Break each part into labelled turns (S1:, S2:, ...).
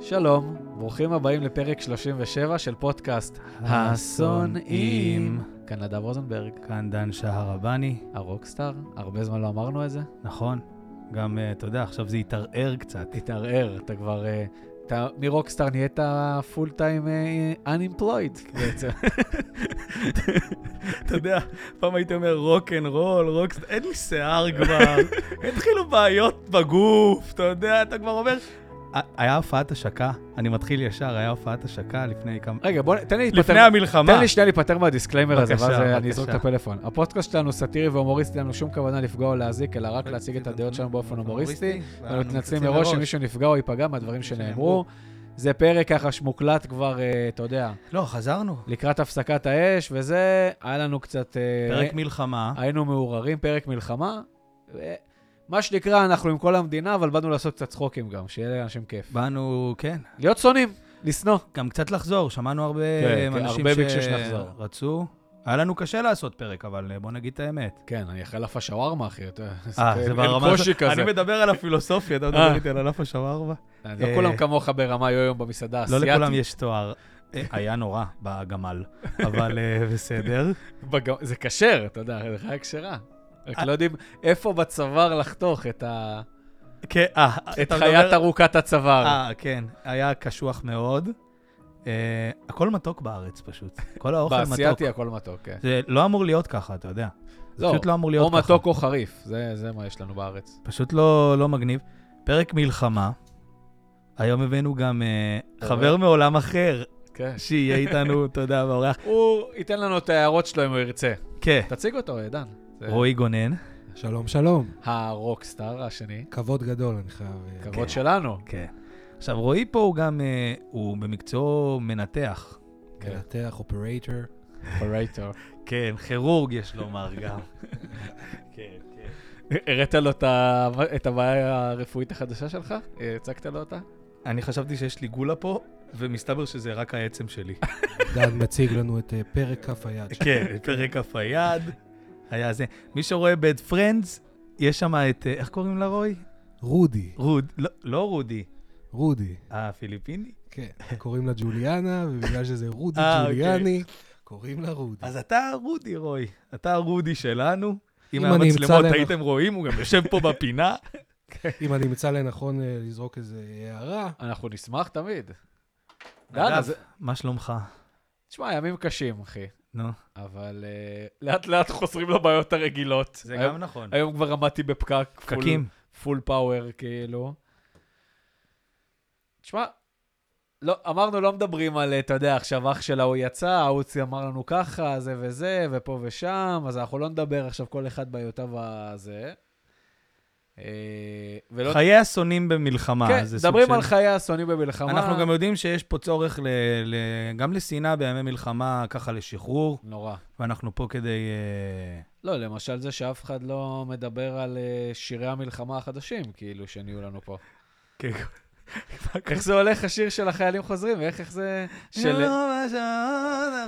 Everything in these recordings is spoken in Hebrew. S1: שלום, ברוכים הבאים לפרק 37 של פודקאסט השונאים. כאן נדב רוזנברג,
S2: כאן דן שהרבני,
S1: הרוקסטאר, הרבה זמן לא אמרנו את זה.
S2: נכון? גם, אה, אתה יודע, עכשיו זה התערער קצת.
S1: תתערער, אתה כבר... אה, אתה מרוקסטאר נהיית פול טיים unemployed בעצם.
S2: אתה יודע, פעם הייתי אומר רוק אנד רול, רוק... אין לי שיער כבר. התחילו בעיות בגוף, אתה יודע, אתה כבר אומר... היה הופעת השקה, אני מתחיל ישר, היה הופעת השקה לפני כמה...
S1: רגע, בוא, אה, תן לי להתפטר.
S2: לפני המלחמה.
S1: תן לי שנייה להיפטר מהדיסקליימר הזה,
S2: בבקשה,
S1: ואז אה, אני
S2: בבקשה.
S1: אזרוק את הפלאפון. הפודקאסט שלנו סאטירי והומוריסטי, אין לנו שום כוונה לפגוע או להזיק, אלא רק להציג את הדעות שלנו
S2: נכון,
S1: באופן הומוריסטי. אנחנו מתנצלים מראש אם מישהו נפגע או ייפגע מהדברים שנאמרו.
S2: שנאמרו.
S1: זה פרק ככה שמוקלט כבר, אה, אתה יודע,
S2: לא, חזרנו.
S1: לקראת הפסקת האש, וזה, היה לנו קצת... אה,
S2: פרק מלחמה.
S1: היינו מעורערים, פרק מלחמה. ו- מה שנקרא, אנחנו עם כל המדינה, אבל באנו לעשות קצת צחוקים גם, שיהיה לאנשים כיף.
S2: באנו, כן,
S1: להיות שונאים, לשנוא.
S2: גם קצת לחזור, שמענו הרבה
S1: כן, כן,
S2: אנשים
S1: הרבה ביקשו שנחזור.
S2: שרצו. היה לנו קשה לעשות פרק, אבל אה, בוא נגיד את האמת.
S1: כן, אני אכל אף השווארמה, אחי. אתה יודע,
S2: אה,
S1: אין-
S2: זה
S1: אין
S2: ברמה...
S1: קושי
S2: הזאת.
S1: כזה.
S2: אני מדבר על הפילוסופיה, אתה מדבר
S1: אה.
S2: איתי על ענף השווארמה?
S1: לא
S2: אה,
S1: כולם כמוך ברמה יום-יום במסעדה
S2: לא
S1: האסייתית.
S2: לכולם יש תואר. אה, היה נורא בגמל, אבל אה, בסדר.
S1: בג- זה כשר, אתה יודע, זה חיה כשרה. רק לא יודעים איפה בצוואר לחתוך את ה-
S2: כן, אה,
S1: את
S2: אתה
S1: חיית
S2: מדבר-
S1: ארוכת הצוואר.
S2: אה, כן, היה קשוח מאוד. אה, הכל מתוק בארץ פשוט. כל האוכל מתוק.
S1: באסייתי הכל מתוק, כן.
S2: זה לא אמור להיות ככה, אתה יודע. זה
S1: לא,
S2: פשוט לא אמור
S1: או
S2: להיות ככה.
S1: מתוק או חריף, זה זה מה יש לנו בארץ.
S2: פשוט לא לא מגניב. פרק מלחמה. היום הבאנו גם אה,
S1: אתה
S2: חבר מעולם אחר,
S1: כן.
S2: שיהיה איתנו, אתה יודע, באורח.
S1: הוא ייתן לנו את ההערות שלו אם הוא ירצה.
S2: כן,
S1: תציג אותו, אה, דן. זה
S2: רועי גונן.
S3: שלום, שלום.
S1: הרוקסטאר השני.
S3: כבוד גדול, אני חייב... אה,
S1: כבוד שלנו.
S2: כן. עכשיו, רועי פה הוא גם, אה, הוא במקצועו מנתח.
S1: כן.
S3: מנתח, אופרטור.
S1: אופרטור.
S2: כן, כירורג יש לומר גם. כן, כן.
S1: הראת לו את ה- את הבעיה הרפואית החדשה שלך? אה, הצגת לו אותה?
S2: אני חשבתי שיש לי גולה פה, ומסתבר שזה רק העצם שלי.
S3: דן מציג לנו את אה, פרק כף היד.
S2: כן, פרק כף היד, היה זה. מי שרואה בד פרנדס, יש שם את, אה, איך קוראים לה רוי?
S3: רודי,
S2: רוד, לא- לא רודי,
S3: רודי.
S2: הפיליפיני.
S3: כן, קוראים לה ג'וליאנה, ובגלל שזה רודי
S2: אה, אוקיי.
S3: ג'וליאני, קוראים לה רודי.
S2: אז אתה רודי, רוי. אתה הרודי שלנו. אם
S3: אם אני אמצא
S2: המצלמות
S3: להם-
S2: הייתם רואים, הוא גם יושב פה בפינה.
S3: אם אני אמצא לנכון אה, לזרוק איזה הערה,
S1: אנחנו נשמח תמיד. דן,
S2: אגב,
S1: אז-
S2: מה שלומך?
S1: תשמע, ימים קשים, אחי.
S2: נו.
S1: אבל אה, לאט לאט חוזרים לבעיות הרגילות.
S2: זה
S1: היום-
S2: גם נכון.
S1: היום כבר עמדתי בפקק. פול-
S2: פקקים.
S1: פול פאוור, כאילו. תשמע, לא, אמרנו, לא מדברים על, אתה יודע, עכשיו אח שלה הוא יצא, ההוא אמר לנו ככה, זה וזה, ופה ושם, אז אנחנו לא נדבר עכשיו כל אחד בעיותיו הזה. אה, ולא...
S2: חיי השונאים במלחמה.
S1: כן,
S2: זה סוג
S1: מדברים
S2: של-
S1: על חיי השונאים במלחמה.
S2: אנחנו גם יודעים שיש פה צורך ל... ל... גם לשנאה בימי מלחמה, ככה לשחרור,
S1: נורא.
S2: ואנחנו פה כדי... אה,
S1: לא, למשל זה שאף אחד לא מדבר על אה, שירי המלחמה החדשים, כאילו, שנהיו לנו פה.
S2: כן.
S1: איך זה הולך, השיר של החיילים חוזרים, ואיך איך זה...
S2: לא,
S1: של...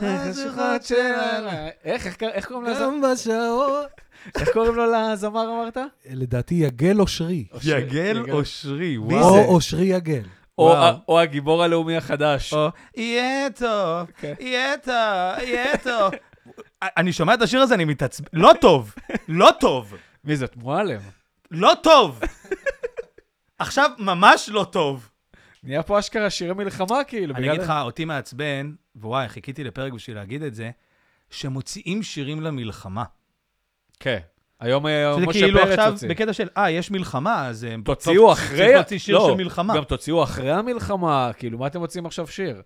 S2: החשוכות
S1: איך, איך, איך קוראים לזה?
S3: גם בשעות.
S1: איך קוראים לו לזמר אמרת?
S3: לדעתי יגל אושרי.
S2: יגל אושרי,
S1: מי
S2: וואו.
S1: זה?
S3: או אושרי יגל.
S1: או,
S2: וואו.
S1: או הגיבור הלאומי החדש.
S2: או, יהיה טוב,
S1: כן.
S2: יהיה טוב, יהיה טוב. אני שומע את השיר הזה, אני מתעצבן. לא טוב, לא טוב,
S1: מי זאת? מועלם.
S2: לא טוב. עכשיו, ממש לא טוב.
S1: נהיה פה אשכרה שירי מלחמה, כאילו.
S2: אני
S1: בגלל-
S2: אגיד לך, אותי מעצבן, ווואי, חיכיתי לפרק בשביל להגיד את זה, שמוציאים שירים למלחמה.
S1: כן. היום אה,
S2: שזה
S1: משה
S2: כאילו
S1: פרץ
S2: עכשיו,
S1: הוציא.
S2: בקטע של, אה, יש מלחמה, אז... הם-
S1: תוציאו
S2: טוב,
S1: אחרי...
S2: צריך להוציא שיר
S1: לא,
S2: של מלחמה.
S1: גם תוציאו אחרי המלחמה, כאילו, מה אתם מוצאים עכשיו שיר?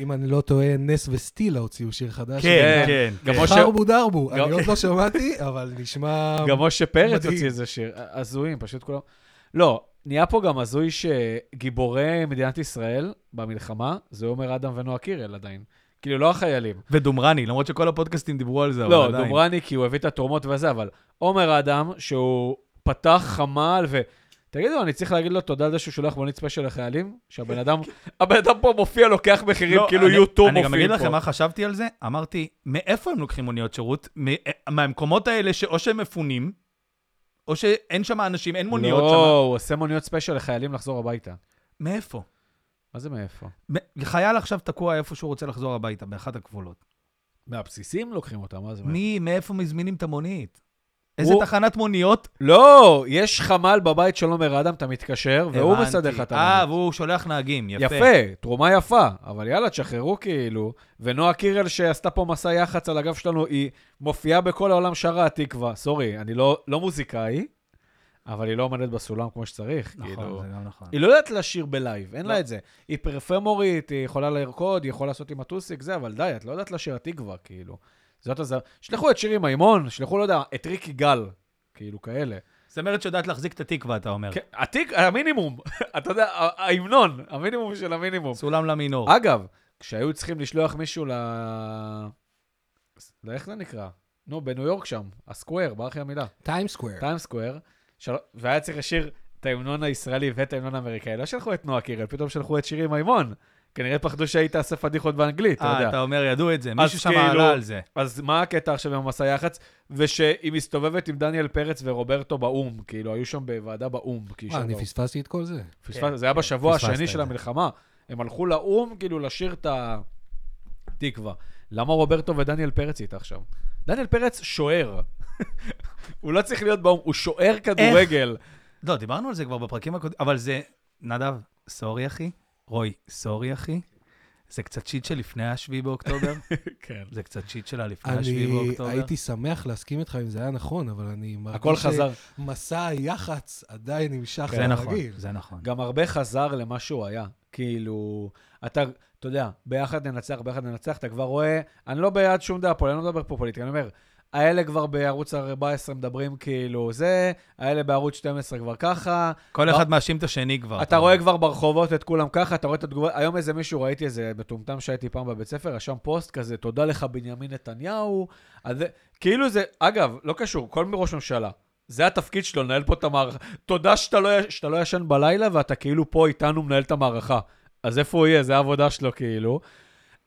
S3: אם אני לא טועה, נס וסטילה הוציאו שיר חדש.
S2: כן,
S1: גם-
S2: כן.
S1: גם
S2: כן.
S1: משה-
S3: חרבו דרבו.
S1: גם-
S3: אני עוד לא שמעתי, אבל נשמע...
S2: אה,
S1: גם משה פרץ
S3: מדהים.
S1: הוציא איזה שיר. אה, הזויים, פשוט כולם... לא, נהיה פה גם הזוי שגיבורי מדינת ישראל במלחמה, זה עומר אדם ונועה קירל עדיין. כאילו, לא החיילים.
S2: ודומרני, למרות שכל הפודקאסטים דיברו על זה, אבל
S1: לא,
S2: עדיין.
S1: דומרני, כי הוא הביא את התרומות וזה, אבל עומר אדם, שהוא פתח חמ"ל ו... תגידו, אני צריך להגיד לו תודה על זה שהוא שולח מונית ספיישל לחיילים? שהבן אדם, הבן אדם פה מופיע, לוקח מחירים,
S2: לא,
S1: כאילו
S2: אני-
S1: יוטו
S2: אני גם
S1: מופיעים
S2: אגיד
S1: פה.
S2: לכם מה חשבתי על זה, אמרתי, מאיפה הם לוקחים מוניות שירות? מ- אה, מהמקומות האלה שאו שהם מפונים, או שאין שם אנשים, אין מוניות
S1: לא,
S2: שם.
S1: הוא עושה מוניות ספיישל לחיילים לחזור הביתה.
S2: מאיפה?
S1: מה זה מאיפה?
S2: מ- חייל עכשיו תקוע איפה שהוא רוצה לחזור הביתה, באחת הגבולות.
S1: מהבסיסים לוקחים אותם, מה זה מאיפה?
S2: מי, מאיפה מזמינים את המונית? איזה
S1: הוא-
S2: תחנת מוניות?
S1: לא, יש חמ"ל בבית של עומר אדם, אתה מתקשר, והוא
S2: הבנתי.
S1: מסדר לך את
S2: אה,
S1: המונית.
S2: והוא שולח נהגים, יפה.
S1: יפה, תרומה יפה, אבל יאללה, תשחררו כאילו. ונועה קירל, שעשתה פה מסע יח"צ על הגב שלנו, היא מופיעה בכל העולם שרה התקווה. סורי, אני לא, לא מוזיקאי, אבל היא לא עומדת בסולם כמו שצריך. כאילו.
S2: נכון, זה גם נכון.
S1: היא לא יודעת לשיר בלייב, אין
S2: לא.
S1: לה את זה. היא פרפמורית, היא יכולה לרקוד, היא יכולה לעשות עם הטוסיק, זה, אבל די, את לא יודעת לשיר התקווה, כאילו. זאת הזר... שלחו את שירי מימון, שלחו, לא יודע, את ריקי גל, כאילו, כאלה.
S2: זמרת שיודעת להחזיק את התקווה, אתה אומר.
S1: כן, התיק, המינימום, אתה יודע, ה- ההמנון, המינימום של המינימום.
S2: סולם למינור.
S1: אגב, כשהיו צריכים לשלוח מישהו ל... ל- איך זה נקרא? נו, בניו יורק שם, הסקוואר, ברח לי המילה.
S3: טיים סקוויר.
S1: טיים סקוואר, של... והיה צריך לשיר את ההמנון הישראלי ואת ההמנון האמריקאי. לא שלחו את נועה קירל, פתאום שלחו את שירי מימון. כנראה פחדו שהיית אסף פדיחות באנגלית, אתה
S2: אה,
S1: יודע.
S2: אתה אומר, ידעו את זה. מישהו שם
S1: כאילו-
S2: עלה על זה.
S1: אז מה הקטע עכשיו עם המסע יח"צ? ושהיא מסתובבת עם דניאל פרץ ורוברטו באו"ם, כאילו, היו שם בוועדה באו"ם. כי היא
S3: מה,
S1: שם
S3: אה, אני
S1: באו"ם.
S3: פספסתי את כל זה?
S1: פספס, זה היה בשבוע
S2: כן, פספסת
S1: השני
S2: את
S1: של
S2: זה.
S1: המלחמה. הם הלכו לאו"ם כאילו לשיר את התקווה. למה רוברטו ודניאל פרץ איתך שם? דניאל פרץ שוער. הוא לא צריך להיות באו"ם, הוא שוער כדורגל.
S2: לא, דיברנו על זה כבר בפרקים הקודמים, אבל זה, נדב, סורי אחי, רוי, סורי אחי, זה קצת שיט של לפני השביעי באוקטובר,
S1: כן.
S2: זה קצת שיט שלה לפני השביעי
S3: אני
S2: באוקטובר.
S3: הייתי שמח להסכים איתך אם זה היה נכון, אבל אני מרגיש
S1: הכל חזר.
S3: שמסע היח"צ עדיין נמשך
S2: זה נכון,
S3: כרגיל.
S2: זה נכון.
S1: גם הרבה חזר למה שהוא היה. כאילו, אתה, אתה יודע, ביחד ננצח, ביחד ננצח, אתה כבר רואה, אני לא בעד שום דעה פה, אני לא מדבר פה פוליטיקה, אני אומר, האלה כבר בערוץ 14 מדברים כאילו זה, האלה בערוץ 12 כבר ככה,
S2: כל
S1: ב-
S2: אחד מאשים את השני כבר.
S1: לא. אתה רואה כבר ברחובות את כולם ככה, אתה רואה את התגובות. היום איזה מישהו, ראיתי איזה מטומטם שהייתי פעם בבית ספר, רשם פוסט כזה, תודה לך בנימין נתניהו. אז זה- כאילו זה, אגב, לא קשור, כל מי ראש ממשלה. זה התפקיד שלו, לנהל פה את המערכה. תודה שאתה לא, י- שאתה לא ישן בלילה ואתה כאילו פה איתנו מנהל את המערכה. אז איפה הוא יהיה? זה העבודה שלו כאילו.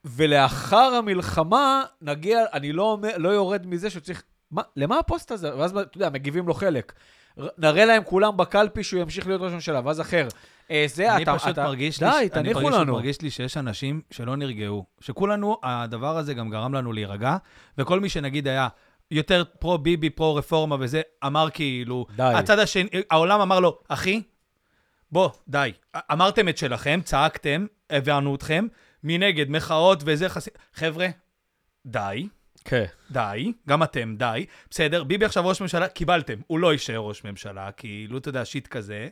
S1: ולאחר המלחמה, נגיע, אני לא, אומר- לא יורד מזה שצריך... מה, למה הפוסט הזה? ואז, אתה יודע, מגיבים לו חלק. ר- נראה להם כולם בקלפי שהוא ימשיך להיות ראש ממשלה, ואז אחר. אה, זה,
S2: אני
S1: אתה...
S2: פשוט
S1: אתה-
S2: מרגיש לי,
S1: די,
S2: אני
S1: תניחו
S2: פשוט
S1: לנו.
S2: מרגיש לי שיש אנשים שלא נרגעו, שכולנו, הדבר הזה גם גרם לנו להירגע, וכל מי שנגיד היה יותר פרו-ביבי, פרו-רפורמה וזה, אמר כאילו,
S1: די.
S2: הצד השני, העולם אמר לו, אחי, בוא, די, אמרתם את שלכם, צעקתם, הבנו אתכם, מנגד, מחאות וזה חסין, חבר'ה, די.
S1: כן.
S2: די, גם אתם, די. בסדר, ביבי עכשיו ראש ממשלה, קיבלתם, הוא לא יישאר ראש ממשלה, כאילו, אתה יודע, שיט כזה.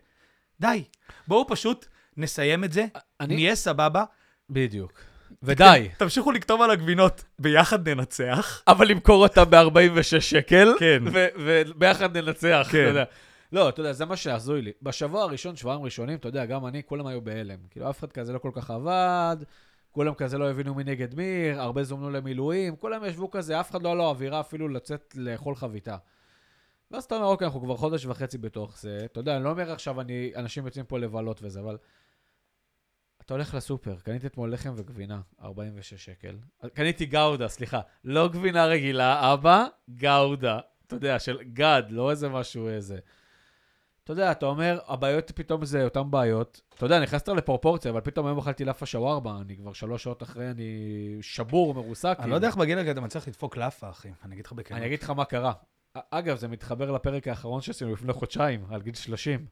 S2: די. בואו פשוט נסיים את זה,
S1: אני-
S2: נהיה סבבה.
S1: בדיוק. ודי.
S2: תמשיכו לכתוב על הגבינות, ביחד ננצח.
S1: אבל למכור אותה ב-46 שקל,
S2: כן.
S1: ו- וביחד ננצח,
S2: כן.
S1: אתה יודע. לא, אתה יודע, זה מה שהזוי לי. בשבוע הראשון, שבועיים ראשונים, אתה יודע, גם אני, כולם היו בהלם. כאילו, אף אחד כזה לא כל כך עבד, כולם כזה לא הבינו מי נגד מי, הרבה זומנו למילואים, כולם ישבו כזה, אף אחד לא היה לו אווירה אפילו לצאת לאכול חביתה. ואז אתה אומר, אוקיי, אנחנו כבר חודש וחצי בתוך זה. אתה יודע, אני לא אומר עכשיו, אני, אנשים יוצאים פה לבלות וזה, אבל... אתה הולך לסופר, קניתי אתמול לחם וגבינה, 46 שקל. קניתי גאודה, סליחה. לא גבינה רגילה, אבא, גאודה. אתה יודע, של גד, לא איזה משהו איזה. אתה יודע, אתה אומר, הבעיות פתאום זה אותן בעיות. אתה יודע, נכנסת לפרופורציה, אבל פתאום היום אכלתי לאפה שווארמה, אני כבר שלוש שעות אחרי, אני שבור, מרוסק.
S2: אני לא יודע איך בגיל הזה אתה מצליח לדפוק לאפה, אחי. אני אגיד לך
S1: אני
S2: בכנות.
S1: אגיד לך מה קרה. א- אגב, זה מתחבר לפרק האחרון שעשינו לפני חודשיים, על גיל 30.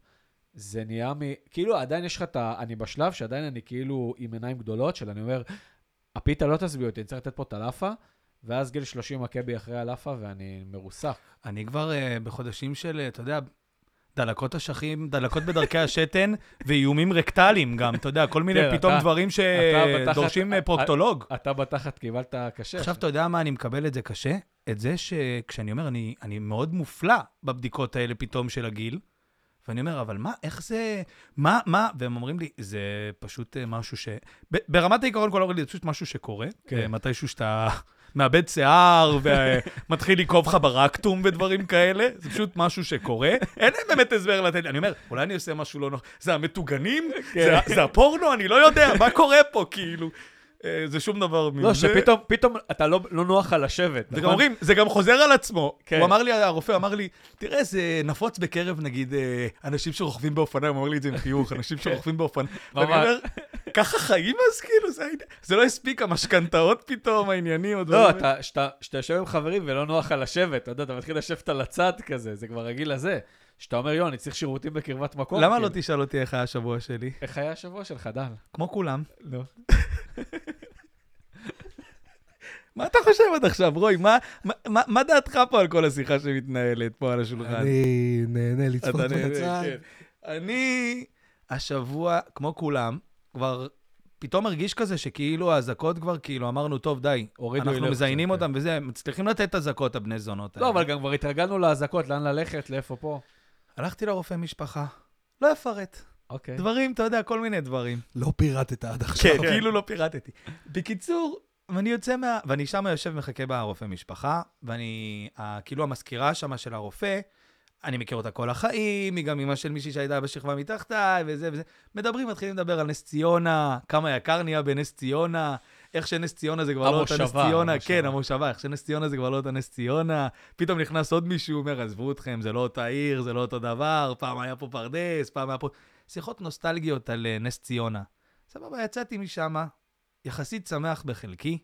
S1: זה נהיה מ... כאילו, עדיין יש לך את ה... אני בשלב שעדיין אני כאילו עם עיניים גדולות, של אני אומר, הפיתה לא תשביע אותי, אני צריך לתת פה את הלאפה, ואז גיל 30 מכה בי אחרי הלאפה ואני מרוסק.
S2: אני כבר אה, בחודשים של, אה, אתה יודע, דלקות אשכים, דלקות בדרכי השתן, ואיומים רקטליים גם, אתה יודע, כל מיני
S1: כן,
S2: פתאום
S1: אתה-
S2: דברים
S1: אתה בתחת-
S2: שדורשים אה, פרוקטולוג.
S1: אתה בתחת קיבלת קשה.
S2: עכשיו, אתה יודע מה אני מקבל את זה קשה? את זה שכשאני אומר, אני, אני מאוד מופלא בבדיקות האלה פתאום של הגיל, ואני אומר, אבל מה, איך זה, מה, מה, והם אומרים לי, זה פשוט אה, משהו ש... ב- ברמת העיקרון, כולם אומרים לי, זה פשוט משהו שקורה,
S1: כן.
S2: כן. מתישהו שאתה מאבד שיער ומתחיל לקרוב לך ברקטום ודברים כאלה, זה פשוט משהו שקורה. אין להם באמת הסבר לתת לי. אני אומר, אולי אני עושה משהו לא נכון. זה המטוגנים?
S1: כן.
S2: זה, זה הפורנו? אני לא יודע, מה קורה פה, כאילו? אה, זה שום דבר מזה.
S1: לא, שפתאום פתאום אתה לא לא נוח על השבט,
S2: זה
S1: נכון?
S2: גם אומרים, זה גם חוזר על עצמו.
S1: כן.
S2: הוא אמר לי, הרופא אמר לי, תראה, זה נפוץ בקרב, נגיד, אה, אנשים שרוכבים באופניים, הוא אמר לי את זה עם חיוך, אנשים שרוכבים באופניים. ואני
S1: ממש.
S2: אומר, ככה חיים אז כאילו? זה היית- זה לא הספיק, המשכנתאות פתאום, העניינים, הדברים
S1: לא,
S2: האלה?
S1: אתה- שאתה שאתה יושב עם חברים ולא נוח לך לשבת, אתה יודע, אתה מתחיל לשבת על הצד כזה, זה כבר רגיל לזה. שאתה אומר, יואו, אני צריך שירותים בקרבת מקום.
S2: למה
S1: כאילו.
S2: לא תשאל אותי איך היה השבוע שלי?
S1: איך היה השבוע שלך, דן?
S2: כמו כולם.
S1: לא.
S2: מה אתה חושב עד עכשיו, רוי? מה- מה- מה- מה דעתך פה על כל השיחה שמתנהלת פה על השולחן?
S3: אני נהנה לצפות
S2: נכון. אתה נהנה,
S3: בצד.
S2: כן. אני השבוע, כמו כולם, כבר פתאום מרגיש כזה שכאילו האזעקות כבר, כאילו אמרנו, טוב, די,
S1: הורידו
S2: אנחנו
S1: הילוך
S2: מזיינים
S1: קצת,
S2: אותם וזה, הם מצליחים לתת אזעקות, הבני זונות
S1: כן. לא,
S2: האלה.
S1: אבל גם כבר התרגלנו לאזעקות, לאן ללכת, לאיפה פה.
S2: הלכתי לרופא משפחה, לא אפרט.
S1: אוקיי.
S2: דברים, אתה יודע, כל מיני דברים.
S3: לא פירטת עד עכשיו.
S2: כן, כאילו לא פירטתי. בקיצור, ואני יוצא מה... ואני שם יושב ומחכה ברופא משפחה, ואני... ה- כאילו המזכירה שם של הרופא, אני מכיר אותה כל החיים, היא גם אמא של מישהי שהייתה בשכבה מתחתיי, וזה וזה. מדברים, מתחילים לדבר על נס ציונה, כמה יקר נהיה בנס ציונה, איך שנס ציונה זה כבר לא אותה נס
S1: המושבה,
S2: ציונה.
S1: המושבה.
S2: כן, המושבה, איך שנס ציונה זה כבר לא אותה נס ציונה. פתאום נכנס עוד מישהו, אומר, עזבו אתכם, זה לא אותה עיר, זה לא אותו דבר, פעם היה פה פרדס, פעם היה פה... שיחות נוסטלגיות על אה, נס ציונה. סבבה, יצאתי משם, יחסית שמח בחלקי,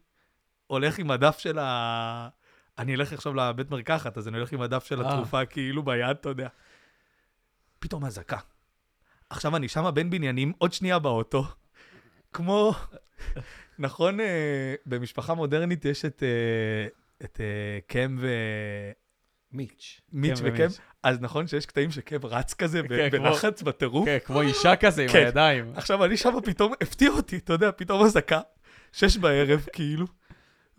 S2: הולך עם הדף של ה... אני אלך עכשיו לבית מרקחת, אז אני הולך עם הדף של
S1: אה.
S2: התרופה כאילו ביד, אתה יודע. פתאום אזעקה. עכשיו אני שמה בין בניינים, עוד שנייה באוטו. כמו... נכון, אה, במשפחה מודרנית יש את, אה, את אה, קם ו...
S3: מיץ'.
S2: מיץ'
S1: קם
S2: וקם,
S1: ומיץ'.
S2: אז נכון שיש קטעים שקם רץ כזה ב-
S1: כן, כמו-
S2: בלחץ, בטירוף.
S1: כן, כמו אישה כזה עם
S2: כן.
S1: הידיים.
S2: עכשיו, אני שם פתאום, הפתיע אותי, אתה יודע, פתאום אזעקה, שש בערב, כאילו,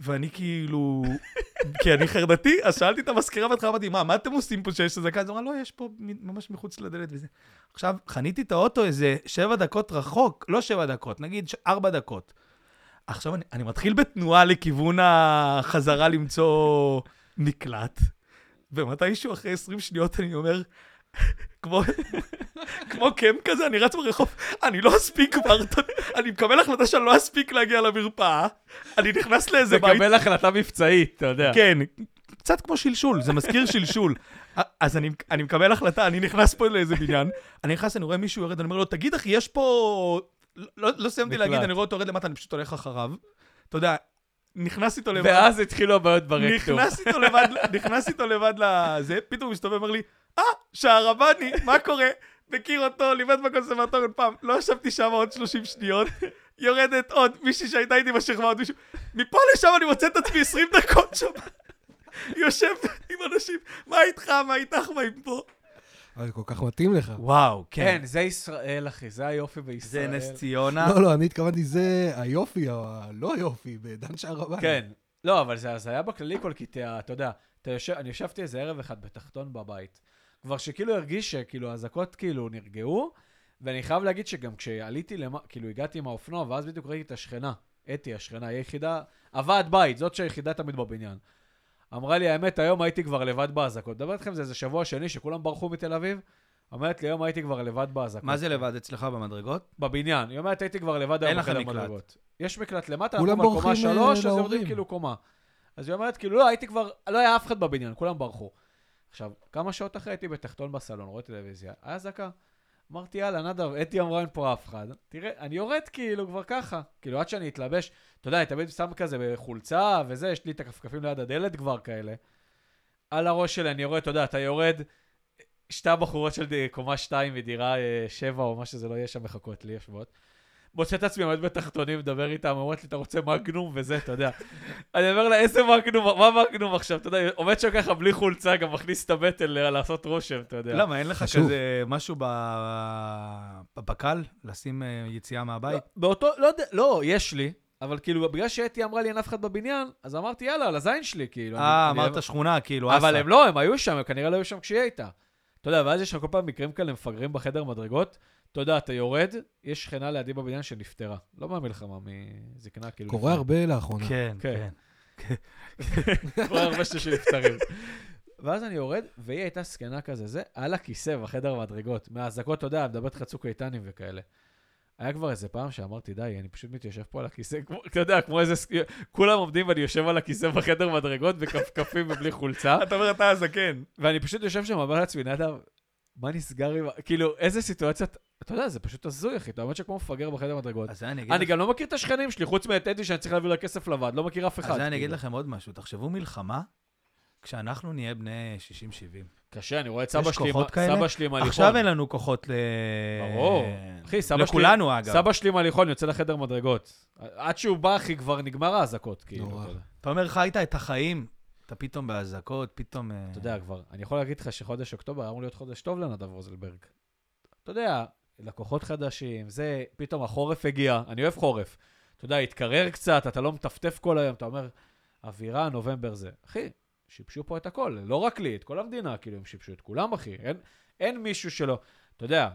S2: ואני כאילו, כי אני חרדתי, אז שאלתי את המזכירה בהתחלה, אמרתי, מה, מה אתם עושים פה שיש אזעקה? אז היא אמרה, לא, יש פה מ- ממש מחוץ לדלת וזה. עכשיו, חניתי את האוטו איזה שבע דקות רחוק, לא שבע דקות, נגיד ש- ארבע דקות. עכשיו, אני, אני מתחיל בתנועה לכיוון החזרה למצוא מקלט, ומתישהו אחרי 20 שניות אני אומר, כמו, כמו קם כזה, אני רץ ברחוב, אני לא אספיק כבר, אתה- אני מקבל החלטה שאני לא אספיק להגיע למרפאה, אני נכנס לאיזה בית,
S1: לקבל החלטה מבצעית, אתה יודע.
S2: כן, קצת כמו שלשול, זה מזכיר שלשול. א- אז אני, אני מקבל החלטה, אני נכנס פה לאיזה בניין, אני נכנס, אני רואה מישהו יורד, אני אומר לו, תגיד אחי, יש פה... לא, לא סיימתי
S1: מקלט.
S2: להגיד, אני רואה אותו יורד למטה, אני פשוט הולך אחריו. אתה יודע, נכנס איתו לבד.
S1: ואז התחילו הבעיות ברקטום.
S2: נכנס איתו לבד, נכנס איתו לבד לזה, פתאום הוא מסתובב ואומר לי, אה, שערבני, מה קורה? מכיר אותו, לימד בקונסרבטוריון פעם, לא ישבתי שם עוד 30 שניות, יורדת עוד מישהי שהייתה איתי בשכבה, עוד מישהו, מפה לשם אני מוצא את עצמי 20 דקות שם, יושב עם אנשים, מה איתך, מה איתך, מה עם פה?
S3: אבל כל כך מתאים לך.
S2: וואו,
S1: כן, זה ישראל, אחי, זה היופי בישראל.
S2: ציונה.
S3: לא, לא, אני התכוונתי, זה היופי, לא הלא יופי, בדן שערבני.
S1: כן. לא, אבל זה הזיה בכללי כל קטעי, אתה יודע, אתה יושב, אני ישבתי איזה ערב אחד בתחתון בבית, כבר שכאילו הרגיש שכאילו האזעקות כאילו נרגעו, ואני חייב להגיד שגם כשעליתי, למ... כאילו הגעתי עם האופנוע, ואז בדיוק ראיתי את השכנה, אתי השכנה, היא היחידה, הוועד בית, זאת שהיחידה תמיד בבניין. אמרה לי, האמת, היום הייתי כבר לבד באזעקות. מדבר איתכם, זה איזה שבוע שני שכולם ברחו מתל אביב, אומרת לי, היום הייתי כבר לבד באזעקות.
S2: זה לבד אצלך במדרגות?
S1: בבניין. היא אומרת, הייתי כבר לבד
S2: אין
S1: היום
S2: לך
S1: בחדר
S2: מקלט.
S1: מדרגות. יש מקלט למטה,
S3: כולם
S1: אנחנו כבר קומה
S3: בורחים, אה,
S1: שלוש, אז
S3: להורים.
S1: יורדים כאילו קומה. אז היא אומרת, כאילו, לא, הייתי כבר, לא היה אף אחד בבניין, כולם ברחו. עכשיו, כמה שעות אחרי הייתי בתחתון בסלון, רואה טלוויזיה, היה אזעקה. אמרתי, יאללה, נדב, אתי אמרה, אין פה אף אחד. תראה, אני יורד כאילו כבר ככה. כאילו, עד שאני אתלבש, אתה יודע, אני תמיד שם כזה בחולצה וזה, יש לי את הכפכפים ליד הדלת כבר כאלה. על הראש שלי, אני יורד, אתה יודע, אתה יורד, שתי הבחורות של ד- קומה 2 מדירה 7 או מה שזה לא יהיה שם מחכות לי, יושבות. מוצא את עצמי עומד בתחתונים, מדבר איתם, אומרת לי, אתה רוצה מגנום וזה, אתה יודע. אני אומר לה, איזה מגנום, מה מגנום עכשיו? אתה יודע, עומד שם ככה בלי חולצה, גם מכניס את הבטן ל- לעשות רושם, אתה יודע.
S2: למה, אין לך
S3: חשוב.
S2: כזה משהו ב- בבקל? לשים אה, יציאה מהבית?
S1: לא, באותו, לא יודע, לא, יש לי, אבל כאילו, בגלל שאתי אמרה לי אין אף אחד בבניין, אז אמרתי, יאללה, על הזין שלי, כאילו.
S2: אה,
S1: אני- אני-
S2: אמרת שכונה, כאילו, אסה.
S1: אבל הם לא, הם היו שם, הם כנראה לא היו שם כשהיא הייתה. אתה יודע, ואז יש לך כל פעם מקרים כאלה מפגרים בחדר מדרגות. אתה יודע, אתה יורד, יש שכנה לידי בבניין שנפטרה. לא מהמלחמה, מזקנה, כאילו.
S3: קורה
S1: לפני.
S3: הרבה לאחרונה.
S2: כן,
S1: כן.
S2: כן.
S1: קורה הרבה שאנשים נפטרים. ואז אני יורד, והיא הייתה זקנה כזה, זה, על הכיסא בחדר המדרגות. מהאזעקות, אתה יודע, מדברת לך צוק איתנים וכאלה. היה כבר איזה פעם שאמרתי, די, אני פשוט מתיישב פה על הכיסא, כמו, אתה יודע, כמו איזה... סק- כולם עומדים ואני יושב על הכיסא בחדר מדרגות, בכפכפים ובלי חולצה.
S2: אתה אומר,
S1: כן.
S2: אתה הזקן.
S1: ואני פשוט יושב שם, אומר לעצמי, נדב, מה נסגר עם... ה-" כאילו, איזה סיטואציות... אתה יודע, זה פשוט הזוי, אחי. אתה עומד שכמו מפגר בחדר מדרגות.
S2: אז זה אני אגיד
S1: אני
S2: לך-
S1: גם לא מכיר את השכנים שלי, חוץ מאת אדי שאני צריך להביא לה כסף לבד, לא מכיר אף אחד.
S2: אז זה
S1: כאילו.
S2: אני אגיד לכם עוד משהו. תחשבו מלחמה, כשאנחנו נהיה בני 60-70.
S1: קשה, אני רואה את סבא
S2: יש
S1: שלי, עם-
S2: כוחות כאלה?
S1: סבא שלי עם הליכון.
S2: עכשיו אין לנו כוחות ל...
S1: ברור. אחי, סבא שלי...
S2: לכולנו, אגב.
S1: סבא שלי עם הליכון יוצא לחדר מדרגות. עד שהוא בא, אחי, כבר נגמר האזעקות, כאילו.
S3: נורא.
S1: אתה יודע.
S2: אתה אומר, חיית את החיים, אתה פתאום באזעקות, פתאום... אה,
S1: אתה יודע כבר, אני יכול להגיד לך שחודש אוקטובר אמור להיות חודש טוב לנדב רוזלברג. אתה יודע, לקוחות חדשים, זה, פתאום החורף הגיע, אני אוהב חורף. אתה יודע, התקרר קצת, אתה לא מטפטף כל היום, אתה אומר, אווירה, נובמבר זה. אחי, שיבשו פה את הכל, לא רק לי, את כל המדינה, כאילו, הם שיבשו את כולם, אחי. אין, אין מישהו שלא, אתה יודע,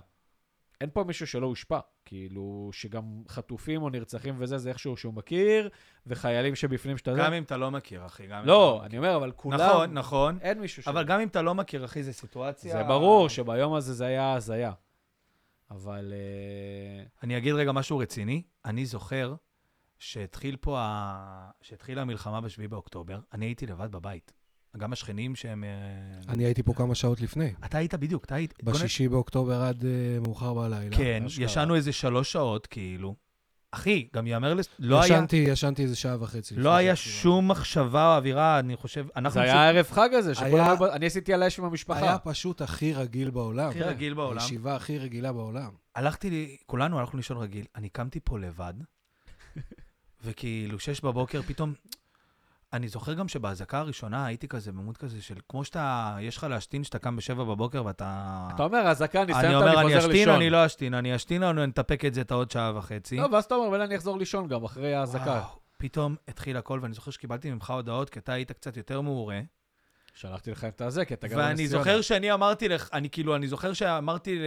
S1: אין פה מישהו שלא הושפע. כאילו, שגם חטופים או נרצחים וזה, זה איכשהו שהוא מכיר, וחיילים שבפנים שאתה... זה-
S2: גם אם אתה לא מכיר, אחי. גם אם
S1: לא,
S2: אתה
S1: אני אומר, אבל
S2: לא מכיר.
S1: כולם...
S2: נכון, נכון.
S1: אין מישהו שלא.
S2: אבל גם אם אתה לא מכיר, אחי, זו סיטואציה...
S1: זה ברור שביום הזה זה היה הזיה. אבל... אה,
S2: אני אגיד רגע משהו רציני. אני זוכר שהתחיל פה ה... שהתחילה המלחמה ב-7 באוקטובר, אני הייתי לבד בבית. גם השכנים שהם... אה,
S3: אני הייתי פה כמה שעות לפני.
S2: אתה היית בדיוק, אתה היית... בוא נ-
S3: בשישי באוקטובר עד אה, מאוחר בלילה.
S2: כן,
S1: אשכרה.
S2: ישנו איזה שלוש שעות, כאילו. אחי, גם יאמר לס... לא היה...
S3: ישנתי, ישנתי איזה שעה וחצי. לפני
S2: לא היה
S3: שהתחילה.
S2: שום מחשבה או אווירה, אני חושב, אנחנו
S1: זה היה ערב חג הזה, שכולם...
S3: היה-
S1: היו ב- אני עשיתי על האש עם המשפחה.
S3: היה פשוט הכי רגיל בעולם.
S2: הכי רגיל בעולם.
S3: הישיבה הכי רגילה בעולם.
S2: הלכתי, לי- כולנו הלכנו לישון רגיל, אני קמתי פה לבד, וכאילו, שש בבוקר פתאום, אני זוכר גם שבאזעקה הראשונה הייתי כזה, במוד כזה של, כמו שאתה, יש לך להשתין שאתה קם בשבע בבוקר ואתה...
S1: אתה אומר, אזעקה, אני אסיים
S2: אני
S1: אותה, אני
S2: אומר,
S1: חוזר
S2: אני
S1: לישון.
S2: אשתין, אני לא אשתין, אני אשתין, אני נתפק את זה את העוד שעה וחצי.
S1: לא, ואז אתה אומר, "וואלה, אני אחזור לישון גם, אחרי האזעקה.
S2: וואו, פתאום התחיל הכל, ואני זוכר שקיבלתי ממך הודעות, כי אתה היית קצת יותר מעורה.
S1: שלחתי לך את הזה, כי אתה גם...
S2: ואני
S1: בנס ציונה.
S2: זוכר שאני אמרתי לך, אני כאילו, אני זוכר שאמרתי ל-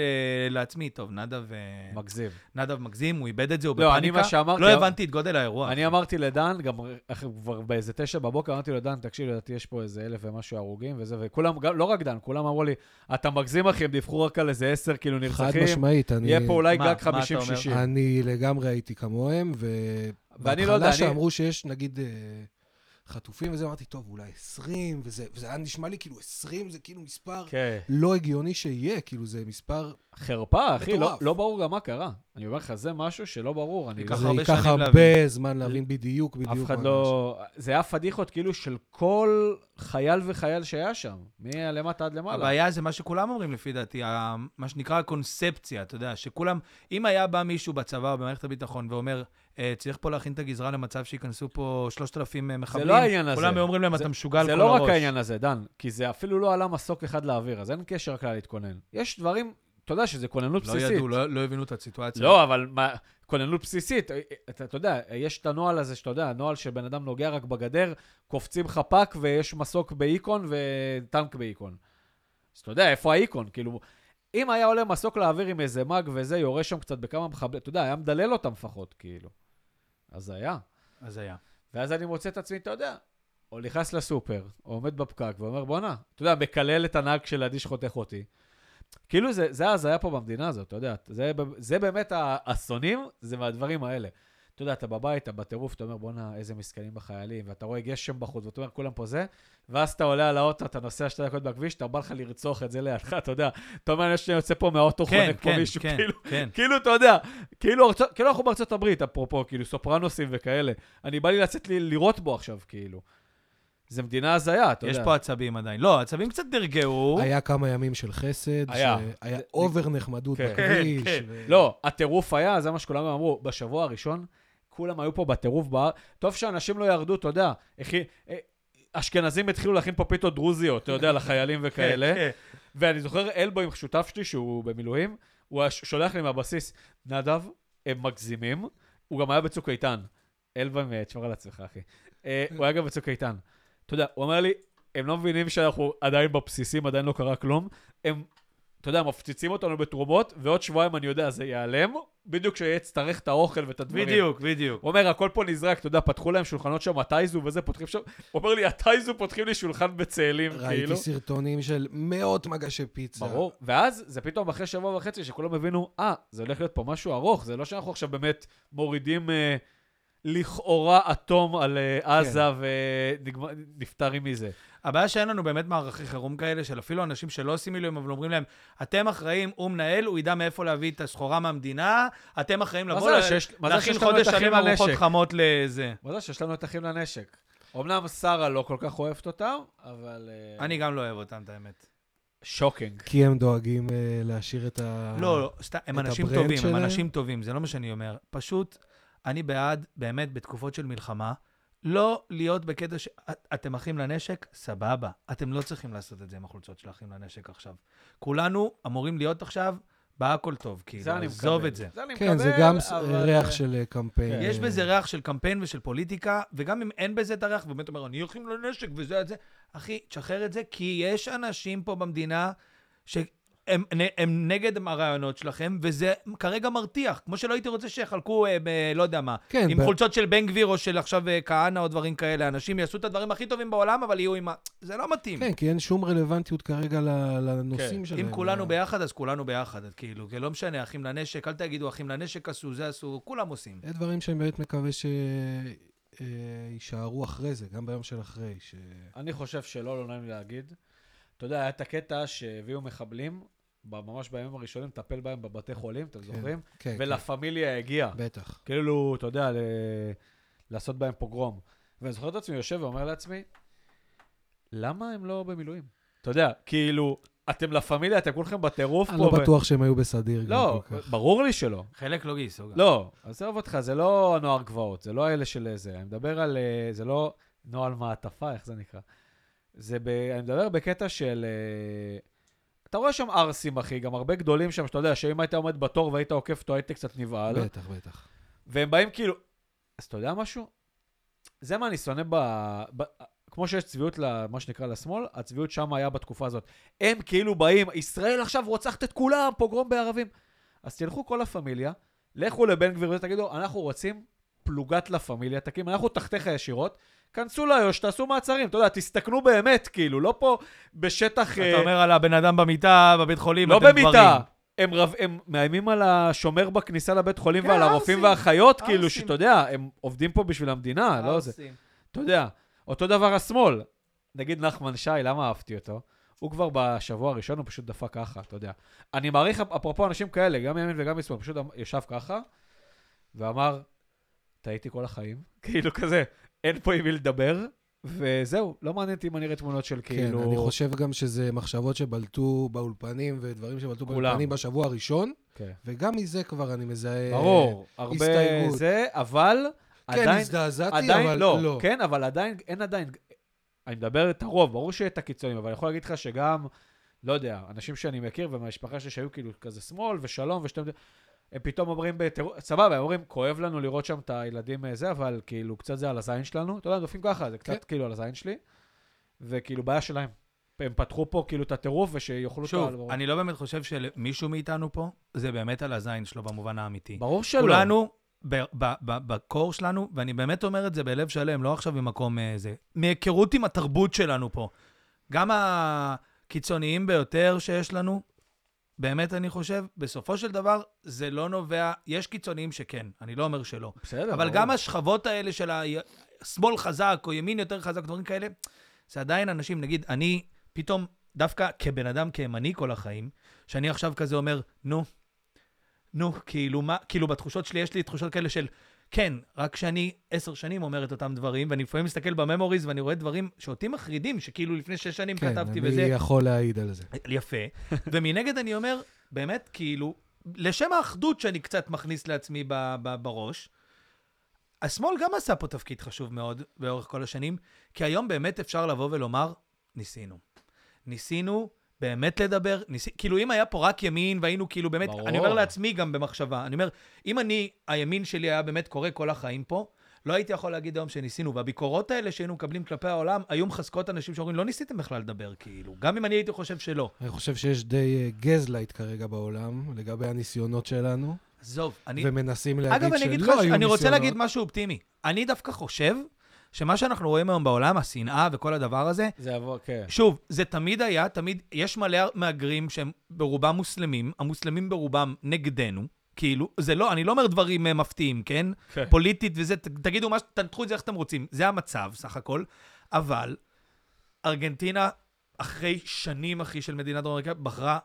S2: לעצמי, טוב, נדב אה,
S1: מגזים.
S2: נדב מגזים, הוא איבד את זה, הוא
S1: לא,
S2: בפאניקה.
S1: אני מה שאמרתי-
S2: לא הבנתי את גודל האירוע.
S1: אני אמרתי לדן, גם אחרי- כבר באיזה תשע בבוקר, אמרתי לדן, תקשיב, לדעתי יש פה איזה אלף ומשהו הרוגים וזה, וכולם, גם- לא רק דן, כולם אמרו לי, אתה מגזים, אחי, הם דיווחו רק על איזה עשר, כאילו,
S3: חד
S1: נרצחים.
S3: משמעית, אני...
S1: יהיה פה אולי
S2: מה-
S1: גג
S2: מה אתה
S1: 50-60.
S2: אומר?
S3: אני לגמרי הייתי כמוהם, ו...
S1: ואני לא יודע,
S3: בהתחלה
S1: אני-
S3: שאמרו שיש, נגיד, אה, חטופים וזה, אמרתי, טוב, אולי 20, וזה וזה היה נשמע לי כאילו 20 זה כאילו מספר
S1: כן.
S3: לא הגיוני שיהיה, כאילו זה מספר...
S1: חרפה, אחי, לא,
S3: מטורף.
S1: לא ברור גם מה קרה. אני אומר לך, זה משהו שלא ברור. אני
S2: ייקח
S1: לא-
S3: זה
S2: הרבה
S3: ייקח
S2: שנים
S3: הרבה זמן להבין בדיוק, בדיוק.
S1: אף אחד
S3: מה
S1: לא... זה היה פדיחות כאילו של כל חייל וחייל שהיה שם, מלמטה עד למעלה.
S2: הבעיה זה מה שכולם אומרים לפי דעתי, ה- מה שנקרא הקונספציה, אתה יודע, שכולם, אם היה בא מישהו בצבא או במערכת הביטחון ואומר, "אה, צריך פה להכין את הגזרה למצב שייכנסו פה 3,000 מחבלים,
S1: לא העניין הזה.
S2: כולם היו אומרים להם, אתה משוגע על כל
S1: זה
S2: הראש.
S1: לא רק העניין הזה, דן, כי זה אפילו לא עלה מסוק אחד לאוויר, אז אין קשר כלל להתכונן. יש דברים, אתה יודע שזה כוננות
S2: לא
S1: בסיסית.
S2: ידעו, לא לא הבינו את הסיטואציה.
S1: לא, אבל מה, כוננות בסיסית, אה, אתה, אתה יודע, יש את הנוהל הזה שאתה יודע, הנוהל שבן אדם נוגע רק בגדר, קופצים חפ"ק ויש מסוק באיקון וטנק באיקון. אז אתה יודע, איפה האיקון? כאילו, אם היה עולה מסוק לאוויר עם איזה מאג וזה, יורה שם קצת בכמה מחבלים, אתה יודע, היה מדלל אותם לפחות, כאילו. אז היה.
S2: אז היה.
S1: ואז אני מוצא את עצמי, אתה יודע, או נכנס לסופר, או עומד בפקק ואומר, בואנה, אתה יודע, מקלל את הנהג שלידי שחותך אותי. כאילו, זה, זה ההזיה פה במדינה הזאת, אתה יודע, זה, ב- זה באמת האסונים, זה מהדברים האלה. אתה יודע, אתה בבית, אתה בטירוף, אתה אומר, בואנה, איזה מסכנים החיילים, ואתה רואה גשם בחוץ, ואתה אומר, כולם פה זה, ואז אתה עולה על האוטו, אתה נוסע שתי דקות בכביש, אתה בא לך לרצוח את זה לידך, אתה יודע, אתה אומר, אני שנייה יוצא פה מהאוטו,
S2: כן,
S1: חונק פה
S2: כן,
S1: מישהו,
S2: כן,
S1: כאילו,
S2: כן.
S1: כאילו, אתה יודע, כאילו, ארצות, כאילו אנחנו בארצות הברית, אפרופו, כאילו, סופרנוסים וכאלה. אני בא לי לצאת לי, לראות בו עכשיו, כאילו. זה מדינה הזיה, אתה
S2: יש
S1: יודע.
S2: פה עצבים עדיין. לא, עצבים קצת נרגעו.
S3: היה כמה ימים של חסד,
S1: היה.
S3: היה אובר נחמדות
S1: כן.
S3: בכביש.
S2: כן,
S3: ו-
S1: לא, הטירוף היה, זה מה שכולם אמרו. בשבוע הראשון, כולם היו פה בטירוף בהר. טוב שאנשים לא ירדו, אתה יודע. הכי... אה, אשכנזים התחילו להכין פה פיתות דרוזיות, אתה יודע, לחיילים וכאלה.
S2: כן,
S1: ואני זוכר אלבוים, שותף שלי, שהוא במילואים, הוא היה ש- שולח לי מהבסיס, נדב, הם מגזימים. הוא גם היה בצוק איתן. אלבוים, אה, תשמור על עצמך, אחי. אה, הוא היה גם בצוק איתן. אתה יודע, הוא אומר לי, הם לא מבינים שאנחנו עדיין בבסיסים, עדיין לא קרה כלום. הם, אתה יודע, מפציצים אותנו בתרומות, ועוד שבועיים, אני יודע, זה ייעלם, בדיוק כשיצטרך את האוכל ואת
S2: כן.
S1: הדברים.
S2: בדיוק, בדיוק.
S1: הוא אומר, הכל פה נזרק, אתה יודע, פתחו להם שולחנות שם, הטייזו וזה, פותחים שם. הוא אומר לי, הטייזו פותחים לי שולחן בצאלים, כאילו.
S3: ראיתי סרטונים של מאות מגשי פיצה.
S1: ברור. ואז זה פתאום אחרי שבוע וחצי שכולם הבינו, אה, זה הולך להיות פה משהו ארוך, זה לא שאנחנו עכשיו באמת מורידים אה, לכאורה אטום על אה, עזה ונפטרים מזה.
S2: הבעיה שאין לנו באמת מערכי חירום כאלה, של אפילו אנשים שלא עושים מילואים, אבל אומרים להם, אתם אחראים, הוא מנהל, הוא ידע מאיפה להביא את הסחורה מהמדינה, אתם אחראים
S1: מה
S2: לבוא,
S1: זה
S2: לה-
S1: שיש- מה זה
S2: להכין
S1: שיש לנו את
S2: חודש
S1: אחים
S2: שלם ארוחות
S1: לנשק?
S2: חמות לזה.
S1: מזל שיש לנו את אחים לנשק. אמנם שרה לא כל כך אוהבת אותם, אבל... אה,
S2: אני גם לא אוהב אותם, את האמת.
S1: שוקינג.
S3: כי הם דואגים אה, להשאיר את ה...
S2: לא, לא, סתם, הם
S3: את
S2: אנשים
S3: הברנד
S2: טובים, הם
S3: שלהם?
S2: אנשים טובים, זה לא מה שאני אומר. פשוט, אני בעד, באמת, בתקופות של מלחמה, לא להיות בקטע ש... את- אתם אחים לנשק, סבבה. אתם לא צריכים לעשות את זה עם החולצות של אחים לנשק עכשיו. כולנו אמורים להיות עכשיו בהכל טוב,
S1: זה
S2: כאילו,
S1: אני מקבל.
S2: עזוב את זה.
S1: אני
S3: כן, זה
S1: מקבל,
S3: גם ס-
S1: אבל,
S3: ריח
S1: אה,
S3: של אה, קמפיין.
S1: כן.
S2: יש
S3: אה,
S2: בזה ריח של קמפיין ושל פוליטיקה, וגם אם אין בזה את הריח, ובאמת אומר, אני הולכים לנשק וזה את זה, אחי, תשחרר את זה, כי יש אנשים פה במדינה שהם נ- הם נגד הרעיונות שלכם, וזה כרגע מרתיח. כמו שלא הייתי רוצה שיחלקו, אה, ב- לא יודע מה,
S3: כן,
S2: עם
S3: ב-
S2: חולצות של בן גביר או של עכשיו אה, כהנא או דברים כאלה. אנשים יעשו את הדברים הכי טובים בעולם, אבל יהיו עם ה... זה לא מתאים.
S3: כן, כי אין שום רלוונטיות כרגע ל- לנושאים שלהם.
S2: אם כולנו
S3: ה-
S2: ביחד, אז כולנו ביחד. אז כאילו, זה לא משנה, אחים לנשק, אל תגידו אחים לנשק עשו, זה עשו, כולם עושים.
S3: זה דברים שאני באמת מקווה שיישארו אחרי זה, גם ביום של אחרי. ש...
S1: אני חושב שלא, לא נעים לי להגיד. אתה יודע, היה את הקטע שהביאו מחבלים, ב- ממש בימים הראשונים, לטפל בהם בבתי חולים, אתם זוכרים?
S3: כן,
S1: ולה פמיליה הגיעה.
S3: כן, בטח.
S1: כאילו, אתה יודע, ל... לעשות בהם פוגרום. ואני זוכר את עצמי יושב ואומר לעצמי, למה הם לא במילואים? אתה יודע, כאילו, אתם לה פמיליה, אתם כולכם בטירוף פה.
S3: אני לא
S1: ו-
S3: בטוח שהם היו בסדיר גם
S1: לא,
S3: כל כך.
S1: ברור לי שלא.
S2: חלק לא גייסו גם.
S1: לא, עזוב אותך, זה לא נוער גבעות, זה לא אלה של זה. אני מדבר על... אה, זה לא נוהל מעטפה, איך זה נקרא? זה ב... אני מדבר בקטע של... אה, אתה רואה שם ערסים, אחי, גם הרבה גדולים שם, שאתה יודע, שאם היית עומד בתור והיית עוקף אותו, היית קצת נבהל.
S3: בטח, בטח.
S1: והם באים כאילו... אז אתה יודע משהו? זה מה אני שונא ב... ב... כמו שיש צביעות, למה שנקרא, לשמאל, הצביעות שם היה בתקופה הזאת. הם כאילו באים, ישראל עכשיו רוצחת את כולם, פוגרום בערבים. אז תלכו כל הפמיליה, לכו לבן גביר ותגידו, אנחנו רוצים פלוגת לה פמיליה, תקים, אנחנו תחתיך ישירות, כנסו לאיו"ש, תעשו מעצרים, אתה יודע, תסתכנו באמת, כאילו, לא פה בשטח... אה,
S2: אתה אומר על הבן אדם במיטה, בבית חולים,
S1: לא
S2: אתם
S1: במיטה.
S2: גברים.
S1: הם, רב, הם מאיימים על השומר בכניסה לבית חולים
S2: כן,
S1: ועל
S2: ערסים.
S1: הרופאים והאחיות, כאילו,
S2: ערסים.
S1: שאתה יודע, הם עובדים פה בשביל המדינה, לא זה. אתה יודע, אותו דבר השמאל. נגיד נחמן שי, למה אהבתי אותו? הוא כבר בשבוע הראשון, הוא פשוט דפק ככה, אתה יודע. אני מעריך, אפרופו אנשים כאלה, גם מימין וגם משמאל, פשוט אמ- ישב ככה, ואמר, טעיתי כל החיים. כאילו כזה, אין פה עם מי לדבר, וזהו, לא מעניין אותי אם אני אראה תמונות של כאילו...
S3: כן, אני חושב גם שזה מחשבות שבלטו באולפנים ודברים שבלטו
S1: כולם.
S3: באולפנים בשבוע הראשון,
S1: כן.
S3: וגם מזה כבר אני מזהה...
S1: ברור, הרבה
S3: הסתייגות.
S1: זה, אבל
S3: כן,
S1: עדיין,
S3: הזדעזעתי,
S1: עדיין
S3: אבל
S1: לא,
S3: לא.
S1: כן, אבל עדיין, אין עדיין, אני מדבר את הרוב, ברור שיהיה את הקיצונים, אבל אני יכול להגיד לך שגם, לא יודע, אנשים שאני מכיר ומהמשפחה שלי שהיו כאילו כזה שמאל ושלום ושאתם, הם פתאום אומרים, בטרור- סבבה, הם אומרים, כואב לנו לראות שם את הילדים אה, זה, אבל כאילו, קצת זה על הזין שלנו, אתה יודע, הם דופקים ככה, זה
S3: כן.
S1: קצת כאילו על הזין שלי, וכאילו, בעיה שלהם. הם פתחו פה כאילו את הטירוף ושיאכלו את
S2: שוב,
S1: ה...
S2: אני לא באמת חושב שלמישהו מאיתנו פה, זה באמת על הזין שלו במובן האמיתי.
S1: ברור שלא.
S2: כולנו, ב- ב- ב- בקור שלנו, ואני באמת אומר את זה בלב שלם, לא עכשיו במקום אה, זה, מהיכרות עם התרבות שלנו פה. גם הקיצוניים ביותר שיש לנו, באמת אני חושב, בסופו של דבר, זה לא נובע, יש קיצוניים שכן, אני לא אומר שלא.
S1: בסדר,
S2: אבל
S1: ברור.
S2: גם השכבות האלה של השמאל חזק או ימין יותר חזק, דברים כאלה, זה עדיין אנשים, נגיד, אני פתאום, דווקא כבן אדם, כימני כל החיים, שאני עכשיו כזה אומר, נו, נו, כאילו מה, כאילו בתחושות שלי, יש לי תחושות כאלה של, כן, רק שאני עשר שנים אומר את אותם דברים, ואני לפעמים מסתכל בממוריז ואני רואה דברים שאותי מחרידים, שכאילו לפני שש שנים
S3: כן,
S2: כתבתי
S3: אני
S2: וזה,
S3: יכול להעיד על זה.
S2: יפה. ומנגד אני אומר, באמת, כאילו, לשם האחדות שאני קצת מכניס לעצמי ב- ב- בראש, השמאל גם עשה פה תפקיד חשוב מאוד לאורך כל השנים, כי היום באמת אפשר לבוא ולומר, ניסינו. ניסינו באמת לדבר, ניס... כאילו אם היה פה רק ימין והיינו כאילו באמת,
S1: ברור.
S2: אני אומר לעצמי גם במחשבה, אני אומר, אם אני, הימין שלי היה באמת קורה כל החיים פה, לא הייתי יכול להגיד היום שניסינו, והביקורות האלה שהיינו מקבלים כלפי העולם, היו מחזקות אנשים שאומרים, לא ניסיתם בכלל לדבר, כאילו, גם אם אני הייתי חושב שלא.
S3: אני חושב שיש די אה, גזלייט כרגע בעולם, לגבי הניסיונות שלנו,
S2: עזוב, אני...
S3: ומנסים להגיד שלא
S2: אגב,
S3: היו
S2: אני אגיד לך,
S3: ניסיונות.
S2: אני רוצה להגיד משהו אופטימי. אני דווקא חושב שמה שאנחנו רואים היום בעולם, השנאה וכל הדבר הזה,
S1: זה יבוא, כן.
S2: שוב, זה תמיד היה, תמיד, יש מלא מהגרים שהם ברובם מוסלמים, המוסלמים ברובם נגדנו, כאילו, זה לא, אני לא אומר דברים אה, מפתיעים, כן?
S1: כן.
S2: פוליטית וזה, ת- תגידו מה, ש- תנתחו את זה איך שאתם רוצים. זה המצב, סך הכל. אבל ארגנטינה, אחרי שנים, אחי, של מדינת דרום אמריקה, בחרה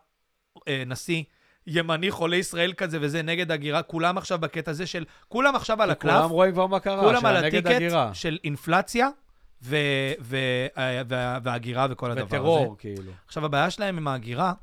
S2: אה, נשיא ימני חולה ישראל כזה וזה, נגד הגירה. כולם עכשיו בקטע הזה של, כולם עכשיו על הקלף.
S1: כולם רואים כבר מה קרה,
S2: כולם
S1: שהיה
S2: על
S1: נגד
S2: הטיקט
S1: לא, הגירה.
S2: של אינפלציה ו- ו- אה, וה- והגירה וכל הדבר הזה. לא,
S1: וטרור, כאילו.
S2: עכשיו, הבעיה שלהם עם ההגירה,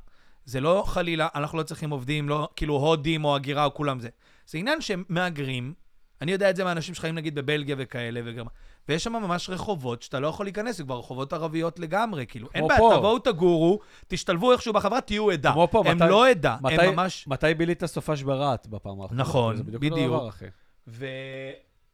S2: זה לא חלילה, אנחנו לא צריכים עובדים, לא כאילו הודים או הגירה או כולם זה. זה עניין שהם מהגרים, אני יודע את זה מאנשים שחיים נגיד בבלגיה וכאלה וגרמניה, ויש שם ממש רחובות שאתה לא יכול להיכנס, זה כבר רחובות ערביות לגמרי, כאילו. אין
S1: כמו
S2: בעיה,
S1: פה.
S2: תבואו, תגורו, תשתלבו איכשהו בחברה, תהיו עדה.
S1: כמו פה,
S2: הם
S1: מתי-
S2: לא עדה,
S1: מתי-
S2: הם ממש...
S1: מתי בילית סופש ברהט בפעם האחרונה?
S2: נכון,
S1: זה בדיוק.
S2: בדיוק.
S1: אותו דבר, אחי.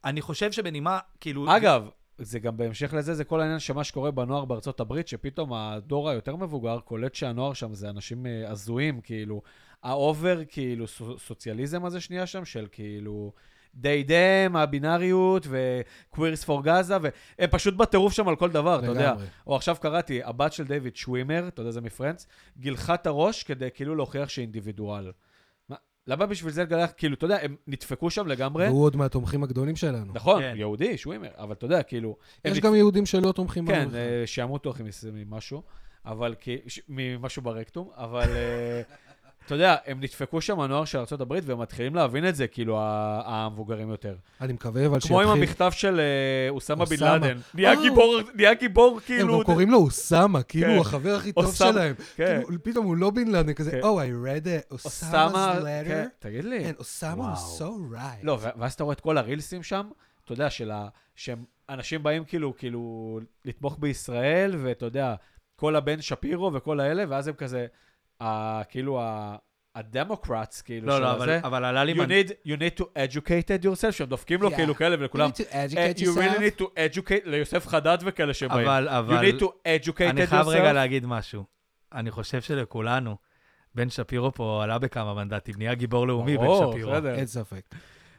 S2: ואני חושב שבנימה, כאילו...
S1: אגב, זה גם בהמשך לזה, זה כל העניין שמה שקורה בנוער בארצות הברית, שפתאום הדור היותר מבוגר קולט שהנוער שם זה אנשים אה, הזויים, כאילו. האובר, כאילו, סו- סוציאליזם הזה שנייה שם, של כאילו... די דם, הבינאריות ו-Queers for Gaza, והם פשוט בטירוף שם על כל דבר, אתה יודע.
S3: לגמרי.
S1: או עכשיו קראתי, הבת של דיוויד שווימר, אתה יודע, זה מפרנץ, גילחה את הראש כדי כאילו להוכיח שהיא אינדיבידואל. מה- למה בשביל זה לגלח, כאילו, אתה יודע, הם נדפקו שם לגמרי.
S3: והוא עוד מהתומכים הגדולים שלנו.
S1: נכון,
S2: כן.
S1: יהודי, שווימר, אבל אתה יודע, כאילו... הם
S3: יש
S1: נדפ-
S3: גם יהודים שלא תומכים
S1: כן,
S3: בנו. בכלל.
S1: אה, שימותו אחי מס- ממשהו, אבל כי... ש- ממשהו ברקטום, אבל... אה, אתה יודע, הם נדפקו שם הנוער של ארה"ב והם מתחילים להבין את זה, כאילו, ה- המבוגרים יותר.
S3: אני מקווה אבל שיתחיל...
S1: כמו עם המכתב של אה, אוסמה בן
S3: אוסמה.
S1: לאדן. נהיה
S3: אה,
S1: גיבור, נהיה גיבור,
S3: הם
S1: כאילו...
S3: גם קוראים לו אוסאמה, כאילו
S1: כן.
S3: הוא החבר הכי טוב
S1: אוסאמה,
S3: שלהם.
S1: כן.
S3: כאילו, פתאום הוא לא בן לאדן, כזה,
S1: כן.
S3: Oh, I read it,
S1: אוסמה...
S3: Osama's
S1: כן,
S3: letter,
S1: תגיד לי.
S3: and Osama was so
S1: וואו.
S3: right.
S1: לא, ו- ואז אתה רואה את כל הרילסים שם, אתה יודע, של ה... שהם אנשים באים כאילו, כאילו, לתמוך בישראל, ואתה יודע, כל הבן שפירו וכל האלה, ואז הם כזה, ה, כאילו, ה, הדמוקרטס, כאילו,
S2: לא,
S1: של
S2: לא,
S1: הזה,
S2: אבל- אבל עלה לי...
S1: you, need, you need to educate yourself, שהם דופקים לו
S3: Yeah.
S1: כאילו כאלה ולכולם.
S3: You need to
S1: "Eh,
S3: educate
S1: you really
S3: yourself.
S1: need to educate, ליוסף חדד וכאלה שבאים.
S2: אבל, אבל...
S1: you need to educate
S2: אני
S1: yourself.
S2: חייב רגע להגיד משהו. אני חושב שלכולנו, בן שפירו פה עלה בכמה מנדטים, נהיה גיבור לאומי בן
S1: ברור,
S2: שפירו.
S1: בסדר.
S3: אין ספק.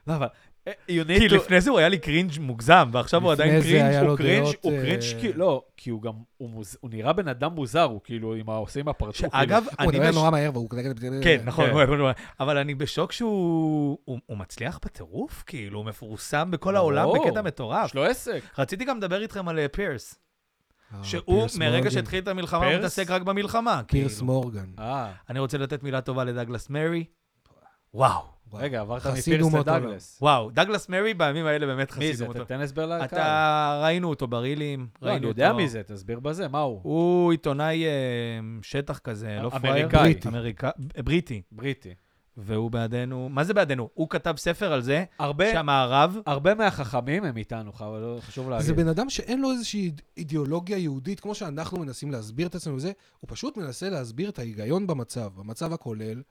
S1: לא, אבל... eh, you need
S2: כי
S1: to...
S2: לפני זה הוא היה לי קרינג' מוגזם, ועכשיו הוא
S3: לפני
S2: עדיין
S3: זה
S2: קרינג'.
S3: היה לו
S1: הוא קרינג',
S3: דעות,
S1: הוא
S3: אה,
S1: קרינג' כי לא, כי הוא גם, הוא מוז- הוא נראה בן אדם מוזר, הוא כאילו, עם העושים הפרצוף. כאילו.
S2: אגב,
S3: הוא
S2: אני...
S3: מדבר
S2: בש-
S3: נורא מהר והוא כנגד...
S2: כן, נכון,
S1: כן.
S2: הוא היה בנוי. אבל אני בשוק שהוא הוא- הוא מצליח בטירוף, כאילו, הוא מפורסם בכל העולם
S1: ברור.
S2: בקטע מטורף.
S1: יש לו עסק.
S2: רציתי גם לדבר איתכם על אה, פירס,
S3: אה,
S2: שהוא
S3: פירס
S2: מרגע
S3: מורגן.
S2: שהתחיל את המלחמה, הוא
S1: פירס?
S2: מתעסק רק במלחמה.
S3: פירס
S2: כאילו.
S3: מורגן.
S1: אה,
S2: אני רוצה לתת מילה טובה לדגלס מרי. וואו.
S3: וואו.
S1: רגע, עברת
S3: חסיד
S1: מפירס
S3: אומות עולם.
S1: לדגלס.
S2: וואו, דגלס מרי בימים האלה באמת
S1: מי
S2: חסיד
S1: זה?
S2: אותו.
S1: תתן הסבר לקהל.
S2: אתה, ראינו אותו ברילים,
S1: לא,
S2: ראינו
S1: אני יודע
S2: אותו.
S1: מי זה, תסביר בזה, מה הוא?
S2: הוא עיתונאי אה, שטח כזה, לא פראייר.
S1: אמריקאי.
S3: בריטי.
S2: אמריקאי. בריטי.
S1: בריטי.
S2: והוא בעדנו, מה זה בעדנו? הוא כתב ספר על זה,
S1: הרבה...
S2: שהמערב,
S1: הרבה מהחכמים הם איתנו, חב- חשוב להגיד.
S3: זה בן אדם שאין לו איזושהי איד- אידיאולוגיה יהודית, כמו שאנחנו מנסים להסביר את עצמנו וזה, הוא פשוט מנסה להסביר את ההיגיון במצב, במצב הכולל,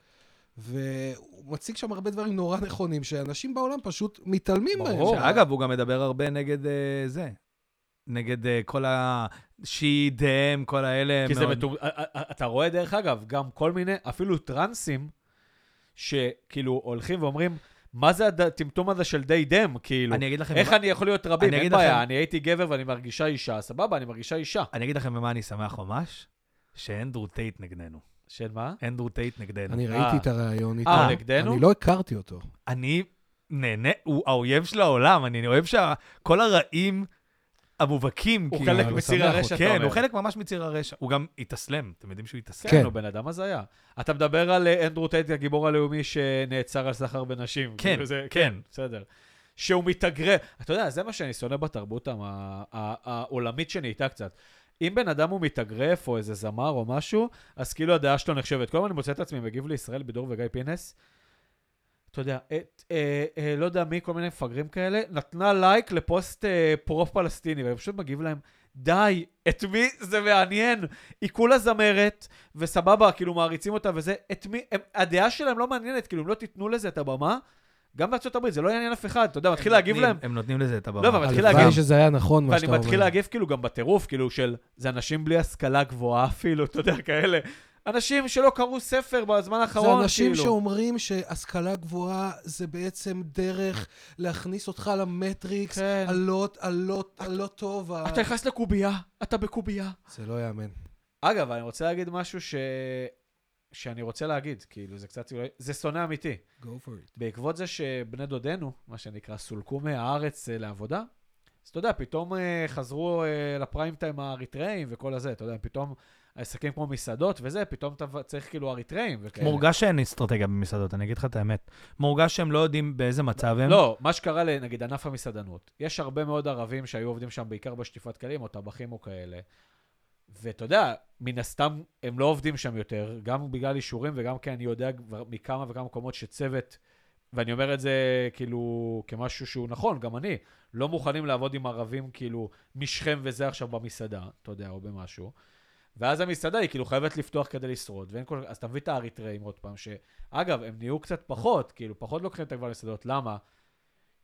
S3: והוא מציג שם הרבה דברים נורא נכונים, שאנשים בעולם פשוט מתעלמים בהם.
S1: ברור.
S3: שם.
S2: שאגב, הוא גם מדבר הרבה נגד אה, זה. נגד אה, כל השיעי דם, כל האלה.
S1: כי זה
S2: מאוד-
S1: מטומ... אה, אתה רואה, דרך אגב, גם כל מיני, אפילו טרנסים, שכאילו הולכים ואומרים, מה זה הד- הטמטום הזה של די דם, כאילו?
S2: אני אגיד לכם...
S1: איך אני יכול להיות רבים?
S2: אני
S1: אין
S2: אגיד
S1: בעיה,
S2: לכם-
S1: אני הייתי גבר ואני מרגישה אישה, סבבה, אני מרגישה אישה.
S2: אני אגיד לכם במה אני שמח ממש, שאנדרו טייט נגדנו.
S1: של מה?
S2: אנדרו טייט נגדנו.
S3: אני
S1: אה.
S3: ראיתי את הראיון איתו.
S1: אה, נגדנו?
S3: אני לא הכרתי אותו.
S2: אני נהנה, הוא האויב של העולם, אני אוהב שכל הרעים המובהקים,
S1: הוא
S2: כאילו,
S1: חלק
S3: אני
S1: מציר
S3: שמח
S1: הרשע, אתה אומר.
S2: כן, הוא חלק ממש מציר הרשע. הוא גם התאסלם, אתם יודעים שהוא התאסלם? לא,
S1: כן,
S3: כן.
S1: הבן אדם הזיה. אתה מדבר על אה, אנדרו טייט, הגיבור הלאומי שנעצר על סחר בנשים.
S2: כן,
S1: כאילו זה-
S2: כן.
S1: בסדר. שהוא מתאגרר. אתה יודע, זה מה שאני שונא בתרבות המ- ה- ה- העולמית שנהייתה קצת. אם בן אדם הוא מתאגרף או איזה זמר או משהו, אז כאילו הדעה שלו נחשבת. כל הזמן אני מוצא את עצמי מגיב לישראל בידור וגיא פינס. אתה יודע, את, אה, אה, לא יודע מי, כל מיני מפגרים כאלה, נתנה לייק לפוסט אה, פרו-פלסטיני, ואני פשוט מגיב להם, די, את מי זה מעניין? היא כולה זמרת, וסבבה, כאילו מעריצים אותה וזה, את מי, הם, הדעה שלהם לא מעניינת, כאילו, אם לא תיתנו לזה את הבמה, גם בארצות הברית, זה לא יעניין אף אחד, אתה יודע, מתחיל להגיב
S2: נותנים-
S1: להם,
S2: הם נותנים לזה את הבמה.
S1: לא, אבל מתחיל
S3: הלוואי
S1: להגיב.
S3: שזה היה נכון מה
S1: ואני
S3: שאתה אומר.
S1: מתחיל להגיב כאילו גם בטירוף, כאילו של, זה אנשים בלי השכלה גבוהה אפילו, אתה יודע, כאלה. אנשים שלא קראו ספר בזמן האחרון, כאילו.
S3: זה אנשים שאומרים שהשכלה גבוהה זה בעצם דרך להכניס אותך למטריקס,
S1: כן.
S3: הלא, הלא, הלא טוב. ה-
S1: אתה נכנס לקובייה, אתה בקובייה.
S3: זה לא יאמן.
S1: אגב, אני רוצה להגיד משהו ש... שאני רוצה להגיד, כאילו, זה קצת... זה שונא אמיתי.
S3: Go for it.
S1: בעקבות זה שבני דודינו, מה שנקרא, סולקו מהארץ אה, לעבודה, אז אתה יודע, פתאום אה, חזרו אה, לפריים טיים האריתראים וכל הזה, אתה יודע, פתאום העסקים כמו מסעדות וזה, פתאום אתה ו- צריך כאילו אריתראים וכאלה.
S2: מורגש שאין אסטרטגיה במסעדות, אני אגיד לך את האמת. מורגש שהם לא יודעים באיזה מצב הם.
S1: לא, מה שקרה לנגיד ענף המסעדנות, יש הרבה מאוד ערבים שהיו עובדים שם בעיקר בשטיפת כלים או טבחים או כאלה. ואתה יודע, מן הסתם הם לא עובדים שם יותר, גם בגלל אישורים וגם כי אני יודע כבר מכמה וכמה מקומות שצוות, ואני אומר את זה כאילו כמשהו שהוא נכון, גם אני, לא מוכנים לעבוד עם ערבים כאילו משכם וזה עכשיו במסעדה, אתה יודע, או במשהו. ואז המסעדה היא כאילו חייבת לפתוח כדי לשרוד, ואין כל... אז אתה מבין את האריתראים עוד פעם, שאגב, הם נהיו קצת פחות, כאילו, פחות לוקחים את הגבל מסעדות, למה?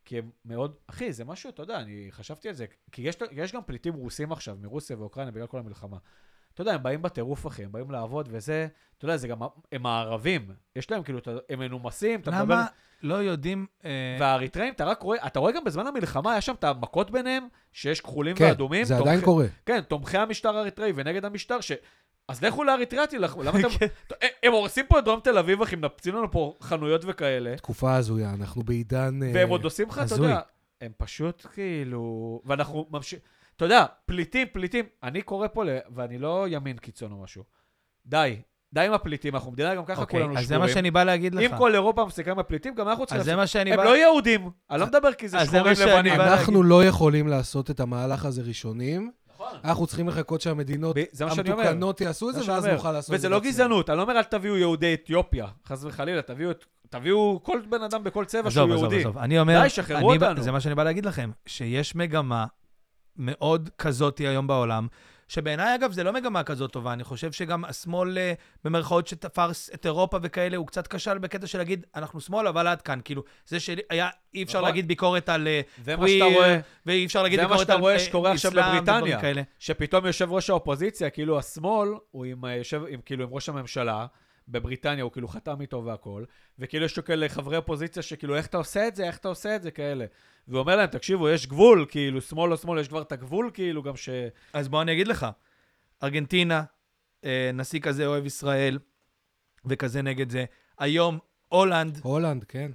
S1: כי הם מאוד, אחי, זה משהו, אתה יודע, אני חשבתי על זה, כי יש, יש גם פליטים רוסים עכשיו, מרוסיה ואוקראינה, בגלל כל המלחמה. אתה יודע, הם באים בטירוף, אחי, הם באים לעבוד וזה, אתה יודע, זה גם, הם הערבים, יש להם כאילו, אתה- הם מנומסים, אתה מדבר...
S4: למה לא יודעים... אה,
S1: והאריתראים, אתה רק רואה, אתה רואה גם בזמן המלחמה, היה שם את המכות ביניהם, שיש כחולים
S3: כן,
S1: ואדומים.
S3: זה
S1: תומכי-
S3: עדיין קורה.
S1: לא כן, תומכי המשטר האריתראי ונגד המשטר, ש... אז לכו לאריתריאה תילחמו, למה אתם...
S2: אוקיי,
S1: הם- הם הורסים פה את דרום תל אביב, אחי, מנפצים לנו פה חנויות וכאלה,
S3: תקופה הזויה, אנחנו בעידן... אה,
S1: והם עוד עושים לך, אתה
S2: הזוי.
S1: יודע, הם פשוט כאילו... ואנחנו ממשיכים... אתה יודע, פליטים, פליטים. אני קורא פה, ל- ואני לא ימין קיצון או משהו. די, די עם הפליטים, אנחנו מדינה גם ככה
S4: אוקיי,
S1: כולנו
S2: אז זה מה
S1: שבורים.
S2: שאני בא להגיד לך.
S1: אם כל אירופה מפסיקה עם הפליטים, גם אנחנו צריכים...
S4: אז זה מה שאני
S1: הם
S4: בא...
S1: לא יהודים, אני לא מדבר כי זה
S4: אז זה
S1: שחורים
S4: מה שאני
S1: לבנים.
S4: בא
S3: אנחנו לא יכולים לעשות את המהלך הזה ראשונים. אנחנו צריכים לחכות שהמדינות
S1: נכון. ב- זה מה שאני אומר.
S3: המתוקנות יעשו את
S1: זה
S3: זה,
S1: מה
S3: ואז
S1: שאני
S3: נוכל לעשות את זה.
S1: וזה לא
S3: בעצמנו.
S1: גזענות, אני לא אומר אל תביאו יהודי אתיופיה, חס וחלילה, תביאו, את- תביאו כל בן אדם בכל צבע שהוא
S2: עזוב, עזוב,
S1: יהודי.
S2: עזוב. אני אומר...
S1: די, שחררו
S2: אני בא-
S1: אותנו.
S2: זה מה שאני בא להגיד לכם, שיש מגמה מאוד כזאתי היום בעולם, שבעיניי, אגב, זה לא מגמה כזאת טובה. אני חושב שגם השמאל, אה, במרכאות, שתפס את אירופה וכאלה, הוא קצת כשל בקטע של להגיד, אנחנו שמאל, אבל עד כאן. כאילו, זה שהיה, אי אפשר
S1: נכון.
S2: להגיד ביקורת על אה,
S1: זה מה שאתה
S2: קוויר,
S1: רואה,
S2: ואי אפשר להגיד
S1: זה מה
S2: ביקורת
S1: שאתה
S2: על
S1: רואה
S2: אה,
S1: שקורה עכשיו
S2: איסלאם ודברים
S1: בבריטניה.
S2: כאלה.
S1: שפתאום יושב ראש האופוזיציה, כאילו השמאל, הוא עם, אה, יושב, עם, כאילו, עם ראש הממשלה, בבריטניה הוא כאילו חתם איתו והכל, וכאילו יש לו כאלה חברי אופוזיציה שכאילו, איך אתה עושה את זה, איך אתה עושה את זה, כאלה. והוא אומר להם, תקשיבו, יש גבול, כאילו, שמאל לא שמאל, יש כבר את הגבול, כאילו, גם ש...
S2: אז בוא אני אגיד לך, ארגנטינה, אה, נשיא כזה אוהב ישראל, וכזה נגד זה. היום, הולנד,
S3: הולנד, כן.
S2: אם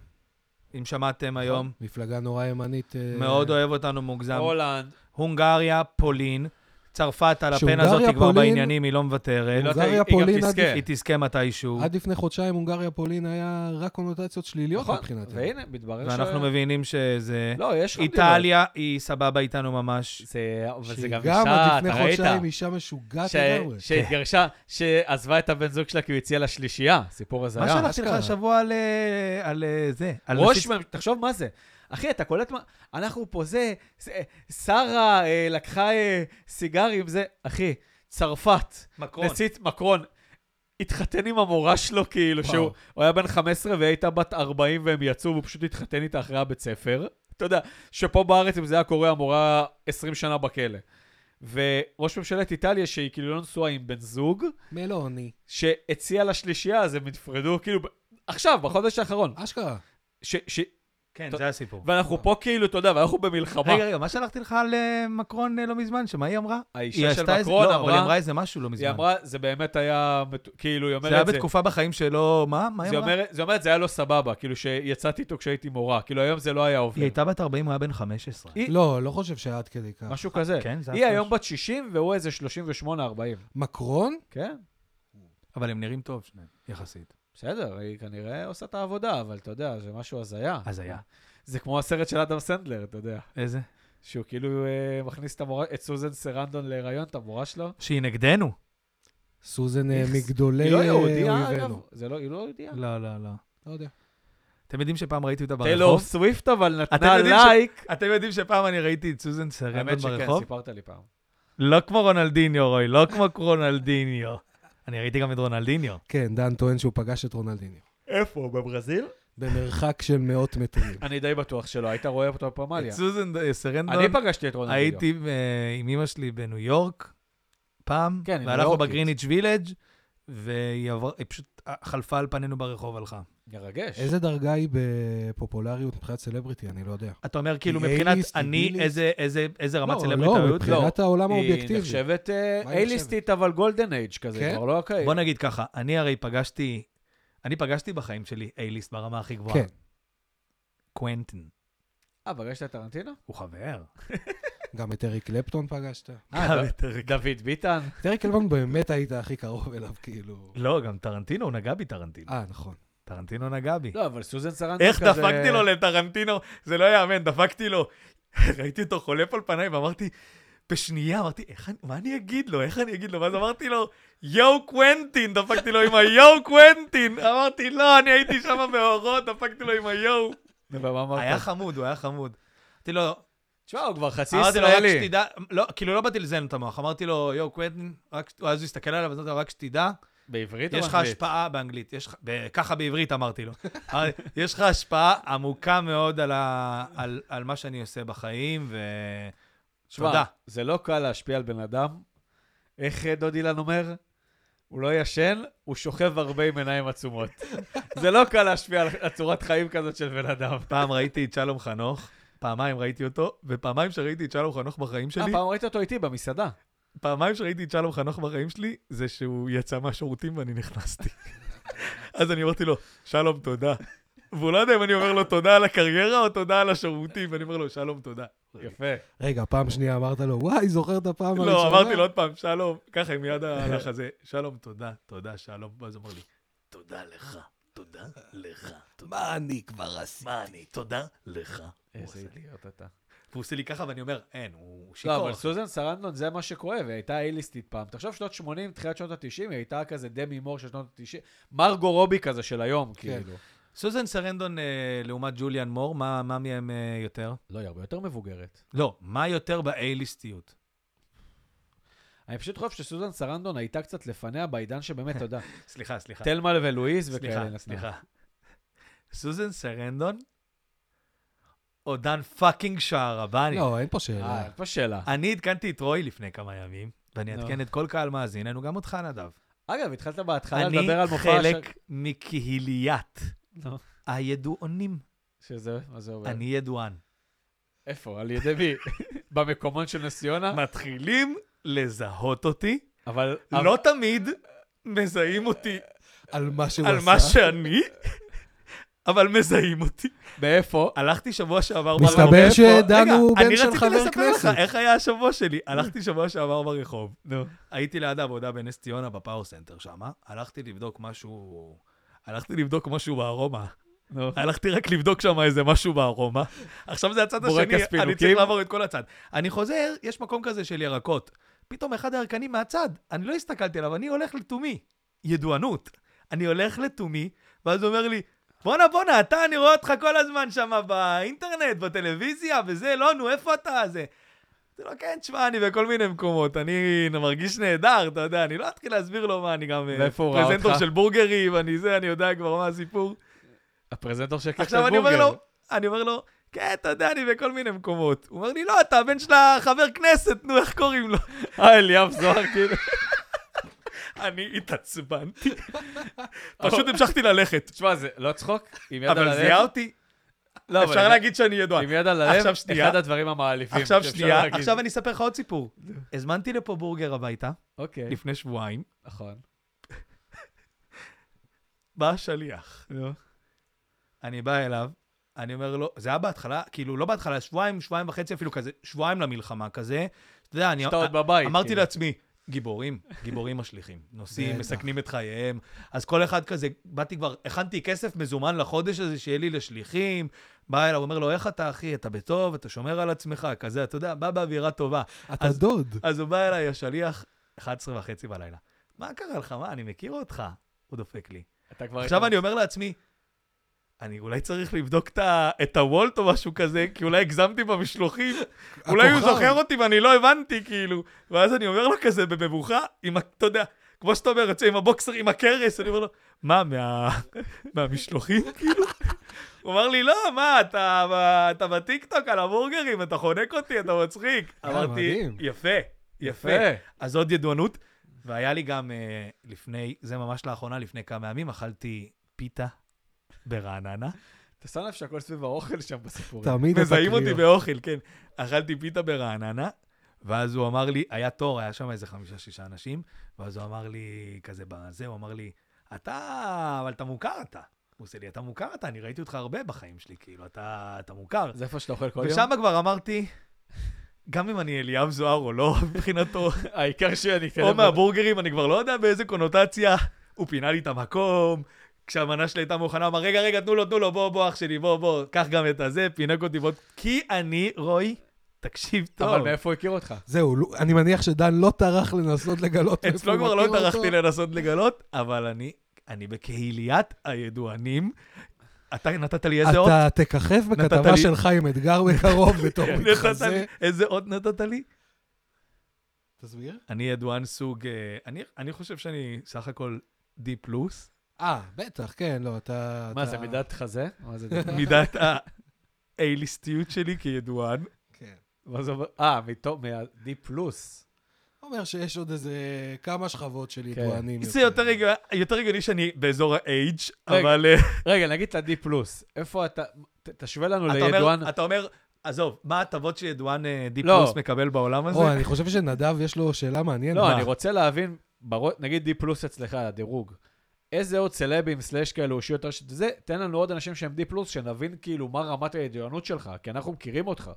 S1: נכון.
S2: שמעתם היום,
S3: מפלגה נורא ימנית. אה,
S2: מאוד אוהב אותנו מוגזם.
S1: הולנד,
S2: הונגריה, פולין, צרפת על הפן
S3: שהונגריה,
S2: הזאת, היא כבר
S3: פולין-
S2: בעניינים, היא לא מוותרת.
S1: היא לא-
S3: הונגריה,
S1: היא גם
S3: פולין,
S1: תזכה.
S2: היא תזכה מתישהו,
S3: עד לפני חודשיים הונגריה פולין היה רק קונוטציות שליליות
S1: נכון,
S3: מבחינתנו.
S1: והנה, מתברר ש...
S2: ואנחנו מבינים שזה...
S1: לא, יש לך
S2: איטליה היא סבבה איתנו ממש.
S1: זה, אבל זה גם
S3: שהיא גם
S1: אישה,
S3: עד
S1: אתה
S3: לפני
S1: ראית?
S3: חודשיים אישה משוגעת
S1: ש-
S3: לגמרי. כן.
S1: שהתגרשה, שעזבה את הבן זוג שלה כי הוא הציע לה שלישייה, סיפור הזיה.
S2: מה שלחתי לך
S3: אשכרה.
S2: השבוע על, אה, על אה, זה? על
S1: ראש
S2: נשיא-
S1: ממשלה, תחשוב מה זה. אחי, אתה קולט מה, אנחנו פה זה, זה- שרה אה, לקחה אה, סיגרים, זה, אחי, צרפת,
S2: מקרון.
S1: נשיא מקרון, התחתן עם המורה שלו, כאילו,
S3: וואו.
S1: שהוא הוא היה בן 15 והיא הייתה בת 40 והם יצאו, והוא פשוט התחתן איתה אחרי הבית ספר. אתה יודע, שפה בארץ, אם זה היה קורה, המורה 20 שנה בכלא. וראש ממשלת איטליה, שהיא כאילו לא נשואה עם בן זוג,
S3: מלוני.
S1: שהציע לה שלישייה, אז הם נפרדו, כאילו, ב- עכשיו, בחודש האחרון.
S3: אשכרה.
S1: ש, ש,
S2: כן,
S1: טוב.
S2: זה הסיפור.
S1: ואנחנו פה כאילו, אתה יודע, ואנחנו במלחמה.
S2: רגע, רגע, מה שלחתי לך על אה, מקרון אה, לא מזמן, שמה היא אמרה?
S1: האישה
S2: היא
S1: של
S2: עשתה איזה-
S1: מקרון
S2: לא, אבל
S1: אמרה-
S2: היא אמרה איזה משהו לא
S1: היא
S2: מזמן.
S1: אמרה, זה באמת היה, מט- כאילו, היא אומרת,
S2: זה היה בתקופה בחיים שלו, מה? מה היא
S1: זה
S2: אמרה?
S1: אומר, זה אומר, זה היה לא סבבה, כאילו שיצאתי איתו כשהייתי מורה, כאילו היום זה לא היה עובר.
S2: היא הייתה בת 40, הוא היה בן 15.
S1: היא-
S3: לא, לא חושב שהיה עד כדי כך.
S1: משהו כזה.
S2: כן, זה
S1: היא
S2: היה
S1: היום בת 60 והוא איזה 38-40.
S3: מקרון?
S1: כן,
S2: אבל הם נראים טוב, שניהם, יחסית.
S1: בסדר, היא כנראה עושה את העבודה, אבל אתה יודע, זה משהו הזיה.
S2: אז היה.
S1: זה כמו הסרט של אדם סנדלר, אתה יודע,
S2: איזה?
S1: שהוא כאילו אה, מכניס את המורה, את סוזן סרנדון להיריון, את המורה שלו.
S2: שהיא נגדנו.
S3: סוזן אה,
S1: איכס.
S3: מגדולי
S1: היא לא
S3: אה,
S1: יהודייה, אגב.
S3: אויבינו.
S1: זה לא, היא לא יהודייה.
S2: לא, לא, לא.
S3: לא יודע.
S2: אתם יודעים שפעם ראיתי אותה
S1: טיילור
S2: ברחוב?
S1: סוויפט אבל
S2: אתם
S1: נתנה
S2: יודעים ש-
S1: לייק.
S2: אתם יודעים שפעם אני ראיתי את סוזן סרנדון
S1: האמת שכן,
S2: ברחוב?
S1: סיפרת לי פעם.
S2: לא כמו רונלדיניו, רוי, לא כמו רונלדיניו. אני ראיתי גם את רונלדיניו.
S3: כן, דן טוען שהוא פגש את רונלדיניו.
S1: איפה? בברזיל?
S3: במרחק של מאות מטרים.
S1: אני די בטוח שלא, היית רואה אותו
S2: את
S1: בפמליה.
S2: סוזן אה, סרנדון,
S1: אני פגשתי את רונלדיניו.
S2: הייתי אה, עם אמא שלי בניו יורק פעם,
S1: כן, היא ניו
S2: והלכנו
S1: יורקית.
S2: בגריניץ' וילג', והיא עבר, היא פשוט אה, חלפה על פנינו ברחוב הלכה.
S1: מרגש.
S3: איזה דרגה היא בפופולריות מבחינת סלבריטי? אני לא יודע.
S2: אתה אומר כאילו
S3: היא
S2: מבחינת
S3: A-list, היא
S2: אני,
S3: B-list?
S2: איזה, איזה, איזה רמת
S3: לא,
S2: סלבריטה
S3: לא,
S2: היו?
S3: מבחינת העולם
S1: היא
S3: האובייקטיבי.
S1: נחשבת אה,
S3: מה היא
S1: A-ליסטית, אבל גולדן אייג' כזה,
S3: כן?
S1: כבר לא הקיים.
S2: בוא נגיד ככה, אני הרי פגשתי, אני פגשתי בחיים שלי A-ליסט ברמה הכי גבוהה.
S3: כן,
S2: קוונטין.
S1: אה, פגשת את טרנטינו?
S2: הוא חבר.
S3: גם את אריק קלפטון פגשת.
S1: אה,
S2: גם
S1: ד-
S2: את אריק.
S1: דוד ביטן.
S3: את אריק קלפטון באמת היית הכי קרוב אליו, כאילו...
S2: לא, גם טרנטינו, הוא נגע בי טרנטינו.
S3: אה, נכון.
S2: טרנטינו נגע בי.
S1: לא, אבל סוזן סרנדון
S2: איך
S1: כזה...
S2: דפקתי לו לטרנטינו? זה לא יאמן, דפקתי לו. ראיתי אותו חולף על פניי ואמרתי, בשנייה, אמרתי, "איך אני- מה אני אגיד לו? איך אני אגיד לו? ואז אמרתי לו, יואו קוונטין, דפקתי לו עם היואו קוונטין. אמרתי, לא, אני הייתי שם באורות, דפקתי לו עם היואו.
S1: נו, ומה אמרת?
S2: היה חמוד, הוא היה חמוד. אמרתי לו,
S1: תשמע, הוא כבר חצי
S2: אמרתי לו, רק
S1: ישראלי.
S2: שתדע, לא, כאילו לא באתי לזיין את המוח, אמרתי לו, יואו קוונטין, רק ש- אז הוא הסתכל עליו, ואמרתי לו, רק שתדע,
S1: בעברית או
S2: יש לך
S1: באנגלית?
S2: השפעה באנגלית, יש לך, ב- ככה בעברית אמרתי לו, אמרתי, יש לך השפעה עמוקה מאוד על, ה, על, על מה שאני עושה בחיים, ו...
S1: תשמע,
S2: תודה.
S1: זה לא קל להשפיע על בן אדם. איך אה, דוד אילן אומר? הוא לא ישן, הוא שוכב הרבה עם עיניים עצומות. זה לא קל להשפיע על על צורת חיים כזאת של בן אדם.
S2: פעם ראיתי את שלום חנוך, פעמיים ראיתי אותו, ופעמיים שראיתי את שלום חנוך בחיים
S1: אה,
S2: שלי,
S1: פעם ראית אותו איתי במסעדה.
S2: פעמיים שראיתי את שלום חנוך בחיים שלי, זה שהוא יצא מהשירותים ואני נכנסתי. אז אני אמרתי לו, שלום, תודה. והוא לא יודע אם אני אומר לו תודה על הקריירה או תודה על השירותים, ואני אומר לו, שלום, תודה.
S1: יפה.
S3: רגע, פעם שנייה אמרת לו, וואי, זוכר את הפעם הראשונה?
S2: לא, אמרתי לו עוד פעם, שלום, ככה עם יד על החזה, שלום, תודה, תודה, שלום. ואז הוא אמר לי, תודה לך, תודה לך, תודה,
S3: מה אני כבר עשיתי?
S2: מה אני, תודה לך. הוא עושה
S1: איזה
S2: לי.
S1: אידיוט אתה.
S2: והוא עושה לי ככה, ואני אומר, אין, הוא
S1: לא, אבל
S2: שיכור.
S1: סוזן סרנדון זה מה שכואב, היא הייתה אייליסטית פעם. תחשוב שנות 80, תחילת שנות ה-90, היא הייתה כזה דמי מור של שנות ה-90, מרגו רובי כזה של
S2: כן.
S1: היום, כאילו.
S2: סוזן סרנדון אה, לעומת ג'וליאן מור, מה מה מהם אה, יותר?
S1: לא, היא הרבה יותר מבוגרת.
S2: לא, מה יותר באייליסטיות?
S1: אני פשוט חושב שסוזן סרנדון הייתה קצת לפניה בעידן שבאמת, אתה יודע,
S2: סליחה, סליחה.
S1: תלמה ולואיס וכאלה. אה,
S2: סליחה,
S1: נתנה.
S2: סליחה. סוזן סרנדון או דן פאקינג שערבני?
S3: לא, אין פה
S1: אה,
S3: שאלה.
S1: אין פה שאלה.
S2: אני עדכנתי את רועי לפני כמה ימים, ואני
S1: נו.
S2: אעדכן את כל קהל מאזיננו, גם אותך, נדב.
S1: אגב, התחלת בהתחלה
S2: אני
S1: לדבר על מופע... לא.
S2: חלק מקהיליית
S1: ש- נו,
S2: הידועונים.
S1: שזה, מה זה אומר?
S2: אני ידוען.
S1: איפה? על ידי מי? במקומון של נס ציונה?
S2: מתחילים לזהות אותי,
S1: אבל...
S2: לא תמיד מזהים אותי
S3: על מה שהוא עשה.
S2: על מה שאני, אבל מזהים אותי.
S1: מאיפה?
S2: הלכתי שבוע שעבר
S3: מסתבר
S2: ברחוב-
S3: שדן
S2: רגע,
S3: הוא בן של
S2: אני
S3: חבר
S2: רציתי לספר לך
S3: כנסת.
S2: איך היה השבוע שלי. הלכתי שבוע שעבר ברחוב. הייתי ליד העבודה בנס ציונה בפאור סנטר שמה. הלכתי לבדוק משהו... הלכתי לבדוק משהו בארומה.
S1: נו.
S2: הלכתי רק לבדוק שם איזה משהו בארומה. עכשיו זה הצד
S1: בורקס
S2: השני, אני
S1: פינוקים.
S2: צריך לעבור את כל הצד. אני חוזר, יש מקום כזה של ירקות. פתאום אחד הירקנים מהצד, אני לא הסתכלתי עליו, אני הולך לתומי. ידוענות. אני הולך לתומי, ואז הוא אומר לי, בואנה, בואנה, אתה, אני רואה אותך כל הזמן שם באינטרנט, בטלוויזיה, וזה, לא, נו, איפה אתה? זה. זה לא, כן, תשמע, אני בכל מיני מקומות, אני מרגיש נהדר, אתה יודע, אני לא אתחיל להסביר לו מה, אני גם אה,
S1: ואיפה הוא ראה
S2: פרזנטור
S1: אותך?
S2: של בורגרים, אני זה, אני יודע כבר מה הסיפור.
S1: הפרזנטור של קפטן
S2: עכשיו אני אומר
S1: בורגר.
S2: לו, אני אומר לו, כן, אתה יודע, אני בכל מיני מקומות. הוא אומר לי, לא, אתה הבן של החבר כנסת, נו, איך קוראים לו?
S1: אה, אליאב זוהר, כאילו.
S2: אני התעצבנתי. פשוט המשכתי ללכת.
S1: תשמע, זה לא צחוק? עם יד על הלב?
S2: אבל זיהה אותי,
S1: לא, אבל
S2: אפשר
S1: עם-
S2: להגיד שאני ידוע.
S1: עם יד על הלב,
S2: נכון. עכשיו שנייה.
S1: אחד הדברים המעליבים.
S2: עכשיו
S1: שאפשר
S2: שנייה,
S1: להגיד.
S2: עכשיו אני אספר לך עוד סיפור. הזמנתי לפה בורגר הביתה
S1: אוקיי,
S2: לפני שבועיים,
S1: נכון.
S2: בא השליח. אני בא אליו, אני אומר לו, זה היה בהתחלה, כאילו, לא בהתחלה, שבועיים, שבועיים וחצי אפילו כזה, שבועיים למלחמה כזה. אתה יודע, אני...
S1: שאתה עוד בבית.
S2: אמרתי
S1: כאילו.
S2: לעצמי, גיבורים, גיבורים משליכים. נוסעים,
S3: בטח.
S2: מסכנים את חייהם. אז כל אחד כזה, באתי כבר, הכנתי כסף מזומן לחודש הזה שיהיה לי לשליחים. בא אליו, אומר לו, איך אתה, אחי? אתה בטוב? אתה שומר על עצמך? כזה, אתה יודע, בא באווירה טובה.
S3: אתה
S2: אז-
S3: דוד.
S2: אז הוא בא אליי, השליח, 11 וחצי בלילה. מה קרה לך? מה, אני מכיר אותך. הוא דופק לי.
S1: אתה כבר...
S2: עכשיו אני אומר לעצמי, אני אולי צריך לבדוק את ה- את הוולט או משהו כזה, כי אולי הגזמתי במשלוחים. אולי הוא
S3: הכוכב.
S2: זוכר אותי ואני לא הבנתי, כאילו. ואז אני אומר לו כזה במבוכה, עם, ה- אתה יודע, כמו שאתה אומר, יוצא עם הבוקסר, עם הכרס, אני אומר לו, מה, מה, מהמשלוחים, כאילו? הוא אמר לי, לא, מה, אתה, ב- אתה בטיקטוק על הבורגרים, אתה חונק אותי, אתה מצחיק. אמרתי,
S3: אה, מדהים.
S2: יפה, יפה.
S1: יפה.
S2: אז עוד ידוענות. והיה לי גם אה, לפני, זה ממש לאחרונה, לפני כמה ימים, אכלתי פיתה ברעננה.
S1: אתה שם לב שהכל סביב האוכל שם בסיפורים.
S3: תמיד
S2: מזהים אותי
S3: התקריות.
S2: באוכל, כן. אכלתי פיתה ברעננה, ואז הוא אמר לי, היה תור, היה שם איזה חמישה-שישה אנשים, ואז הוא אמר לי, כזה בזה, הוא אמר לי, אתה, אבל אתה מוכר אתה. הוא עושה לי, אתה מוכר אתה, אני ראיתי אותך הרבה בחיים שלי, כאילו, אתה, אתה מוכר.
S1: זה איפה שאתה אוכל כל יום?
S2: ושם כבר אמרתי, גם אם אני אליאב זוהר או לא, מבחינתו,
S1: העיקר שאני
S3: כן,
S1: אתקדם.
S2: או מהבורגרים, אני כבר לא יודע באיזה קונוטציה. הוא פינה לי את המקום, כשהמנה שלי הייתה מוכנה, אמר, רגע, רגע, תנו לו, תנו לו, בוא, בוא, אח שלי, בוא, בוא, קח גם את הזה, פינק אותי, בוא. כי אני, רועי, תקשיב טוב.
S1: אבל מאיפה הוא הכיר אותך?
S3: זהו, לו- אני מניח שדן לא טרח לנסות לגלות מאיפה
S2: אצלו
S3: הוא
S2: כבר לא
S3: מכיר אותו.
S2: טרחתי לנסות לגלות, אבל אני, אני בקהיליית הידוענים. אתה נתת לי איזה אות?
S3: אתה לא תככב בכתבה
S2: לי-
S3: של חיים אתגר בקרוב בתור
S2: נתת
S3: מתחזה.
S2: לי- איזה אות נתת לי?
S3: תסביר.
S2: אני ידוען סוג, אה, אני- אני חושב שאני סך הכל D פלוס,
S3: אה, בטח, כן, לא, אתה...
S1: מה,
S3: אתה-
S1: זה מידת חזה? מה זה מידת-
S2: מידת ה-A-ליסטיות שלי כידוען.
S3: כן.
S1: מה זה אומר? אה, מתום, מה-D פלוס.
S3: אומר שיש עוד איזה כמה שכבות של
S1: כן.
S3: ידוענים.
S2: זה יותר הגיוני- יותר הגיוני שאני באזור ה-H,
S1: רגע.
S2: אבל אה,
S1: רגע, נגיד את ה-D פלוס. איפה אתה... ת- תשווה לנו
S2: אה, אתה אומר-
S1: לידוען...
S2: אתה אומר, עזוב, מה ההטבות שידוען אה, D
S1: לא.
S2: פלוס מקבל בעולם הזה?
S3: או, אני חושב שנדב יש לו שאלה מעניינת.
S1: לא,
S3: מה?
S1: אני רוצה להבין, ברו- נגיד D פלוס אצלך, הדירוג. איזה עוד סלבים סלאש כאלו אישיות רשת זה, תן לנו עוד אנשים שהם D פלוס, שנבין כאילו מה רמת הידוענות שלך, כי אנחנו מכירים אותך.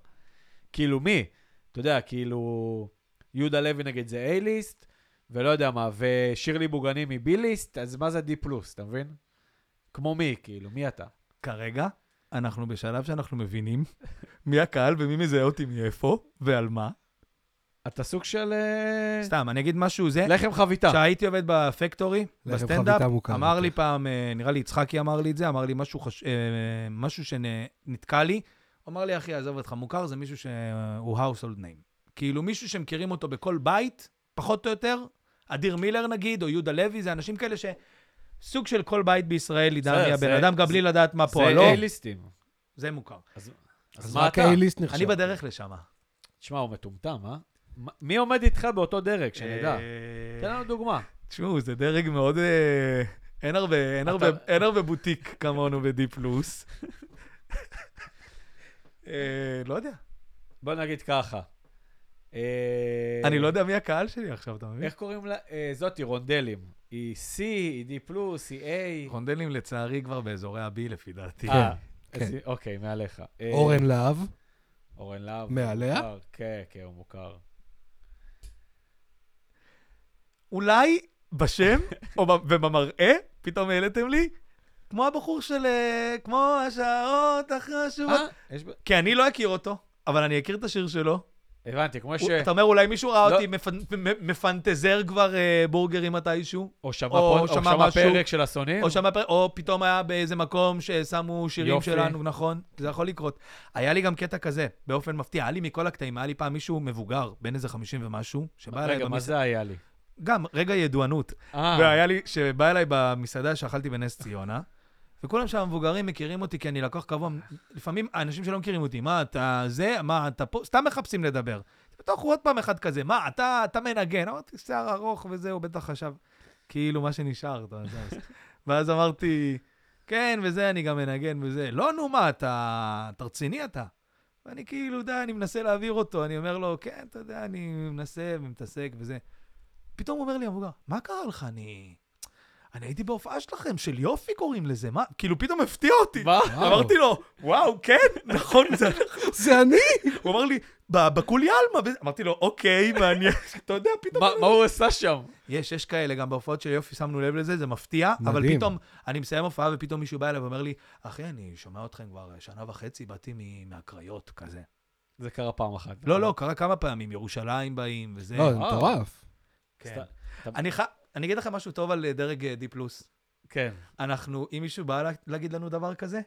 S1: כאילו מי? אתה יודע, כאילו, יהודה לוי נגיד זה A-ליסט, ולא יודע מה, ושירלי בוגנים היא B-ליסט, אז מה זה D פלוס, אתה מבין? כמו מי, כאילו, מי אתה?
S2: כרגע, אנחנו בשלב שאנחנו מבינים מי הקהל ומי מזהה אותי מאיפה ועל מה.
S1: אתה סוג של... אה,
S2: סתם, אני אגיד משהו, זה...
S1: לחם חביתה.
S2: כשהייתי עובד בפקטורי,
S3: לחם
S2: בסטנדאפ,
S3: חביתה מוכר,
S2: אמר
S3: בטח.
S2: לי פעם, אה, נראה לי יצחקי אמר לי את זה, אמר לי משהו, חש... אה, משהו שנתקע לי. הוא אמר לי, אחי, עזוב אותך, מוכר זה מישהו שהוא household name. כאילו, מישהו שמכירים אותו בכל בית, פחות או יותר, אדיר מילר נגיד, או יהודה לוי, זה אנשים כאלה ש... סוג של כל בית בישראל ידע
S1: בסדר,
S2: מי הבן
S1: זה-
S2: אדם, גם
S1: זה-
S2: בלי לדעת מה פועלו.
S1: זה A-ליסטים.
S2: זה מוכר.
S1: אז
S3: אז
S1: מה
S3: רק
S1: אתה?
S3: A-ליסט נחשב.
S2: אני בדרך לשם.
S1: תשמע, הוא מטומטם, אה? מה- מי עומד איתך באותו דרג, שנדע? כן,
S2: אה,
S1: תן לנו דוגמה.
S2: תשמעו, זה דרג מאוד... אה, אין הרבה, אין
S1: אתה-
S2: הרבה, אין הרבה בוטיק כמונו ב-D פלוס. לא יודע.
S1: בוא נגיד ככה. אה,
S2: אני לא יודע מי הקהל שלי עכשיו, אתה מבין?
S1: איך קוראים לה? אה, זאתי, רונדלים. היא C, היא D+, היא A.
S2: רונדלים לצערי כבר באזורי ה-B לפי דעתי.
S1: אה, אז
S3: כן.
S1: היא- אוקיי, מעליך. אה,
S3: אורן להב,
S1: אורן להב.
S3: מעליה?
S1: הוא מוכר, כן, כן, הוא מוכר.
S2: אולי בשם או ב- ובמראה, פתאום העליתם לי, כמו הבחור של... אה, כמו השעות החשובות.
S1: אה, יש ב-
S2: כי אני לא אכיר אותו, אבל אני אכיר את השיר שלו.
S1: הבנתי, כמו ש...
S2: הוא- אתה אומר, אולי מישהו ראה
S1: לא.
S2: אותי מפנ- מ- מפנטזר כבר אה, בורגרים מתישהו?
S1: או שמע
S2: או
S1: פה- או
S2: שמע
S1: שמע
S2: משהו.
S1: פרק של השונאים?
S2: או, שמע, פר- או פתאום היה באיזה מקום ששמו שירים
S1: יופי.
S2: יופי. שלנו, נכון? זה יכול לקרות. היה לי גם קטע כזה, באופן מפתיע. היה לי מכל הקטעים, היה לי פעם מישהו מבוגר, בן איזה 50 ומשהו, שבא אליי
S1: רגע, מה
S2: במסעדה,
S1: זה היה לי?
S2: גם רגע ידוענות.
S1: אה,
S2: והיה לי, שבא אליי במסעדה שאכלתי בנס ציונה, וכולם שם המבוגרים מכירים אותי כי אני לקוח קבוע. לפעמים האנשים שלא מכירים אותי, מה אתה זה, מה אתה פה, סתם מחפשים לדבר. בטוח הוא עוד פעם אחד כזה, מה, אתה, אתה מנגן. אמרתי, שיער ארוך וזה, הוא בטח חשב, כאילו, מה שנשאר, אתה יודע. ואז אמרתי, כן, וזה, אני גם מנגן וזה. לא, נו, מה, אתה, אתה רציני אתה. ואני כאילו, די, אני מנסה להעביר אותו. אני אומר לו, כן, אתה יודע, אני מנסה ומתעסק וזה. פתאום הוא אומר לי, המבוגר, מה קרה לך? אני... אני הייתי בהופעה שלכם, של יופי קוראים לזה, מה? כאילו, פתאום הפתיע אותי.
S1: מה?
S2: אמרתי לו, וואו, כן, נכון, זה אנחנו.
S3: זה אני!
S2: הוא אמר לי, "ב- בקולי עלמא. וזה- אמרתי לו, אוקיי, מעניין. אתה יודע, פתאום...
S1: מה מה הוא עשה שם?
S2: יש, יש כאלה, גם בהופעות של יופי, שמנו לב לזה, זה מפתיע, אבל
S3: מדהים.
S2: פתאום, אני מסיים הופעה ופתאום מישהו בא אליי ואומר לי, אחי, אני שומע אתכם כבר אה, שנה וחצי, באתי מ- מהקריות, כזה.
S1: זה קרה פעם אחת.
S2: לא, לא, קרה כמה פעמים, ירושלים באים וזה.
S3: לא, זה
S1: וואו.
S3: מטורף.
S2: כן.
S1: סת- אתה-
S2: אני ח- אני אגיד לכם משהו טוב על אה, דרג אה, D+.
S1: כן.
S2: אנחנו, אם מישהו בא לה- להגיד לנו דבר כזה,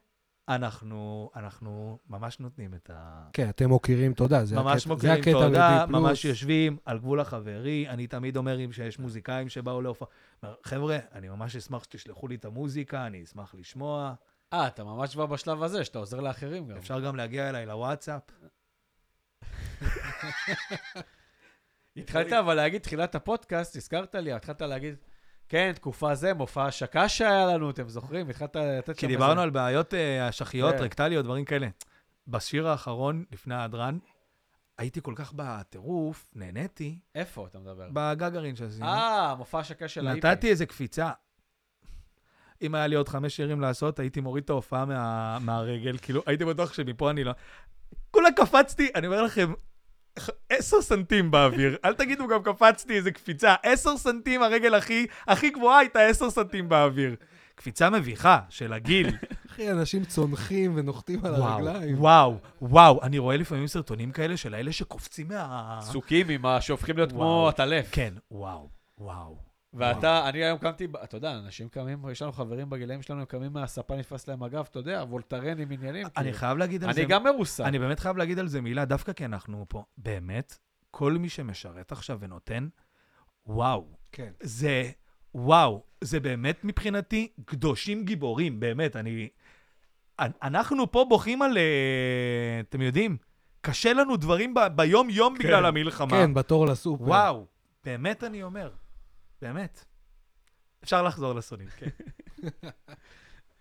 S2: אנחנו, אנחנו ממש נותנים את ה...
S3: כן, אתם מוקירים תודה, זה
S2: ממש
S3: הקטע- זה
S2: מוקירים
S3: הקטע
S2: תודה,
S3: ב-D+.
S2: ממש יושבים על גבול החברי. אני תמיד אומר אם שיש מוזיקאים שבאו להופעה. אומר, חבר'ה, אני ממש אשמח שתשלחו לי את המוזיקה, אני אשמח לשמוע.
S1: אה, אתה ממש כבר בשלב הזה, שאתה עוזר לאחרים
S3: כן.
S1: גם.
S2: אפשר גם להגיע אליי לוואטסאפ.
S1: התחלת אבל להגיד, תחילת הפודקאסט, הזכרת לי, התחלת להגיד, כן, תקופה זה, מופע השקה שהיה לנו, אתם זוכרים? התחלת לתת...
S2: כי
S1: שם
S2: דיברנו
S1: איזה-
S2: על בעיות אה, אשכיות,
S1: כן.
S2: רקטליות, דברים כאלה. בשיר האחרון, לפני ההדרן, הייתי כל כך בטירוף, נהניתי,
S1: איפה אתה מדבר?
S2: בגגרין שעשינו.
S1: אה, מופע השקה של האיפי.
S2: נתתי איזה קפיצה. אם היה לי עוד חמש שירים לעשות, הייתי מוריד את ההופעה מה- מהרגל, כאילו, הייתי בטוח שמפה אני לא... כולה קפצתי, אני אומר לכם, ח- עשר סנטים באוויר. אל תגידו גם קפצתי איזה קפיצה. עשר סנטים, הרגל הכי, הכי גבוהה הייתה עשר סנטים באוויר. קפיצה מביכה של הגיל.
S3: אחי, אנשים צונחים ונוחתים על הרגליים.
S2: וואו, וואו, אני רואה לפעמים סרטונים כאלה של האלה שקופצים
S1: אה.
S2: מה...
S1: צוקים עם ה... שהופכים להיות כמו
S2: וואו.
S1: הטלף.
S2: כן, וואו, וואו.
S1: ואתה, אני היום קמתי, ב- אתה יודע, אנשים קמים, יש לנו חברים בגילאים שלנו, הם קמים מהספה, נתפס להם הגב, אתה יודע, וולטרנים עניינים.
S2: אני
S1: כאילו.
S2: חייב להגיד על זה...
S1: אני גם מרוסק.
S2: אני באמת חייב להגיד על זה מילה, דווקא כי אנחנו פה. באמת, כל מי שמשרת עכשיו ונותן, וואו.
S3: כן.
S2: זה, וואו. זה באמת מבחינתי קדושים גיבורים, באמת. אני... אנ- אנחנו פה בוכים על... אה, אתם יודעים, קשה לנו דברים ב- ביום-יום בגלל המלחמה.
S3: כן, בתור לסופר.
S2: וואו, באמת אני אומר. באמת. אפשר לחזור לסונים, כן.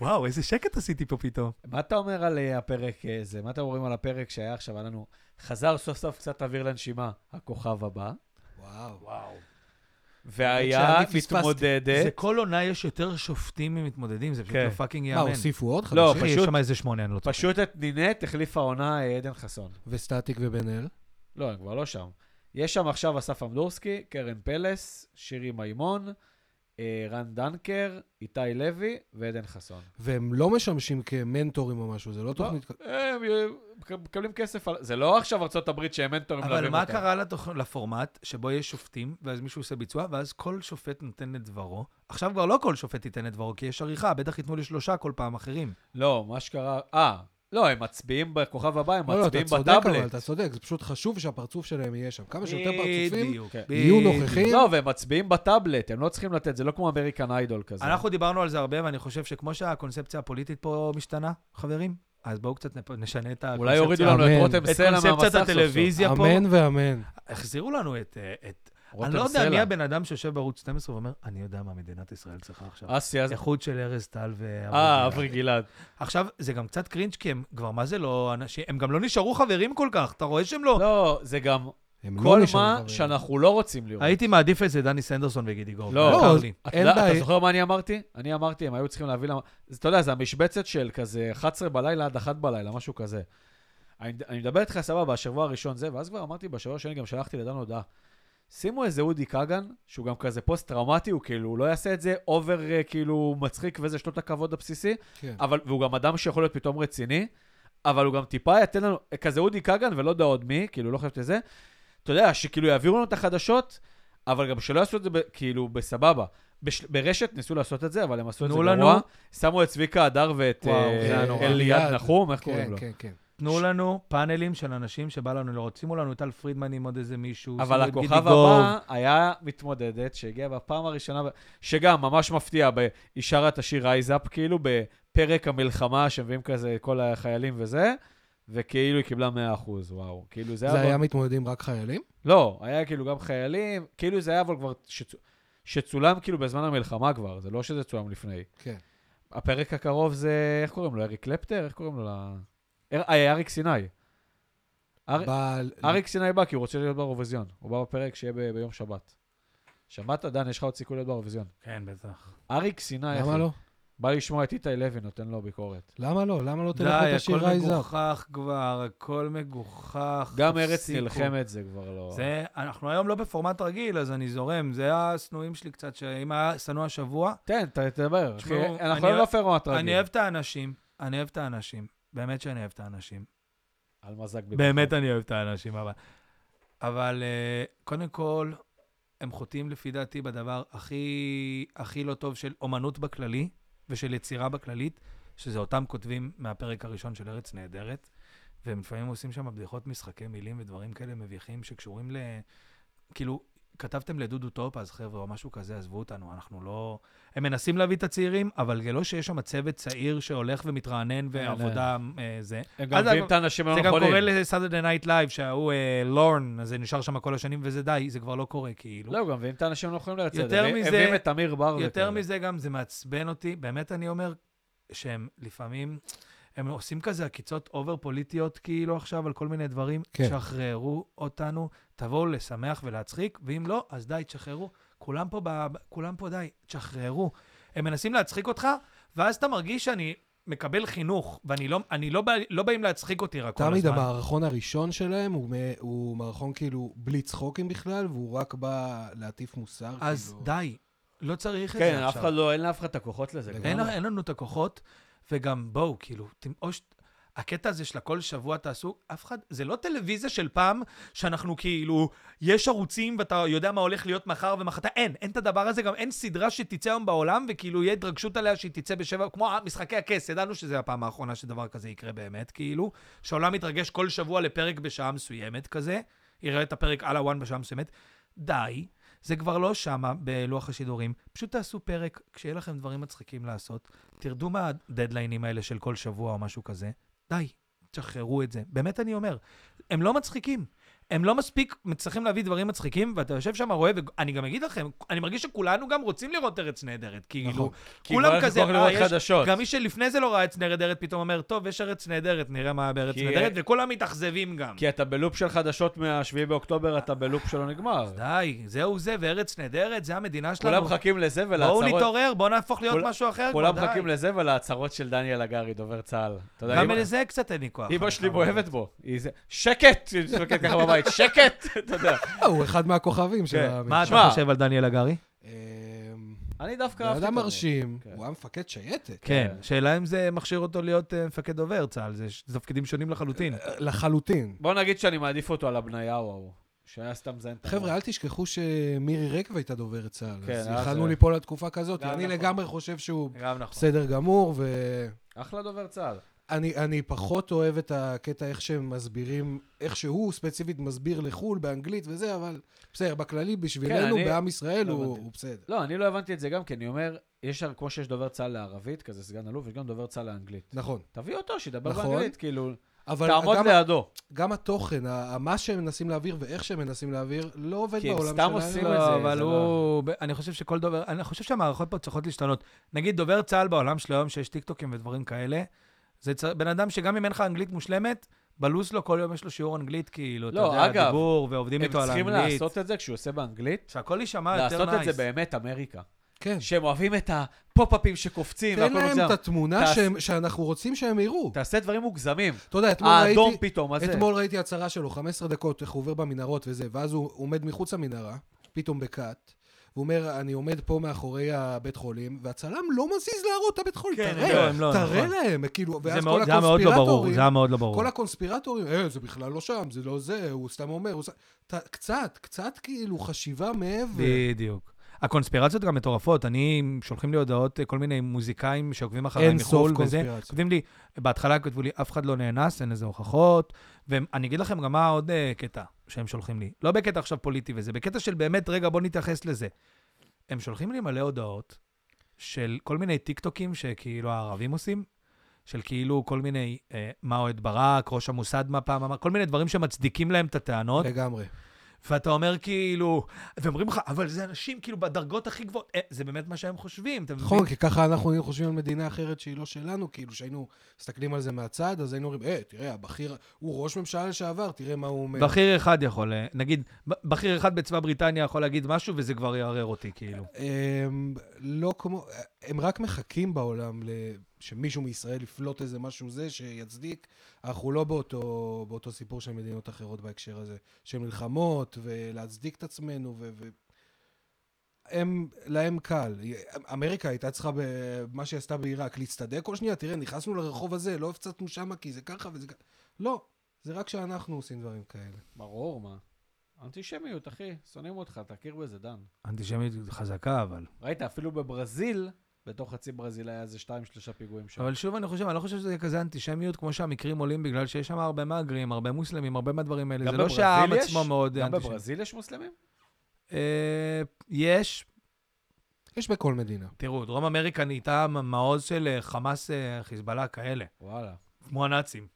S2: וואו, איזה שקט עשיתי פה פתאום.
S1: מה אתה אומר על אה, הפרק אה, זה? מה אתם אומרים על הפרק שהיה עכשיו? היה לנו, חזר סוף סוף קצת אוויר לנשימה, הכוכב הבא,
S3: וואו.
S1: והיה
S3: שאני פספסתי.
S2: זה
S1: מתמודדת.
S2: כל עונה יש יותר שופטים ממתמודדים, זה פשוט
S1: כן.
S2: לא פאקינג
S3: מה,
S2: יאמן.
S3: הוסיפו עוד חדשים?
S1: לא,
S2: אחי, יש
S1: פשוט-
S2: שם איזה שמונה, אני לא צוחק.
S1: פשוט את נינט החליפה עונה אה, עדן חסון.
S3: וסטטיק ובן אל?
S1: לא, הם כבר לא שם. יש שם עכשיו אסף אמדורסקי, קרן פלס, שירי מימון, אה, רן דנקר, איתי לוי ועדן חסון.
S3: והם לא משמשים כמנטורים או משהו, זה לא תוכנית... כ-
S1: הם אה, מק- מקבלים כסף על... זה לא עכשיו ארה"ב שהם מנטורים
S2: אבל
S1: מלווים
S2: מה
S1: אותם.
S2: קרה לתוכ- לפורמט שבו יש שופטים, ואז מישהו עושה ביצוע, ואז כל שופט נותן את דברו? עכשיו כבר לא כל שופט ייתן את דברו, כי יש עריכה, בטח ייתנו לשלושה כל פעם אחרים.
S1: לא, מה שקרה... אה, לא, הם מצביעים בכוכב הבא, הם
S3: לא, לא, אתה
S1: מצביעים
S3: צודק אבל,
S1: בטאבלט.
S3: אתה צודק, זה פשוט חשוב שהפרצוף שלהם יהיה שם. כמה שיותר פרצופים
S2: בדיוק,
S1: כן.
S3: יהיו
S2: בדיוק.
S3: נוכחים.
S1: לא, והם מצביעים בטאבלט, הם לא צריכים לתת, זה לא כמו אמריקן איידול כזה.
S2: אנחנו דיברנו על זה הרבה, ואני חושב שכמו שהקונספציה הפוליטית פה משתנה, חברים, אז בואו קצת נפ- נשנה את הקונספציה.
S1: אולי יורידו לנו את
S3: אמן.
S1: רותם
S2: את
S1: סלע מהמסך
S2: קונספציית
S1: סוף סוף.
S2: הטלוויזיה פה.
S3: אמן ואמן.
S2: החזירו לנו את... אה, את... אני
S1: רותם
S2: לא יודע מי
S1: סלע.
S2: הבן אדם שיושב בערוץ 12 ואומר, אני יודע מה מדינת ישראל צריכה עכשיו.
S1: אסי, אה, אז...
S2: איחוד של ארז טל ואברי
S1: אה,
S2: גלעד.
S1: אברי גלעד.
S2: עכשיו, זה גם קצת קרינג' כי הם כבר, מה זה לא אנשים, הם גם לא נשארו חברים כל כך, אתה רואה שהם לא...
S1: לא, זה גם
S3: הם לא
S1: כל
S3: נשארו
S1: מה
S3: חברים.
S1: שאנחנו לא רוצים לראות.
S2: הייתי מעדיף איזה דני סנדרסון וגידי גורב.
S1: לא,
S2: יקר
S3: לא,
S2: לי.
S1: אתה
S3: אין
S1: יודע- אתה
S3: בעיה.
S1: זוכר מה אני אמרתי? אני אמרתי, הם היו צריכים להביא... למ- זה- אתה יודע, זה המשבצת של כזה 11 בלילה עד 1 בלילה, משהו כזה. אני אני מדבר איתך, סבבה, השבוע הראשון זה, ואז כבר אמרתי, בשבוע השני גם שלחתי לדן הודעה. שימו איזה אודי כגן, שהוא גם כזה פוסט-טראומטי, הוא כאילו, הוא לא יעשה את זה אובר, אה, כאילו, מצחיק וזה, יש לו את הכבוד הבסיסי,
S3: כן.
S1: אבל, והוא גם אדם שיכול להיות פתאום רציני, אבל הוא גם טיפה יתן לנו, כזה אודי כגן ולא יודע עוד מי, כאילו, לא חשבתי זה. אתה יודע, שכאילו יעבירו לנו את החדשות, אבל גם שלא יעשו את זה, ב, כאילו, בסבבה. בש, ברשת ניסו לעשות את זה, אבל הם עשו את זה
S2: תנו
S1: גרוע.
S2: לנו.
S1: שמו את צביקה הדר ואת
S2: וואו,
S1: אה,
S2: זה היה נורא.
S1: אליעד
S3: אליעד.
S1: נחום, איך קוראים
S3: כן,
S1: לו?
S3: כן, כן.
S2: תנו לנו פאנלים של אנשים שבא לנו לראות. שימו לנו את טל פרידמן עם עוד איזה מישהו.
S1: אבל
S2: שימו את גידי
S1: הכוכב
S2: גוב.
S1: הבא היה מתמודדת שהגיעה בפעם הראשונה, ב- שגם ממש מפתיע, ב- היא שרה את השיר רייזאפ, כאילו בפרק המלחמה, שמביאים כזה כל החיילים וזה, וכאילו היא קיבלה 100%, וואו. כאילו זה,
S3: זה
S1: אבל-
S3: היה מתמודדים רק חיילים?
S1: לא, היה כאילו גם חיילים, כאילו זה היה אבל כבר... שצ... שצולם כאילו בזמן המלחמה כבר, זה לא שזה צולם לפני.
S3: כן.
S1: הפרק הקרוב זה, איך קוראים לו? אריק קלפטר? איך קוראים לו? ל... אר... אה, אריק סיני. אר...
S3: בעל...
S2: לא.
S1: אריק סיני בא כי הוא רוצה להיות באירוויזיון. הוא בא בפרק שיהיה ב... ביום שבת. שמעת, דן, יש לך עוד סיכוי להיות באירוויזיון.
S2: כן, בטח.
S1: אריק סיני,
S3: למה
S1: אחי,
S3: לא?
S1: בא לשמוע את איתי לוי, נותן לו ביקורת.
S3: למה לא? למה לא תלך
S2: די,
S3: את השיר
S2: הכל
S3: רייזאפ?
S2: מגוחך כבר, הכל מגוחך.
S1: גם ארץ
S2: תפסיקו.
S1: נלחמת זה כבר לא...
S2: זה, אנחנו היום לא בפורמט רגיל, אז אני זורם. זה השנואים שלי קצת, שאם היה שנוא השבוע,
S1: תן, ת- תדבר. אחי,
S2: תשמעו, אני
S1: אנחנו לא
S2: אוהב-
S1: בפורמט רגיל.
S2: אני אוהב את האנשים, אני אוהב את האנשים. באמת שאני אוהב את האנשים.
S1: על מזג במיוחד.
S2: באמת אני אוהב את האנשים, אבל... אבל אה, קודם כל, הם חוטאים לפי דעתי בדבר הכי, הכי לא טוב של אומנות בכללי ושל יצירה בכללית, שזה אותם כותבים מהפרק הראשון של ארץ נהדרת, והם לפעמים עושים שם בדיחות משחקי מילים ודברים כאלה מביכים שקשורים ל... כאילו, כתבתם לדודו טופז, חבר'ה, או משהו כזה, עזבו אותנו, אנחנו לא... הם מנסים להביא את הצעירים, אבל זה לא שיש שם צוות צעיר שהולך ומתרענן ועבודה אה, זה.
S1: הם גם
S2: אז
S1: מביאים
S2: אגב,
S1: את
S3: לא,
S1: האנשים
S2: זה גם קורה
S1: הנכונים.
S2: לסאטרדי נייט לייב, שההוא אה, לורן, אז זה נשאר שם כל השנים, וזה די, זה כבר לא קורה, כאילו.
S1: לא, גם מביאים את האנשים הנכונים לארץ.
S2: יותר
S1: הם
S2: מזה-
S1: מביאים את אמיר
S3: לא
S1: בר
S2: יותר
S1: וכאלה.
S2: מזה גם, זה מעצבן אותי, באמת אני אומר, שהם לפעמים, הם עושים כזה עקיצות אובר פוליטיות כאילו עכשיו על כל מיני דברים.
S3: כן.
S2: שחררו אותנו, תבואו לשמח ולהצחיק, ואם לא, אז די, תשחררו. כולם פה, ב... כולם פה די, תשחררו. הם מנסים להצחיק אותך, ואז אתה מרגיש שאני מקבל חינוך, ואני לא, אני לא, בא, לא באים להצחיק אותי רק כל הזמן.
S3: תמיד המערכון הראשון שלהם הוא מ- הוא מערכון כאילו בלי צחוקים בכלל, והוא רק בא להטיף מוסר.
S2: אז
S3: כאילו.
S2: די, לא צריך את
S1: כן,
S2: זה
S1: אף
S2: עכשיו.
S1: אחד לא, אין לאף אחד את הכוחות לזה.
S3: אין
S1: כבר.
S2: אין, אין לנו את הכוחות, וגם בואו, כאילו, תם- או ש... הקטע הזה של הכל שבוע תעשו, אף אחד, זה לא טלוויזיה של פעם, שאנחנו כאילו, יש ערוצים ואתה יודע מה הולך להיות מחר ומחרתיים, אין, אין את הדבר הזה, גם אין סדרה שתצא היום בעולם, וכאילו יהיה התרגשות עליה שהיא תצא בשבע, כמו ה- משחקי הכס, ידענו שזו הפעם האחרונה שדבר כזה יקרה באמת, כאילו, שהעולם מתרגש כל שבוע לפרק בשעה מסוימת כזה, יראה את הפרק על הוואן בשעה מסוימת, די, זה כבר לא שמה בלוח השידורים. פשוט תעשו פרק, כשיהיה לכם דברים מצחיקים לעשות, תרדו מהדדליינים האלה של כל שבוע או משהו כזה. די, תשחררו את זה. באמת אני אומר, הם לא מצחיקים. הם לא מספיק מצליחים להביא דברים מצחיקים, ואתה יושב שם, רואה, ואני גם אגיד לכם, אני מרגיש שכולנו גם רוצים לראות ארץ נהדרת. כאילו,
S3: נכון.
S1: כי
S2: כולם
S1: כבר יש
S2: כזה,
S1: כוח לראות
S2: "אה, יש-
S1: חדשות.
S2: גם מי שלפני זה לא ראה ארץ נהדרת, פתאום אומר, טוב, יש ארץ נהדרת, נראה מה בארץ
S1: כי-
S2: נהדרת, וכולם מתאכזבים גם.
S1: כי אתה בלופ של חדשות מה-7 באוקטובר, אתה בלופ שלא נגמר.
S2: די, זהו זה, וארץ נהדרת, זה המדינה שלנו.
S1: כולם מחכים לזה
S2: בואו
S1: ולהצהרות.
S2: נתעורר, בואו נהפוך להיות
S1: כול-
S2: משהו אחר.
S1: כולם
S2: כבר, די.
S1: מחכים לזה ולהצהרות של דניאל הגרי, דובר צה"ל. אתה יודע,
S2: גם
S1: אמא-
S2: לזה קצת אין לי כוח.
S1: אמא
S2: אני
S1: שלי
S2: חייב
S1: מאוהבת
S2: להגיד.
S1: בו. היא זה- שקט! היא מסתכלת ככה בבית, שקט! אתה יודע.
S3: אה, הוא אחד מהכוכבים של
S1: כן.
S3: הממשלה.
S2: מה אתה
S1: שמע.
S2: חושב על דניאל הגרי?
S3: אמ,
S1: אני דווקא
S3: בן
S1: אהבתי
S3: אדם
S1: אותו.
S3: מרשים,
S1: כן.
S3: הוא היה מפקד שייטת.
S2: כן. שאלה אם זה מכשיר אותו להיות אה, מפקד דובר צה"ל, זה ש- תפקידים שונים לחלוטין.
S3: לחלוטין.
S1: בוא נגיד שאני מעדיף אותו על הבניהו ההוא, שהיה סתם מזיין את
S2: כן.
S3: חבר'ה, אל תשכחו שמירי רקב הייתה דוברת צה"ל,
S1: כן,
S3: אז
S2: אה,
S1: אז
S3: יכלנו
S1: זה-
S3: ליפול לתקופה כזאת.
S1: גם
S3: אני
S1: נכון.
S3: לגמרי חושב שהוא
S2: גם נכון.
S3: בסדר גמור, ו...
S1: אחלה דובר צה"ל.
S3: אני, אני פחות אוהב את הקטע איך שהם מסבירים, איך שהוא ספציפית מסביר לחו"ל באנגלית וזה, אבל בסדר, בכללי, בשבילנו,
S1: אני-
S3: בעם ישראל,
S1: לא
S3: הוא,
S1: הבנתי.
S3: הוא בסדר.
S1: לא, אני לא הבנתי את זה גם, כי אני אומר, יש, כמו שיש דובר צה"ל לערבית, כזה סגן אלוף, יש גם דובר צה"ל לאנגלית.
S3: נכון.
S1: תביא אותו, שידבר
S3: נכון.
S1: באנגלית, כאילו,
S3: אבל
S1: תעמוד
S3: גם,
S1: לידו.
S3: גם התוכן, ה- ה- מה שהם מנסים להעביר ואיך שהם מנסים להעביר, לא עובד
S1: כי הם
S3: בעולם
S1: סתם
S3: שלנו.
S1: עושים את זה,
S2: לא, אבל
S1: זה
S2: הוא... ב- אני חושב שכל דובר... אני חושב שהמערכות פה צריכות להשתנות. נגיד, דובר צה"ל בעולם של היום, שיש טיקטוקים ודברים כאלה, זה צ- בן אדם שגם אם אין לך אנגלית מושלמת, בלו"ז לו כל יום יש לו שיעור אנגלית, כאילו, אתה
S1: לא, אגב,
S2: יודע, דיבור, ועובדים
S1: הם
S2: איתו על
S1: צריכים
S2: האנגלית.
S1: לעשות את זה כשהוא עושה באנגלית,
S2: שהכל יישמע אה, יותר נייס.
S1: לעשות את זה באמת אמריקה.
S3: כן.
S1: שהם אוהבים את הפופ-אפים שקופצים,
S3: תן
S1: והכל
S3: להם
S1: מוגזם.
S3: את התמונה
S1: תעש-
S3: שהם- שאנחנו רוצים שהם יראו.
S1: תעשה דברים מוגזמים.
S3: אתה יודע, אתמול ראיתי...
S1: האדום פתאום, הזה.
S3: אתמול ראיתי הצהרה שלו, 15 דקות, איך הוא עובר במנהרות וזה, ואז הוא עומד מחוץ למנהרה, פתאום בקאט, והוא אומר, אני עומד פה מאחורי הבית חולים, והצלם לא מזיז להראות את הבית חולים,
S1: כן,
S3: תראה,
S1: לא,
S2: הם לא,
S3: תראה
S2: נכון.
S3: להם, כאילו,
S2: זה
S3: ואז כל
S2: מאוד- זה היה מאוד לא ברור,
S3: הקונספירטורים,
S2: זה היה מאוד לא ברור.
S3: כל הקונספירטורים, אה, זה בכלל לא שם, זה לא זה, הוא סתם אומר, הוא... ס- ת- קצת, קצת כאילו חשיבה מעבר.
S2: בדיוק. הקונספירציות גם מטורפות. אני, שולחים לי הודעות, אה, כל מיני מוזיקאים שעוקבים אחריי
S3: אין
S2: מחו"ל
S3: סוף
S2: וזה.
S3: קונספירציות.
S2: כותבים לי, בהתחלה כתבו לי, אף אחד לא נאנס, אין לזה הוכחות. ואני אגיד לכם גם מה עוד אה, קטע שהם שולחים לי. לא בקטע עכשיו פוליטי וזה, בקטע של באמת, רגע, בוא נתייחס לזה. הם שולחים לי מלא הודעות של כל מיני טיקטוקים שכאילו הערבים עושים, של כאילו כל מיני, אה, מה אוהד ברק, ראש המוסד מה פעם אמר, כל מיני דברים שמצדיקים להם את הטענות.
S3: לגמרי.
S2: ואתה אומר כאילו, ואומרים לך, אבל זה אנשים כאילו בדרגות הכי גבוהות. אה, זה באמת מה שהם חושבים, אתה מבין?
S3: נכון, כי ככה אנחנו היינו חושבים על מדינה אחרת שהיא לא שלנו, כאילו שהיינו מסתכלים על זה מהצד, אז היינו אומרים, אה, תראה, הבכיר, הוא ראש ממשלה לשעבר, תראה מה הוא אומר.
S2: בכיר אחד יכול, אה, נגיד, ב- בכיר אחד בצבא בריטניה יכול להגיד משהו, וזה כבר יערער אותי, כאילו.
S3: הם לא כמו, הם רק מחכים בעולם ל- שמישהו מישראל יפלוט איזה משהו זה שיצדיק. אנחנו לא באותו, באותו סיפור של מדינות אחרות בהקשר הזה, של מלחמות ולהצדיק את עצמנו ו... ו... הם, להם קל. אמריקה הייתה צריכה, במה שהיא עשתה בעיראק, להצטדק כל שנייה, תראה, נכנסנו לרחוב הזה, לא הפצצנו שמה כי זה ככה וזה ככה. לא, זה רק שאנחנו עושים דברים כאלה.
S1: ברור, מה. אנטישמיות, אחי, שונאים אותך, תכיר בזה, דן.
S2: אנטישמיות חזקה, אבל...
S1: ראית, אפילו בברזיל, בתוך חצי ברזיל היה איזה שתיים, שלושה פיגועים שם.
S2: אבל שוב, אני חושב, אני לא חושב שזה כזה אנטישמיות, כמו שהמקרים עולים, בגלל שיש שם הרבה מהגרים, הרבה מוסלמים, הרבה מהדברים האלה.
S1: גם
S2: זה לא
S1: בברזיל
S2: שהעם
S1: יש?
S2: עצמו מאוד
S1: גם
S2: אנטישמי.
S1: בברזיל יש מוסלמים?
S2: אה, יש,
S3: יש בכל מדינה.
S2: תראו, דרום אמריקה נהייתה מעוז של אה, חמאס, אה, חיזבאללה, כאלה,
S1: וואלה.
S2: כמו הנאצים.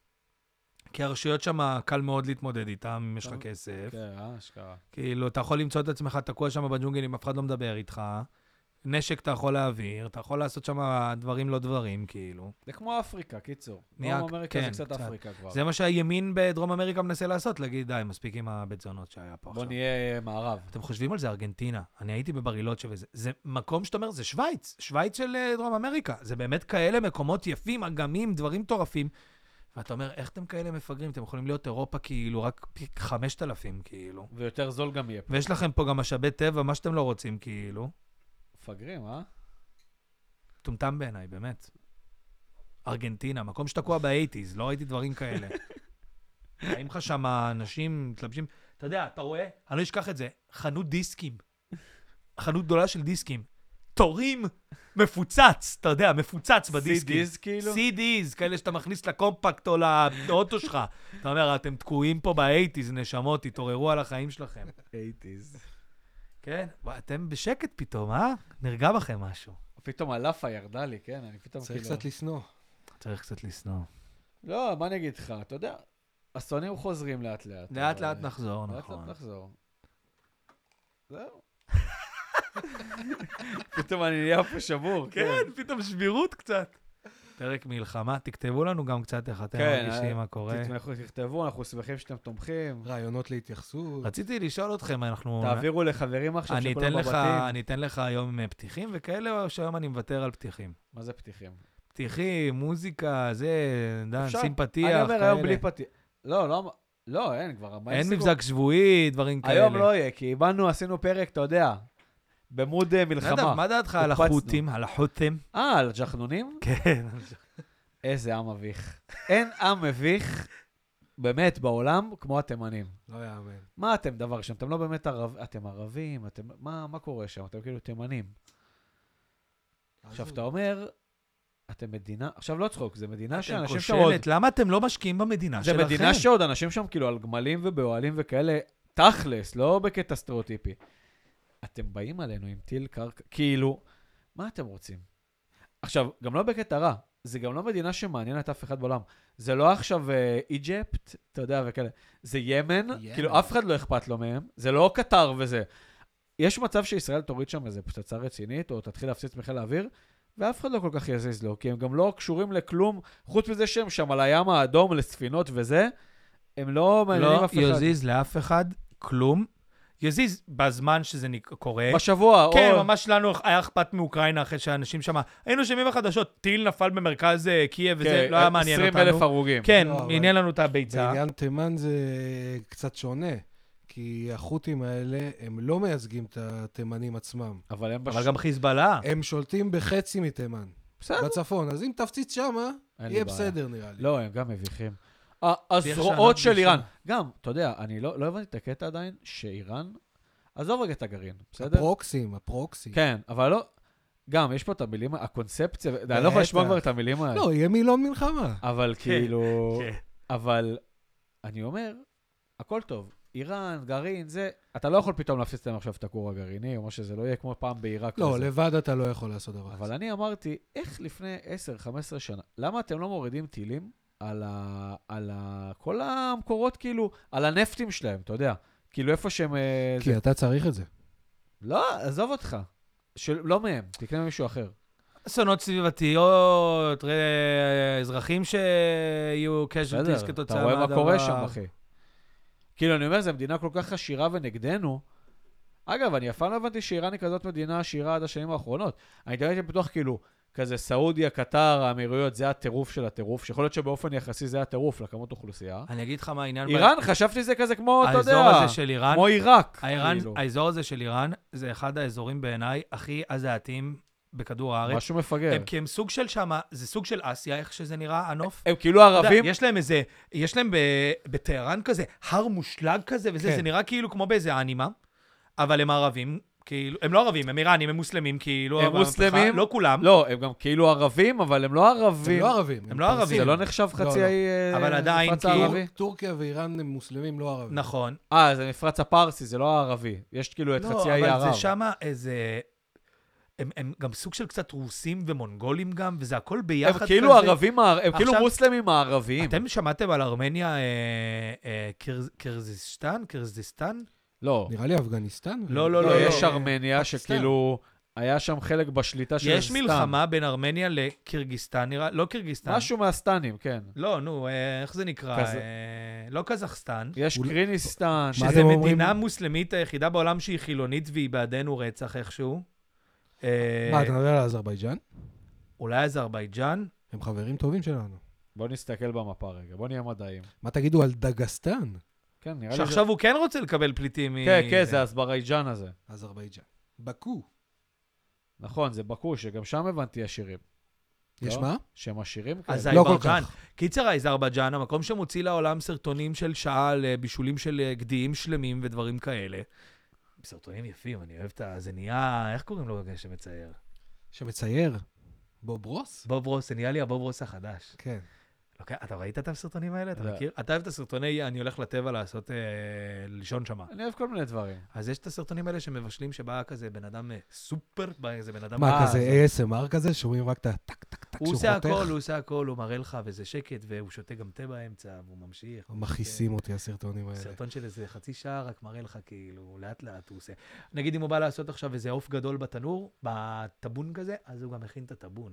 S2: כי הרשויות שם, קל מאוד להתמודד איתם, אם יש לך
S1: טוב.
S2: כסף.
S1: כן, אה, אשכרה.
S2: כאילו, אתה יכול למצוא את עצמך תקוע שם בג'ונגל אם אף אחד לא מדבר איתך. נשק אתה יכול להעביר, אתה יכול לעשות שם דברים לא דברים, כאילו.
S1: זה כמו אפריקה, קיצור.
S2: נהיה-
S1: דרום אמריקה זה
S2: כן,
S1: קצת
S2: קצת.
S1: אפריקה כבר.
S2: זה מה שהימין בדרום אמריקה מנסה לעשות, להגיד, די, מספיק עם הבית זונות שהיה פה
S1: בוא
S2: עכשיו.
S1: נהיה אה, מערב.
S2: אתם חושבים על זה, ארגנטינה. אני הייתי בברילוצ'ה וזה. זה מקום שאתה אומר, זה שווייץ, שווייץ של אה, דרום אמריקה. זה באמת כאלה מקומות יפים, אגמים, דברים מטורפים. ואתה אומר, איך אתם כאלה מפגרים? אתם יכולים להיות אירופה כאילו רק פי 5,000, כאילו.
S1: ויותר זול גם יהיה פה.
S2: ויש לכם פה גם משאבי טבע, מה שאתם לא רוצים, כאילו.
S1: מפגרים, אה?
S2: מטומטם בעיניי, באמת. ארגנטינה, מקום שתקוע באייטיז, לא ראיתי דברים כאלה. חיים לך שם אנשים מתלבשים, אתה יודע, אתה רואה? אני לא אשכח את זה, חנות דיסקים. חנות גדולה של דיסקים. תורים מפוצץ, אתה יודע, מפוצץ בדיסקים.
S1: CDs כאילו?
S2: CDs, כאלה שאתה מכניס לקומפקט או לאוטו שלך. אתה אומר, אתם תקועים פה באייטיז, נשמות, תתעוררו על החיים שלכם.
S1: 80's.
S2: כן, וואי, אתם בשקט פתאום, אה? נרגע בכם משהו.
S1: פתאום הלאפה ירדה לי, כן? אני פתאום
S3: צריך
S1: כאילו...
S3: קצת לשנוא.
S2: צריך קצת לשנוא.
S1: לא, מה אני אגיד לך? אתה יודע, השונאים חוזרים אה, לאט-לאט.
S2: לאט
S1: אבל-
S2: לאט נחזור,
S1: לאט
S2: נכון.
S1: לאט נחזור. זהו. פתאום אני נהיה פה שבור.
S2: כן, פתאום שבירות קצת. פרק מלחמה, תכתבו לנו גם קצת איך אתם
S1: כן,
S2: מרגישים,
S1: אה,
S2: מה קורה.
S1: תתמכו, תכתבו, אנחנו שמחים שאתם תומכים.
S3: רעיונות להתייחסות.
S2: רציתי לשאול אתכם, אנחנו...
S1: תעבירו לחברים עכשיו
S2: נכון. אני
S1: שכולם
S2: אתן לך-
S1: בבתים.
S2: אני אתן לך היום אה, פתיחים וכאלה, או שהיום אני מוותר על פתיחים?
S1: מה זה פתיחים?
S2: פתיחים, מוזיקה, זה, דן,
S1: אפשר?
S2: שים פתיח,
S1: אני אומר היום
S2: כאלה.
S1: בלי פתיח. לא, לא, אמ- לא, אין כבר. מה
S2: אין
S1: הפסיקו?
S2: מבזק שבועי, דברים כאלה.
S1: היום לא יהיה, כי הבנו, עשינו פרק, אתה יודע, במוד אה,
S2: נדב,
S1: מלחמה.
S2: לא מה דעתך על
S1: הוקפצנו.
S2: החות'ים? על החות'ים?
S1: אה, על ג'חנונים?
S2: כן.
S1: איזה עם מביך. אין עם מביך, באמת, בעולם, כמו התימנים.
S3: לא יאמן.
S1: מה אתם, דבר ראשון? אתם לא באמת ערב... אתם ערבים, אתם... מה, מה קורה שם? אתם כאילו תימנים. עכשיו, אתה אומר, אתם מדינה... עכשיו, לא צחוק, זה מדינה
S2: אתם
S1: שאנשים שם עוד...
S2: כושלת, למה אתם לא משקיעים במדינה
S1: זה
S2: שלכם?
S1: מדינה שעוד אנשים שם כאילו על גמלים ובאוהלים וכאלה, תכלס, לא בקטע סטריאוטיפי. אתם באים עלינו עם טיל קרקע, כאילו, מה אתם רוצים? עכשיו, גם לא בקטע רע, זה גם לא מדינה שמעניינת אף אחד בעולם. זה לא עכשיו אה, איג'פט, אתה יודע, וכאלה. זה ימן,
S3: ימן.
S1: כאילו אף אחד לא אכפת לו מהם, זה לא קטר וזה. יש מצב שישראל תוריד שם איזה פצצה רצינית, או תתחיל להפציץ מחיל האוויר, ואף אחד לא כל כך יזיז לו, כי הם גם לא קשורים לכלום, חוץ מזה שהם שם על הים האדום לספינות וזה, הם לא מעניינים
S2: לא
S1: אף אחד.
S2: יזיז לאף אחד כלום. יזיז בזמן שזה נק- קורה.
S1: בשבוע,
S2: כן,
S1: או...
S2: ממש לנו היה אכפת מאוקראינה אחרי שהאנשים שם... היינו שומעים בחדשות, טיל נפל במרכז אה, קייב וזה, לא היה מעניין
S1: 20 כן, אלף
S2: אותנו.
S1: הרוגים.
S2: כן,
S3: לא, אבל-
S2: עניין לנו את הביצה.
S3: בעניין תימן זה קצת שונה, כי החות'ים האלה, הם לא מייצגים את התימנים עצמם.
S1: אבל הם בש...
S2: אבל גם חיזבאללה.
S1: אה,
S3: הם שולטים בחצי מתימן,
S1: בסדר,
S3: בצפון. אז אם תפציץ שמה,
S1: אין לי בעיה.
S3: יהיה בסדר נראה לי.
S1: לא, הם גם מביכים. ה- הזרועות
S2: שאנחנו
S1: של איראן.
S2: שם.
S1: גם, אתה יודע, אני לא לא הבנתי את הקטע עדיין, שאיראן... עזוב רגע את הגרעין, בסדר?
S3: הפרוקסים, הפרוקסים.
S1: כן, אבל לא... גם, יש פה את המילים, הקונספציה, אני לא יכול לשמוע
S3: בטח.
S1: כבר את המילים האלה.
S3: לא, יהיה מילון מלחמה.
S1: אבל כאילו...
S2: כן.
S1: אבל אני אומר, הכל טוב. איראן, גרעין, זה... אתה לא יכול פתאום להפסיץ להם עכשיו את הכור הגרעיני, או מה שזה לא יהיה, כמו פעם בעיראק.
S3: לא,
S1: וזה.
S3: לבד אתה לא יכול לעשות דבר
S1: אבל
S3: כזה.
S1: אני אמרתי, איך לפני 10-15 שנה, למה אתם לא מורידים טילים על, ה, על ה, כל המקורות, כאילו, על הנפטים שלהם, אתה יודע? כאילו, איפה שהם... אה, זה...
S3: כי אתה צריך את זה.
S1: לא, עזוב אותך. של... לא מהם, תקנה ממישהו אחר.
S2: אסונות סביבתיות, ראה, אזרחים שיהיו קז'לטיס
S1: בסדר,
S2: כתוצאה
S1: אתה
S2: מהדבר.
S1: רואה מה קורה שם, אחי. כאילו, אני אומר, זו מדינה כל כך עשירה ונגדנו. אגב, אני אף פעם לא הבנתי שאיראן היא כזאת מדינה עשירה עד השנים האחרונות. אני תמיד הייתי בטוח, כאילו, כזה סעודיה, קטר, האמירויות, זה הטירוף של הטירוף, שיכול להיות שבאופן יחסי זה הטירוף לכמות אוכלוסייה.
S2: אני אגיד לך מה העניין.
S1: איראן, חשבתי זה כזה כמו, אתה
S2: האזור
S1: יודע,
S2: הזה של איראן,
S1: כמו עיראק.
S2: האיראן-
S1: כאילו.
S2: האזור הזה של איראן זה אחד האזורים בעיניי הכי הזעתיים בכדור הארץ.
S1: משהו מפגר.
S2: הם, כי הם סוג של שמה, זה סוג של אסיה, איך שזה נראה, הנוף.
S1: הם כאילו
S2: אתה יודע,
S1: ערבים,
S2: יש להם איזה, יש להם ב- בטהרן כזה, הר מושלג כזה, וזה,
S3: כן.
S2: זה נראה כאילו כמו באיזה אנימה, אבל הם ערבים, כאילו, הם לא ערבים, הם איראנים, הם מוסלמים, כאילו...
S1: הם
S2: המהפכה-
S1: מוסלמים?
S2: לא כולם,
S1: לא, הם גם כאילו ערבים, אבל הם לא
S3: הם
S1: ערבים.
S3: לא ערבים.
S2: הם לא
S3: פרסים.
S2: ערבים.
S1: זה לא נחשב חצי
S3: לא.
S1: האי... אה,
S2: אבל עדיין,
S1: המפרץ
S2: כאילו-
S1: הערבי?
S3: טור- טורקיה ואיראן הם מוסלמים, לא ערבים.
S2: נכון.
S1: אה, זה מפרץ הפרסי, זה לא הערבי. יש כאילו את חצי האי
S2: לא, אבל
S1: ערב.
S2: זה שמה איזה... הם, הם גם סוג של קצת רוסים ומונגולים גם, וזה הכל ביחד.
S1: הם כאילו
S2: כזה.
S1: ערבים, הער- הם כאילו
S2: עכשיו-
S1: מוסלמים הערביים.
S2: אתם שמעתם על ארמניה אה, אה, קיר- קירזיסטן? קירזיסטן?
S1: לא.
S3: נראה לי אפגניסטן.
S2: לא, לא,
S1: לא,
S2: לא,
S1: יש
S2: לא.
S1: ארמניה
S3: פקיסטן.
S1: שכאילו, היה שם חלק בשליטה של
S2: יש
S1: סטן.
S2: מלחמה בין ארמניה לקירגיסטן, נראה, לא קירגיסטן.
S1: משהו מהסטנים, כן.
S2: לא, נו, אה, איך זה נקרא?
S1: כזה.
S2: אה, לא קזחסטן.
S1: יש
S3: אולי-
S1: קריניסטן.
S3: מה
S2: שזה
S3: אתם אומרים?
S2: מדינה המוסלמית היחידה בעולם שהיא חילונית והיא בעדנו רצח איכשהו. אה,
S3: מה, אתה מדבר על אזרבייג'אן?
S2: אולי אזרבייג'אן?
S3: הם חברים טובים שלנו.
S1: בוא נסתכל במפה רגע, בוא נהיה מדעיים.
S3: מה תגידו על דגסטן?
S1: כן, נראה לי... זה-
S2: שעכשיו הוא כן רוצה לקבל פליטים מ...
S1: כן, כן, זה אזברייג'אן הזה.
S3: אזרבייג'אן. בקו.
S1: נכון, זה בקו, שגם שם הבנתי עשירים.
S3: יש
S1: לא?
S3: מה?
S1: שהם עשירים כן. כאלה.
S3: לא כל
S2: אזרבייג'אן. קיצר, אזרבייג'אן, המקום שמוציא לעולם סרטונים של שעה על אה, בישולים של אה, גדיים שלמים ודברים כאלה. סרטונים יפים, אני אוהב את ה... זה נהיה... איך קוראים לו שמצייר?
S3: שמצייר. בוב רוס?
S2: בוב רוס, זה נהיה לי הבוב רוס החדש.
S3: כן.
S2: אוקיי, אתה ראית את הסרטונים האלה? אתה
S1: לא.
S2: מכיר? אתה אוהב את הסרטוני אני הולך לטבע לעשות... אה, לישון שמה.
S1: אני אוהב כל מיני דברים.
S2: אז יש את הסרטונים האלה שמבשלים שבא כזה בן אדם אה, סופר, בא איזה בן אדם...
S3: מה,
S2: אה,
S3: כזה
S2: זה-
S3: ASMR כזה? שומעים רק את הטק טק טק
S2: הוא
S3: שהוא
S2: עושה
S3: חותך?
S2: הכל, הוא עושה הכל, הוא מראה לך וזה שקט, והוא שותה גם תה באמצע, והוא ממשיך.
S3: מכעיסים אותי הסרטונים האלה.
S2: סרטון של איזה חצי שעה, רק מראה לך כאילו, לאט לאט הוא עושה. נגיד אם הוא בא לעשות עכשיו איזה עוף גדול בתנור, בטאבון כזה, אז הוא גם הכין את הטאבון.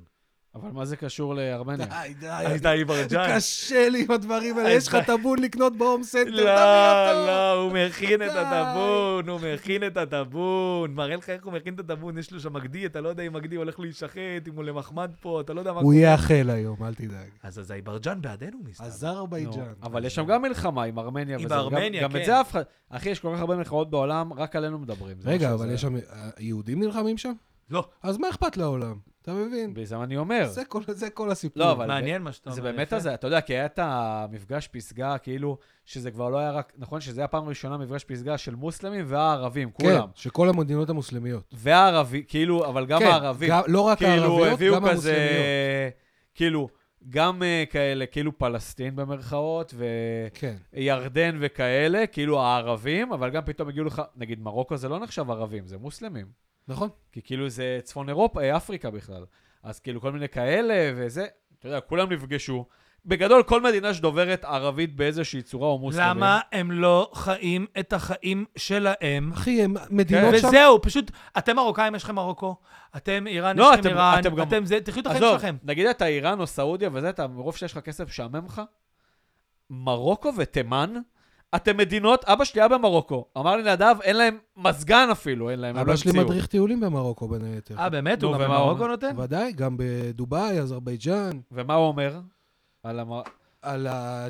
S1: אבל מה זה קשור לארמניה?
S3: די,
S2: אז
S3: די.
S2: די ברג'אן.
S3: קשה לי עם הדברים האלה. יש לך
S2: אה, די.
S3: טאבון לקנות בהום סנטר, תביא
S2: לא,
S3: אותו.
S2: לא, הוא מכין את
S3: די.
S2: הטאבון, הוא מכין את הטאבון. מראה לך איך הוא מכין את הטאבון, יש לו שם מגדי, אתה לא יודע אם מגדי הולך להישחט, אם הוא למחמד פה, אתה לא יודע מה
S3: הוא
S2: קורה.
S3: יאכל היום, אל תדאג.
S2: אז אזייברג'אן בעדנו מסתבר.
S1: נו,
S3: אזרבייג'אן.
S1: אבל יש שם גם מלחמה עם ארמניה.
S2: עם
S1: וזה, גם-
S2: ארמניה,
S1: גם
S2: כן.
S1: את זה אף אחד... אחי, יש כל כך הרבה מלחמות בעולם, רק עלינו מדברים. זה
S3: רגע,
S1: משהו
S3: אבל
S1: זה-
S3: יש שם... היהודים נלחמים שם?
S2: לא,
S3: אז מה אכפת לעולם? אתה מבין?
S1: בזה אני אומר.
S3: זה כל- זה כל הסיפור.
S1: לא, אבל-
S2: מעניין מה שאתה אומר.
S1: זה באמת
S2: יפה.
S1: הזה, אתה יודע, כי היה את המפגש פסגה, כאילו, שזה כבר לא היה רק, נכון, שזה היה פעם ראשונה מפגש פסגה של מוסלמים והערבים,
S3: כן,
S1: כולם.
S3: שכל המדינות המוסלמיות.
S1: והערבי, כאילו, אבל גם
S3: כן,
S1: הערבים.
S3: גם- לא רק
S1: כאילו,
S3: הערביות,
S1: הביאו
S3: גם
S1: כזה,
S3: המוסלמיות.
S1: כאילו, גם אה, כאלה, כאילו פלסטין במרכאות, וירדן
S3: כן.
S1: וכאלה, כאילו הערבים, אבל גם פתאום הגיעו לך, נגיד מרוקו זה לא נחשב ערבים, זה מוסלמים.
S3: נכון.
S1: כי כאילו זה צפון אירופה, אה, אפריקה בכלל. אז כאילו כל מיני כאלה וזה, אתה יודע, כולם נפגשו. בגדול, כל מדינה שדוברת ערבית באיזושהי צורה או מוסלמים.
S2: למה הם לא חיים את החיים שלהם?
S3: אחי, הם
S1: כן,
S3: מדינות שם...
S2: וזהו, פשוט, אתם מרוקאים, יש לכם מרוקו, אתם איראן,
S1: לא,
S2: יש לכם
S1: אתם-
S2: איראן,
S1: אתם גם-
S2: אתם זה, תחיו את החיים
S1: עזוב,
S2: שלכם.
S1: נגיד אתה איראן או סעודיה וזה, אתה מרוב שיש לך כסף משעמם לך? מרוקו ותימן? אתם מדינות, אבא שלי היה במרוקו. אמר לי נדב, אין להם מזגן אפילו, אין להם, הם לא
S3: אבא שלי
S1: המציאו.
S3: מדריך טיולים במרוקו בין היתר.
S2: אה, באמת? הוא
S1: נו,
S2: גם
S1: ומה
S2: במרוקו
S1: הוא-
S2: נותן?
S3: ודאי, גם בדובאי, אזרבייג'אן,
S1: ומה הוא אומר? על המר...
S3: על ה-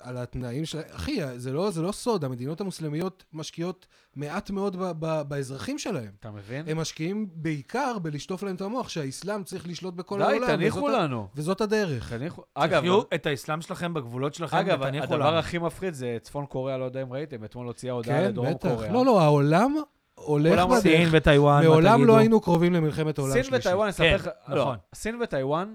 S3: על התנאים של... אחי, זה לא זה לא סוד, המדינות המוסלמיות משקיעות מעט מאוד ב- ב- באזרחים שלהם.
S1: אתה מבין?
S3: הם משקיעים בעיקר בלשטוף להם את המוח, שהאיסלאם צריך לשלוט בכל
S1: די,
S3: העולם.
S1: תניחו
S3: וזאת ה-
S1: לנו.
S3: וזאת הדרך.
S1: תניחו... אגב, לא.
S2: תחיו את האסלאם שלכם בגבולות שלכם,
S1: אגב,
S2: ותניחו
S1: הדבר
S2: לנו.
S1: הכי מפחיד זה צפון קוריאה, לא יודע אם ראיתם, אתמול הוציאה הודעה
S3: כן,
S1: לדרום
S3: בטח.
S1: קוריאה.
S3: לא, לא, העולם הולך
S1: העולם
S3: בדרך.
S2: סין וטיוואן, מה
S3: מעולם
S2: תגידו?
S3: לא היינו קרובים למלחמת העולם
S1: סין
S3: שלישית.
S1: וטיוואן, אספר
S2: כן,
S1: לך... לא,
S2: נכון.
S1: סין וטיוואן,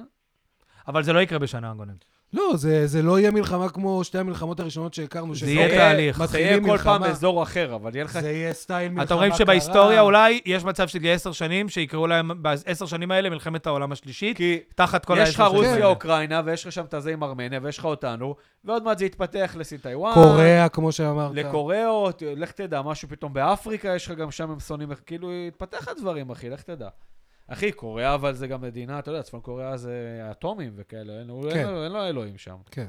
S2: אבל זה לא יקרה בשנה, הגונן.
S3: לא, זה, זה לא יהיה מלחמה כמו שתי המלחמות הראשונות שהכרנו.
S2: זה
S3: שזה אוקיי,
S2: יהיה תהליך.
S1: אוקיי, זה
S3: מתחילים
S1: יהיה כל
S3: מלחמה.
S1: פעם אזור אחר, אבל יהיה לך...
S3: זה יהיה סטייל מלחמה
S2: אתם רואים שבהיסטוריה אולי יש מצב שזה יהיה עשר שנים, שיקראו להם בעשר שנים האלה מלחמת העולם השלישית,
S1: כי
S2: תחת כל
S1: יש לך
S2: העשר שנים
S1: רוסיה, אוקיי.
S2: האלה.
S1: אוקראינה, ויש לך שם את הזה עם ארמניה, ויש לך אותנו, ועוד מעט זה יתפתח לסין טיוואן.
S3: קוריאה, כמו שאמרת.
S1: לקוריאות, לך תדע, משהו פתאום באפריקה, יש לך גם שם הם שונאים, כאילו, יתפתח הדברים, אחי, לך תדע. אחי, קוריאה אבל זה גם מדינה, אתה יודע, צפון קוריאה זה אטומים וכאלה, אין, הוא- אין
S3: כן.
S1: לו- אין לו אלוהים שם.
S3: כן.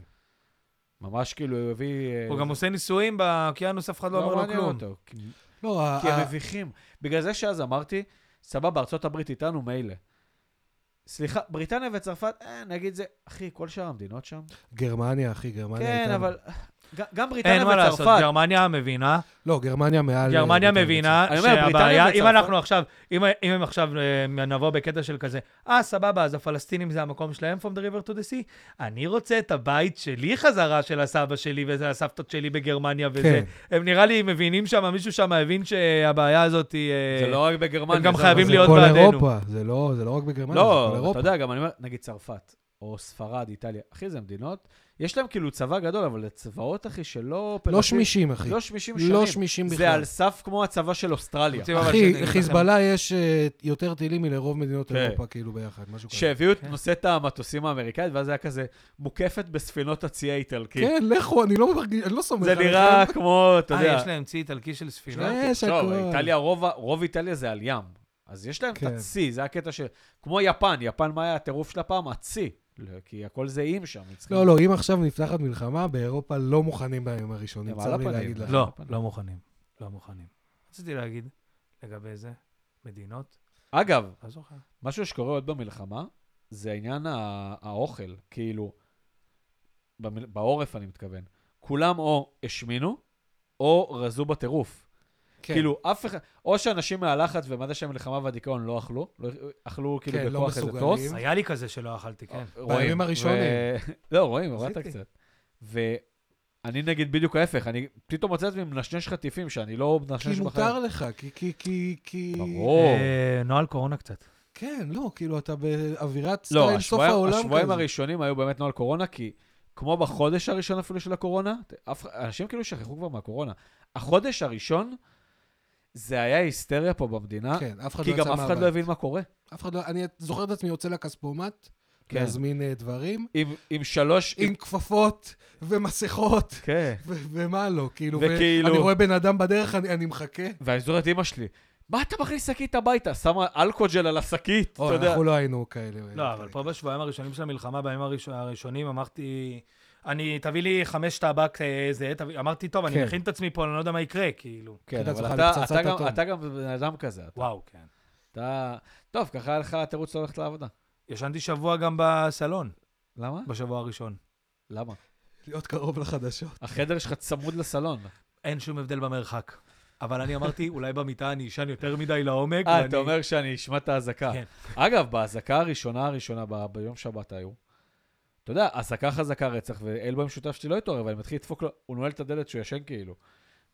S1: ממש כאילו, הוא הביא... אה,
S2: הוא גם עושה ניסויים באוקיינוס, אף אחד לא אומר לו
S1: מעניין
S2: כלום. אה,
S1: אותו, כי-
S3: לא, ה-
S1: כי
S3: ה-
S1: הם מביכים. בגלל זה שאז אמרתי, סבבה, ארצות הברית איתנו, מילא. סליחה, בריטניה וצרפת, אה, נגיד זה, אחי, כל שאר המדינות שם.
S3: גרמניה, אחי, גרמניה
S1: כן,
S3: איתנו.
S1: אבל ג- גם
S2: אין
S1: בריטניה
S2: מה לעשות,
S1: וצרפת.
S2: גרמניה מבינה,
S3: לא, גרמניה מעל...
S2: גרמניה
S3: אה,
S2: מבינה
S1: אני אומר, בריטניה
S2: שהבעיה, אם
S1: וצרפת-
S2: אנחנו עכשיו, אם אם הם עכשיו אה, נבוא בקטע של כזה, אה, סבבה, אז הפלסטינים זה המקום שלהם, From the river to the sea, אני רוצה את הבית שלי חזרה, של הסבא שלי ושל הסבתות שלי בגרמניה וזה.
S3: כן.
S2: הם נראה לי מבינים שם, מישהו שם הבין שהבעיה הזאת היא... אה,
S1: זה לא רק בגרמניה.
S2: הם גם
S1: זה-
S2: חייבים
S1: זה-
S2: להיות
S3: זה כל
S2: בעדינו.
S3: אירופה, זה לא, זה לא רק בגרמניה, זה כל
S1: לא, אתה
S3: אירופה.
S1: יודע, גם אני אומר, נגיד צרפת, או ספרד, איטליה, אחי, זה מדינות, יש להם כאילו צבא גדול, אבל זה צבאות, אחי, שלא...
S3: לא
S1: פלסטינים-
S3: שמישים, אחי.
S1: לא שמישים שנים.
S3: לא שמישים
S1: זה
S3: בכלל. אוקיי.
S1: על סף כמו הצבא של אוסטרליה.
S2: רוצים אבל שנגיד
S3: אחי,
S2: לכם-
S3: חיזבאללה יש אה, יותר טילים מלרוב מדינות
S1: כן.
S3: אירופה, כאילו, ביחד, משהו כזה.
S1: שהביאו את נושאת המטוסים האמריקאית, ואז זה היה כזה מוקפת בספינות הצי האיטלקי.
S3: כן, לכו, אני לא מרגיש, אני לא סומך
S1: זה
S3: עליכם.
S1: נראה כמו, אתה
S2: אה,
S1: יודע...
S2: יש להם צי איטלקי של ספינות?
S3: יש
S1: טוב,
S3: הכול.
S1: איטליה, רוב ה- רוב איטליה זה על ים. אז יש להם את
S3: כן.
S1: הצי, זה הקטע של... כמו יפן, יפן, מה היה הטירוף של הפעם? הצי. לא, כי הכל זה אים שם. הם צריכים-
S3: לא, לא, אם עכשיו נפתחת מלחמה, באירופה לא מוכנים בימים הראשונים,
S1: הם
S3: צר
S1: על
S3: לי
S1: הפנים.
S3: להגיד לך.
S2: לא, לא מוכנים. לא מוכנים. רציתי להגיד לגבי זה, מדינות,
S1: אגב,
S2: לא זוכר.
S1: משהו שקורה עוד במלחמה, זה עניין ה- האוכל. כאילו, במל... בעורף אני מתכוון. כולם או השמינו, או רזו בטירוף. כן.
S3: כן,
S1: כאילו, אף אחד... או שאנשים מהלחץ ומדע שהמלחמה והדיכאון לא אכלו, לא... אכלו כאילו
S3: כן, לא
S1: בכוח איזה
S3: מסוגלים.
S1: טוס.
S2: היה לי כזה שלא אכלתי, כן.
S1: רואים.
S3: בימים הראשונים.
S1: ו... לא, רואים, הורדת
S2: עשיתי.
S1: קצת. ואני נגיד בדיוק ההפך, אני פתאום מוצא את עצמי מנשנש חטיפים, שאני לא
S3: כי
S1: מנשנש
S3: מותר לך, כי- כי... כי- כי...
S1: ברור.
S2: אה, נוהל קורונה קצת.
S3: כן, לא, כאילו, אתה באווירת
S1: לא,
S3: סטייל סוף
S1: השבועיים-
S3: העולם כזה.
S1: השבועיים הראשונים היו באמת נוהל קורונה, כי כמו בחודש הראשון אפילו של הקורונה, אף- אנשים כאילו שכחו כבר מהקורונה. החודש הראשון, זה היה היסטריה פה במדינה,
S3: כן, אף אחד
S1: כי
S3: לא
S1: גם
S3: יצא
S1: אף אחד לא
S3: מהבית.
S1: הבין מה קורה.
S3: אף אחד לא... אני זוכר את עצמי יוצא לכספומט,
S1: כן.
S3: להזמין אה, דברים,
S1: עם- עם שלוש...
S3: עם כפפות ומסכות.
S1: כן.
S3: ו- ומה לא, כאילו,
S1: וכאילו-
S3: וכאילו... אני רואה בן אדם בדרך, אני, אני מחכה.
S1: ואני זוכר את אמא שלי, מה אתה מכניס שקית הביתה? שמה אלכוג'ל על השקית, אתה
S3: או,
S1: יודע.
S3: אנחנו לא היינו כאלה.
S2: לא, אבל פה בשבועיים הראשונים של המלחמה, בימים הראש- הראשונים, אמרתי, אני, תביא לי חמש טבק אה, זה, תביא- אמרתי, טוב, אני
S3: כן.
S2: מכין את עצמי פה, אני לא יודע מה יקרה, כאילו.
S1: כן,
S3: אתה
S1: אבל
S3: צריך
S1: אתה-
S3: לפצצת
S1: אתה גם-
S3: אטום.
S1: אתה גם בן אדם כזה. אתה-
S2: וואו, כן.
S1: אתה... טוב, ככה היה לך תירוץ לא ללכת לעבודה.
S2: ישנתי שבוע גם בסלון,
S1: למה?
S2: בשבוע הראשון.
S1: למה?
S3: להיות קרוב לחדשות.
S1: החדר שלך צמוד לסלון.
S2: אין שום הבדל במרחק. אבל אני אמרתי, אולי במיטה אני אשן יותר מדי לעומק.
S1: אה,
S2: ואני-
S1: אתה אומר שאני אשמע את האזעקה.
S2: כן.
S1: אגב, באזעקה הראשונה הראשונה, ב- ביום שבת היו, אתה יודע, אזעקה חזקה רצח, ואל במשותף שלי לא התעורר, ואני מתחיל לדפוק לו, הוא נועל את הדלת שהוא ישן כאילו.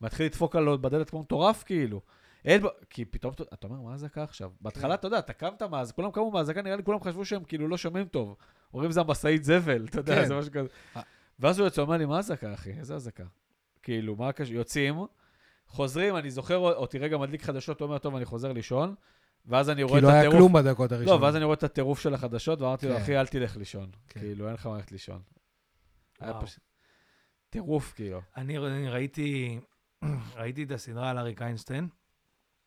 S1: מתחיל לדפוק עליו בדלת כמו מטורף כאילו. אל ב... כי פתאום אתה- אתה אומר, מה האזעקה
S3: כן.
S1: עכשיו? בהתחלה, אתה יודע, אתה קמת מאז, כולם קמו מהאזעקה, נראה לי כולם חשבו שהם כאילו לא שומעים טוב. אומרים, זה המשאית זבל, אתה יודע,
S3: כן.
S1: זה משהו כזה.
S3: אה.
S1: ואז הוא יוצא, אומר לי, מה האזעקה, אחי? איזה אזעקה? כאילו, מה קשה? יוצאים, חוזרים, אני זוכר אותי רגע מדליק חדשות, אומר, טוב, אני חוזר לישון, ואז אני רואה
S3: כי
S1: את
S3: לא היה
S1: הטירוף
S3: כלום בדקות
S1: לא,
S3: הראשונות.
S1: ואז אני רואה את הטירוף של החדשות, ואמרתי לו,
S3: כן.
S1: אחי, אל תלך לישון.
S3: כן.
S1: כאילו, אין לך מה ללכת לישון. היה
S2: וואו.
S1: פשוט... טירוף, כאילו.
S2: אני ר- אני ראיתי ראיתי את הסדרה על אריק איינשטיין.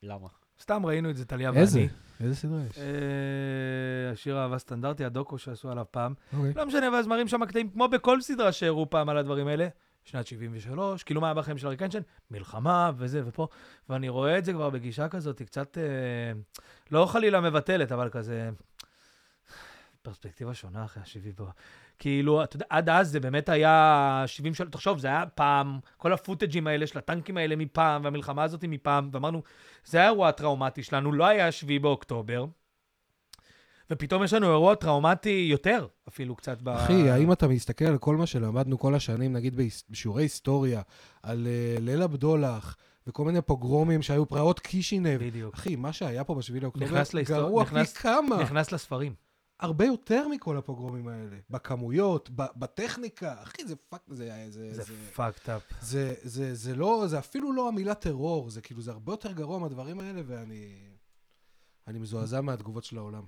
S1: למה?
S2: סתם ראינו את זה, טליה ואני.
S3: איזה? איזה סדרה יש?
S2: אה, השיר אהבה סטנדרטי, הדוקו שעשו עליו פעם.
S3: אוקיי.
S2: לא משנה, ואז מראים שם קטעים, כמו בכל סדרה שהראו פעם על הדברים האלה. שנת 73, כאילו מה היה בחיים של אריק איינשטיין? מלחמה וזה ופה. ואני רואה את זה כבר בגישה כזאת, היא קצת, אה, לא חלילה מבטלת, אבל כזה, פרספקטיבה שונה אחרי ה-70. כאילו, אתה יודע, עד אז זה באמת היה 70 של... תחשוב, זה היה פעם, כל הפוטג'ים האלה של הטנקים האלה מפעם, והמלחמה הזאת מפעם, ואמרנו, זה היה האירוע הטראומטי שלנו, לא היה 7 באוקטובר, ופתאום יש לנו אירוע טראומטי יותר, אפילו קצת ב...
S3: אחי, האם אתה מסתכל על כל מה שלמדנו כל השנים, נגיד בהיס- בשיעורי היסטוריה, על אה, ליל הבדולח וכל מיני פוגרומים שהיו פרעות קישינב?
S2: בדיוק.
S3: אחי, מה שהיה פה בשביל אוקטובר
S2: נכנס להיסטוריה,
S3: גרוע פי
S2: נכנס-
S3: כמה,
S2: נכנס לספרים.
S3: הרבה יותר מכל הפוגרומים האלה. בכמויות, ב- בטכניקה. אחי, זה פאק, זה... זה-
S2: זה
S3: זה-
S2: fucked up.
S3: זה, זה, זה לא, זה אפילו לא המילה טרור, זה כאילו, זה הרבה יותר גרוע מהדברים האלה, ואני אני מזועזע מהתגובות של העולם.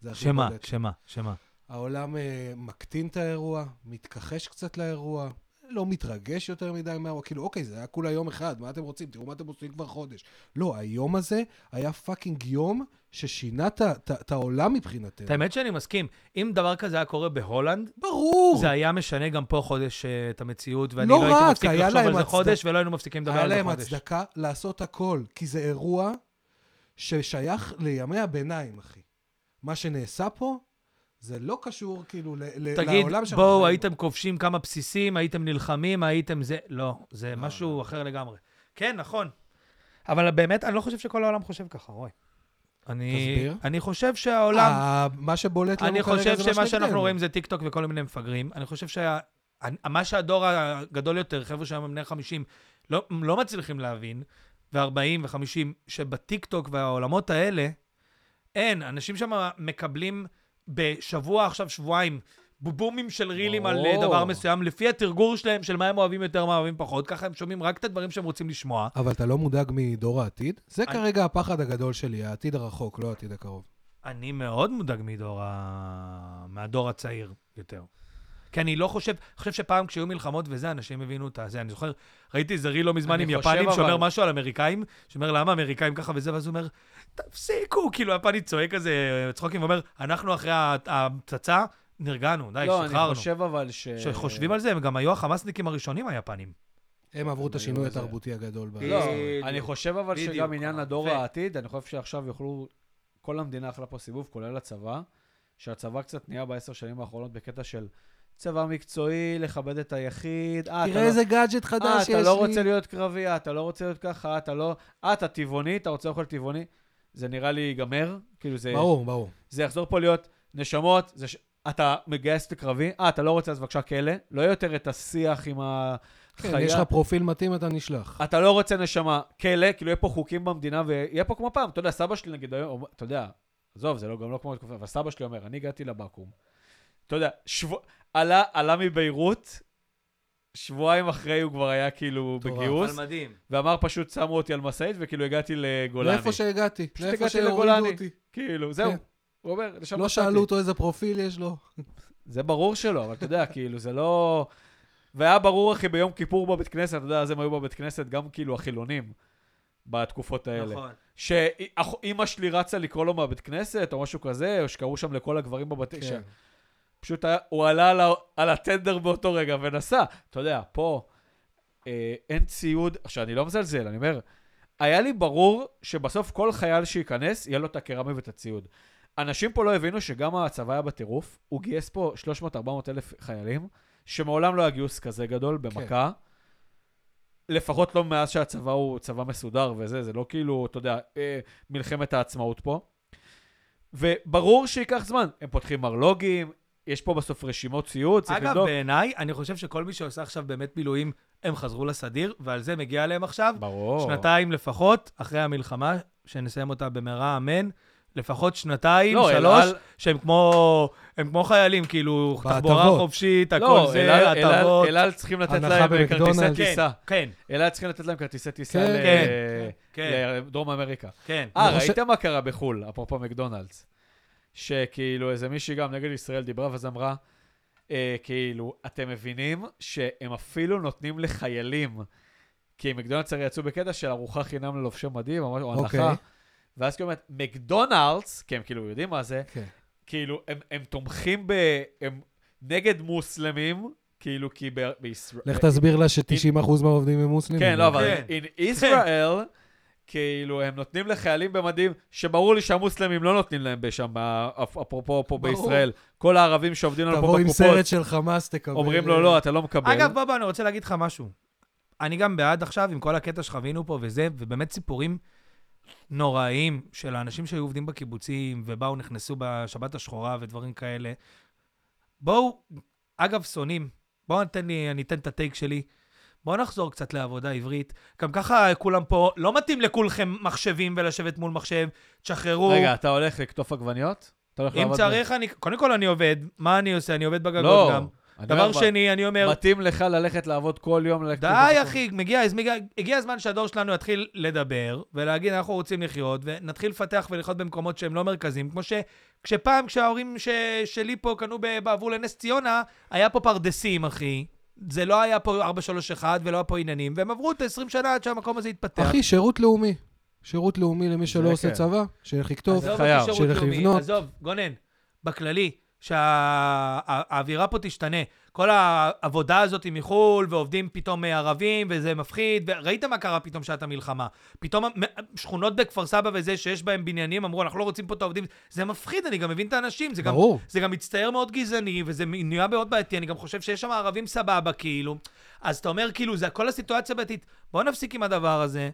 S3: זה הכי
S2: שמה,
S3: בולט. כן.
S2: שמה, שמה.
S3: העולם אה, מקטין את האירוע, מתכחש קצת לאירוע, לא מתרגש יותר מדי מהאירוע, כאילו, אוקיי, זה היה כולה יום אחד, מה אתם רוצים? תראו מה אתם עושים כבר חודש. לא, היום הזה היה פאקינג יום ששינה את ה- את ה- את העולם מבחינתנו.
S2: את האמת שאני מסכים, אם דבר כזה היה קורה בהולנד,
S3: ברור!
S2: זה היה משנה גם פה חודש אה, את המציאות, ואני
S3: לא
S2: לא הייתי
S3: רק,
S2: מפסיק
S3: היה
S2: לחשוב על
S3: להם
S2: זה
S3: הצדק-
S2: חודש, ולא היינו מפסיקים לדבר
S3: היה
S2: על זה
S3: להם
S2: חודש.
S3: הצדקה לעשות הכל, כי זה אירוע ששייך לימי הביניים, אחי. מה שנעשה פה זה לא קשור כאילו ל- ל-
S2: תגיד,
S3: לעולם שאנחנו חיים
S2: בואו,
S3: בו.
S2: הייתם כובשים כמה בסיסים, הייתם נלחמים, הייתם זה... לא, זה משהו אחר לגמרי. כן, נכון. אבל באמת, אני לא חושב שכל העולם חושב ככה, רוי. אני,
S3: תסביר.
S2: אני חושב שהעולם...
S3: אה, מה שבולט
S2: אני
S3: לנו כרגע
S2: חושב
S3: זה
S2: שמה
S3: מה
S2: שאנחנו
S3: שנגדנו.
S2: רואים זה טיקטוק וכל מיני מפגרים. אני חושב שמה שהדור הגדול יותר, חבר'ה שהיום הם בני 50, לא, לא מצליחים להבין, ו-40 ו-50, שבטיקטוק והעולמות האלה, אין, אנשים שם מקבלים בשבוע, עכשיו שבועיים, בובומים של רילים על אה,
S1: ברור.
S2: דבר מסוים, לפי התרגור שלהם של מה הם אוהבים יותר, מה אוהבים פחות, ככה הם שומעים רק את הדברים שהם רוצים לשמוע.
S3: אבל אתה לא מודאג מדור העתיד? זה
S2: אני-
S3: כרגע הפחד הגדול שלי, העתיד הרחוק, לא העתיד הקרוב.
S2: אני מאוד מודאג מדור ה... מהדור הצעיר יותר. כי אני לא חושב, אני חושב שפעם כשהיו מלחמות וזה, אנשים הבינו את זה. אני זוכר, ראיתי איזה ריל לא מזמן
S1: אני
S2: עם
S1: חושב,
S2: יפנים שאומר
S1: אבל-
S2: משהו על אמריקאים, שאומר למה אמריקאים ככה וזה, ואז הוא אומר, תפסיקו, כאילו היפני צועק כזה צחוקים ואומר, אנחנו אחרי ה- ההפצצה, נרגענו, די,
S1: לא, אני
S2: שחררנו.
S1: חושב אבל ש...
S2: כשחושבים על זה, הם גם היו החמאסניקים הראשונים, היפנים.
S3: הם עברו את
S1: הם
S3: השינוי
S1: היו בזה.
S3: התרבותי הגדול. ב-
S1: לא,
S2: בדיוק.
S1: אני חושב אבל
S2: בדיוק.
S1: שגם עניין הדור
S2: יפה.
S1: העתיד, אני חושב שעכשיו יוכלו, כל המדינה אכלה פה סיבוב, כולל הצבא, שהצבא קצת נהיה בעשר שנים האחרונות בקטע של צבא מקצועי, לכבד את היחיד. אה, אתה
S3: תראה
S1: לא-
S3: איזה גאדג'ט
S1: אה,
S3: חדש יש לי.
S1: אתה לא רוצה להיות קרבי, אה, אתה לא רוצה להיות ככה, אתה לא... אה, אתה טבעוני, אתה רוצה לאכול טבעוני? זה נראה לי ייגמר, כאילו זה...
S3: ברור, ברור.
S1: זה יחזור פה להיות נשמות, זה ש... אתה מגייס את הקרבי, אה, אתה לא רוצה, אז בבקשה כלא. לא יותר את השיח עם
S3: כן,
S1: החיה.
S3: יש לך פרופיל מתאים, אתה נשלח.
S1: אתה לא רוצה נשמה, כלא, כאילו יהיה פה חוקים במדינה ויהיה פה כמו פעם. אתה יודע, סבא שלי נגיד היום, אתה יודע, עזוב, זה לא, גם לא כמו התקופה, אבל סבא שלי אומר, אני הגעתי לבקו"ם. אתה יודע, שבוע, עלה, עלה מביירות, שבועיים אחרי הוא כבר היה כאילו
S3: מטורף.
S1: בגיוס,
S2: מדהים.
S1: ואמר פשוט שמו אותי על משאית וכאילו הגעתי לגולני.
S3: לאיפה שהגעתי.
S1: פשוט
S3: לאיפה
S1: הגעתי
S3: שהורידו
S1: לגולני.
S3: אותי.
S1: כאילו, זהו.
S3: כן.
S1: הוא אומר, לשם
S3: לא
S1: נסעתי.
S3: שאלו אותו איזה פרופיל יש לו.
S1: זה ברור שלא, אבל אתה יודע, כאילו, זה לא... והיה ברור, אחי, ביום כיפור בבית כנסת, אתה יודע, אז הם היו בבית כנסת, גם כאילו החילונים, בתקופות האלה.
S2: נכון.
S1: שאימא שלי רצה לקרוא לו מהבית כנסת, או משהו כזה, או שקראו שם לכל הגברים בבתי...
S3: כן.
S1: כן. פשוט היה, הוא עלה על, ה- על הטנדר באותו רגע ונסע. אתה יודע, פה אה, אין ציוד, עכשיו, אני לא מזלזל, אני אומר, היה לי ברור שבסוף כל חייל שייכנס, יהיה לו את הקרמי ואת הציוד. אנשים פה לא הבינו שגם הצבא היה בטירוף, הוא גייס פה 300-400 אלף חיילים, שמעולם לא היה גיוס כזה גדול במכה. לפחות לא מאז שהצבא הוא צבא מסודר וזה, זה לא כאילו, אתה יודע, אה, מלחמת העצמאות פה. וברור שייקח זמן, הם פותחים מרלוגים, יש פה בסוף רשימות ציוד, צריך
S2: אגב, אה,
S1: לבדוק.
S2: בעיניי, אני חושב שכל מי שעושה עכשיו באמת מילואים, הם חזרו לסדיר, ועל זה מגיע להם עכשיו.
S1: ברור.
S2: שנתיים לפחות, אחרי המלחמה, שנסיים אותה במהרה, אמן. לפחות שנתיים,
S1: לא,
S2: שלוש,
S1: אל על-
S2: שהם כמו, הם כמו חיילים, כאילו, תחבורה
S3: בהטבות.
S2: חופשית, הכל
S1: לא, אל
S2: זה,
S1: על- אל על-
S2: הטבות.
S1: אל על צריכים לתת
S3: הנחה
S1: להם אה,
S3: במקדונלדס.
S1: כרטיסי
S2: כן,
S1: טיסה.
S2: כן,
S1: אל על צריכים לתת להם כרטיסי טיסה
S3: כן,
S1: ל-
S2: כן, כן,
S1: לדרום אמריקה.
S2: כן.
S1: אה,
S3: אני חושב-
S1: ראית מה קרה בחו"ל, אפרופו מקדונלדס? שכאילו איזה מישהי גם נגד ישראל דיברה ואז אמרה, אה, כאילו, אתם מבינים שהם אפילו נותנים לחיילים, כי מקדונלדס הרי יצאו בקטע של ארוחה חינם ללובשי מדים, או משהו, או
S3: אוקיי.
S1: הנחה. ואז כאילו אומרת, מקדונלדס, כי הם כאילו יודעים מה זה,
S3: כן.
S1: כאילו, הם, הם תומכים ב... הם נגד מוסלמים, כאילו, כי ב- בישראל...
S3: לך תסביר לה ש-90% מהעובדים הם מוסלמים.
S1: כן, לא, אבל
S2: כן.
S1: in Israel, כאילו, הם נותנים לחיילים במדים, שברור לי שהמוסלמים לא נותנים להם בשם, אה, אפ- אפרופו פה
S3: ברור.
S1: בישראל. כל הערבים שעובדים לנו פה
S3: כן. תבוא עם
S1: בקופות,
S3: סרט של חמאס, תקבל...
S1: אומרים לו, לא, אתה לא מקבל.
S2: אגב, בבא, אני רוצה להגיד לך משהו. אני גם בעד עכשיו, עם כל הקטע שחווינו פה וזה, ובאמת סיפורים נוראיים של האנשים שהיו עובדים בקיבוצים, ובאו, נכנסו בשבת השחורה ודברים כאלה. בואו, אגב, שונאים, בואו נתן לי, אני אתן את הטייק שלי. בואו נחזור קצת לעבודה עברית. גם ככה כולם פה, לא מתאים לכולכם מחשבים ולשבת מול מחשב, תשחררו.
S1: רגע, אתה הולך לקטוף עגבניות? אתה הולך
S2: אם
S1: לעבוד
S2: צריך, אני... קודם כל אני עובד, מה אני עושה? אני עובד
S1: ב-
S2: בגגות
S1: לא.
S2: גם.
S1: אני
S2: דבר
S1: אומר,
S2: שני, אני אומר,
S1: מתאים לך ללכת לעבוד כל יום לקטוף
S2: די,
S1: עגבניות?
S2: אחי, מגיע, אז מגיע, הגיע הזמן שהדור שלנו יתחיל לדבר ולהגיד, אנחנו רוצים לחיות, ונתחיל לפתח ולחיות במקומות שהם לא מרכזיים, כמו שכשפעם, כשההורים ש... שלי פה קנו ב- בעבור לנס ציונה, היה פה פרדסים, אחי. זה לא היה פה 431 ולא היה פה עניינים, והם עברו את ה-20 שנה עד שהמקום הזה התפתח.
S3: אחי, שירות לאומי. שירות לאומי למי
S1: זה
S3: שלא עושה
S1: כן.
S3: צבא, שילך לכתוב.
S1: זה
S2: עזוב
S1: חייב.
S2: אותי שירות
S3: שילך
S2: לאומי,
S3: לבנות.
S2: עזוב, גונן, בכללי, שהאווירה פה תשתנה. כל העבודה הזאת היא מחו"ל, ועובדים פתאום אה, ערבים, וזה מפחיד, וראית מה קרה פתאום שעת המלחמה. פתאום המ- שכונות בכפר סבא וזה, שיש בהם בניינים, אמרו, אנחנו לא רוצים פה את העובדים. זה מפחיד, אני גם מבין את האנשים, זה גם
S3: ברור.
S2: זה גם מצטייר מאוד גזעני, וזה נהיה מאוד בעייתי, אני גם חושב שיש שם ערבים סבבה, כאילו. אז אתה אומר, כאילו, זה הכל הסיטואציה בעייתית. בואו נפסיק עם הדבר הזה.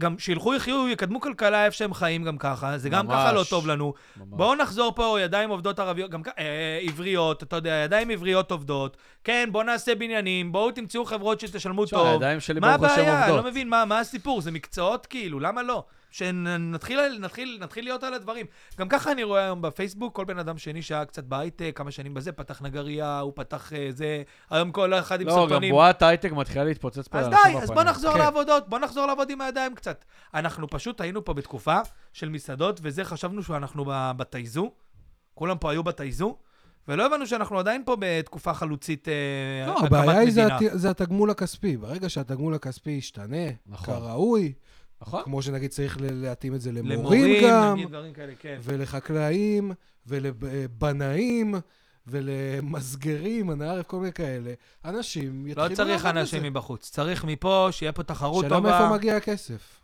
S2: גם שילכו יחיו, יקדמו כלכלה איפה שהם חיים גם ככה, זה גם
S1: ממש.
S2: ככה לא טוב לנו.
S1: ממש.
S2: בואו נחזור פה, ידיים עובדות ערביות, גם כ- אה, עבריות, אתה יודע, ידיים עבריות עובדות. כן, בואו נעשה בניינים, בואו תמצאו חברות שתשלמו
S1: תשמע,
S2: טוב.
S1: הידיים שלי
S2: מה
S1: ברוך השם
S2: הבעיה? אני לא
S1: עובדות.
S2: מבין, מה, מה הסיפור? זה מקצועות כאילו, למה לא? שנתחיל נתחיל, נתחיל להיות על הדברים. גם ככה אני רואה היום בפייסבוק, כל בן אדם שני שהיה קצת בהייטק, כמה שנים בזה, פתח נגרייה, הוא פתח אה, זה, היום כל אחד עם
S1: לא, גם
S2: סרטונים.
S1: בועת הייטק מתחילה להתפוצץ פה
S2: אז
S1: לאנשים
S2: די, אז בוא
S1: בפנים.
S2: נחזור
S3: אה, כן.
S2: לעבודות, בוא נחזור לעבוד עם הידיים קצת. אנחנו פשוט היינו פה בתקופה של מסעדות, וזה חשבנו שאנחנו ב- בתייזו, כולם פה היו בתייזו, ולא הבנו שאנחנו עדיין פה בתקופה חלוצית אה,
S3: לא,
S2: הקמת
S3: הבעיה היא זה
S2: מדינה.
S3: הת- זה התגמול הכספי. ברגע שהתגמול הכספי ישתנה,
S1: נכון.
S3: כראוי,
S1: נכון?
S3: כמו שנגיד צריך ל- להתאים את זה למורים
S2: למורים,
S3: גם,
S2: נגיד דברים כאלה, כן.
S3: ולחקלאים, ולבנאים, ולמסגרים, הנערב, כל מיני כאלה. אנשים יתחילו
S2: לא צריך
S3: לעבוד
S2: אנשים
S3: בזה.
S2: מבחוץ, צריך מפה, שיהיה פה תחרות
S3: שאלה מאיפה
S2: טובה.
S3: מגיע הכסף.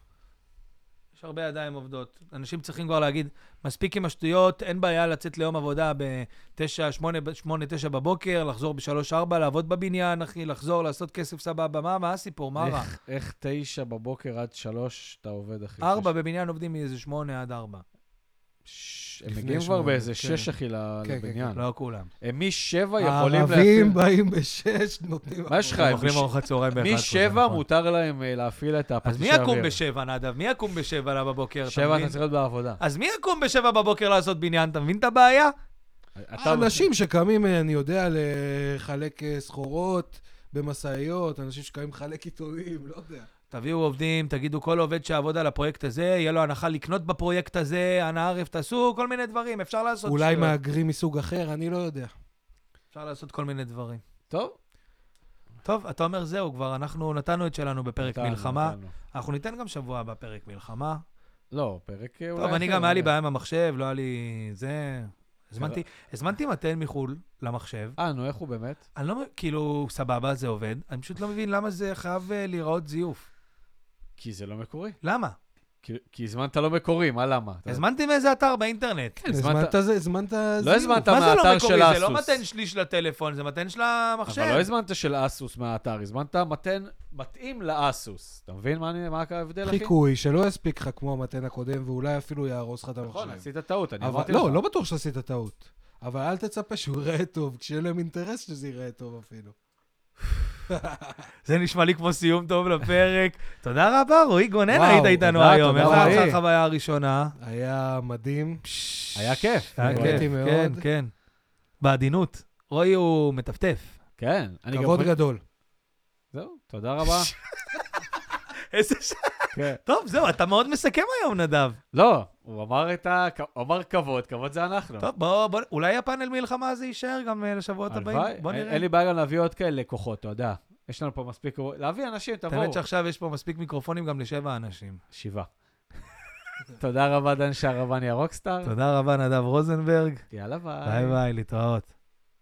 S2: יש הרבה ידיים עובדות. אנשים צריכים כבר להגיד, מספיק עם השטויות, אין בעיה לצאת ליום עבודה ב-9, 8, 8, 9 בבוקר, לחזור ב-3, 4, לעבוד בבניין, אחי, לחזור, לעשות כסף סבבה. מה, מה הסיפור? מה רע?
S1: איך- איך תשע בבוקר עד שלוש אתה עובד, אחי?
S2: 4 בבניין עובדים מאיזה 8 עד 4.
S1: ש- הם
S3: לפני
S1: מגיעים כבר
S3: שמונה,
S1: באיזה
S3: כן.
S1: שש, אחי, ל-
S3: כן, כן,
S1: לבניין.
S2: לא כולם.
S1: הם משבע
S2: לא,
S1: יכולים
S3: הערבים באים בשש, נותנים...
S1: מה יש לך?
S2: אה, הם
S1: הם
S2: אוכלים
S1: מש-
S2: ארוחת צהריים ב-11.
S1: משבע מותר להם אה, להפעיל את הפטיש
S2: אז מי יקום בשבע, נדב? מי יקום בשבע לה בבוקר, אתה
S1: שבע אתה
S2: מבין?
S1: צריך להיות בעבודה.
S2: אז מי יקום בשבע בבוקר לעשות בניין? אתה מבין את הבעיה? אה,
S1: אתה-
S3: אנשים שקמים, אה, אני יודע, לחלק אה, סחורות במשאיות, אנשים שקמים לחלק עיתונים, לא יודע.
S2: תביאו עובדים, תגידו, כל עובד שיעבוד על הפרויקט הזה, יהיה לו הנחה לקנות בפרויקט הזה, אנא ערף, תעשו כל מיני דברים, אפשר לעשות...
S3: אולי
S2: שטויות.
S3: מהגרים מסוג אחר, אני לא יודע.
S1: אה,
S2: אפשר לעשות כל מיני דברים.
S1: טוב.
S2: טוב, אתה אומר זהו כבר, אנחנו נתנו את שלנו בפרק
S1: נתנו,
S2: מלחמה.
S1: נתנו.
S2: אנחנו ניתן גם שבוע הבא פרק מלחמה.
S1: לא, פרק אה, אולי...
S2: טוב, אני
S1: אחר,
S2: גם, היה לי
S1: אולי.
S2: בעיה עם המחשב, לא היה לי... זה... הזמנתי, הזמנתי מתן מחו"ל למחשב.
S1: אה, נו, איך הוא באמת?
S2: אני לא... מ- כאילו, סבבה, זה עובד. אני פשוט לא מבין למה זה חייב אה, להיראות זיוף.
S1: כי זה לא מקורי.
S2: למה?
S1: כי- כי הזמנת לא מקורי, מה למה? אתה-
S2: הזמנתי מאיזה אתר באינטרנט.
S3: הזמנת זה, הזמנת
S1: לא
S3: זיוף.
S1: הזמנת
S2: מה זה לא
S1: מהאתר של
S2: מקורי? זה לא
S1: אסוס.
S2: מתן שליש לטלפון, זה מתן של המחשב.
S1: אבל לא הזמנת של אסוס מהאתר, הזמנת מתן מתאים לאסוס. אתה מבין מה אני- מה ההבדל, אחי?
S3: חיקוי שלא יספיק לך כמו המתן הקודם, ואולי אפילו יהרוס לך את
S1: נכון,
S3: המחשב.
S1: עשית טעות, אני
S3: אבל-
S1: אמרתי לך.
S3: לא, לא בטוח שעשית טעות. אבל אל תצפה שהוא ייראה טוב, כשיהיה להם אינטרס שזה ייראה טוב אפילו.
S2: זה נשמע לי כמו סיום טוב לפרק. תודה רבה, רועי גונן,
S3: וואו,
S2: היית איתנו
S1: תודה,
S2: היום.
S1: תודה,
S2: איך
S1: רועי.
S2: היה לך החוויה הראשונה?
S3: היה מדהים.
S1: היה כיף.
S2: היה
S1: אני
S2: כיף,
S3: אה, נהניתי מאוד.
S2: כן, כן. בעדינות. רועי הוא מטפטף.
S1: כן, אני גם...
S3: כבוד גדול.
S1: זהו, תודה רבה.
S2: איזה ש...
S1: כן.
S2: טוב, זהו, אתה מאוד מסכם היום, נדב.
S1: לא, הוא אמר את ה... הוא אמר כבוד, כבוד זה אנחנו.
S2: טוב, בוא, בוא, אולי הפאנל מלחמה הזה יישאר גם אה, לשבועות הבאים?
S1: הלוואי.
S2: בוא
S1: אין-
S2: נראה.
S1: אין לי בעיה גם להביא עוד כאלה לקוחות, אתה יודע. יש לנו פה מספיק... להביא אנשים, תבואו.
S2: האמת שעכשיו יש פה מספיק מיקרופונים גם לשבע אנשים.
S1: שבעה. תודה רבה, דן שערבני הרוקסטאר.
S2: תודה רבה, נדב רוזנברג.
S1: יאללה, אה. ביי.
S2: ביי ביי, להתראות.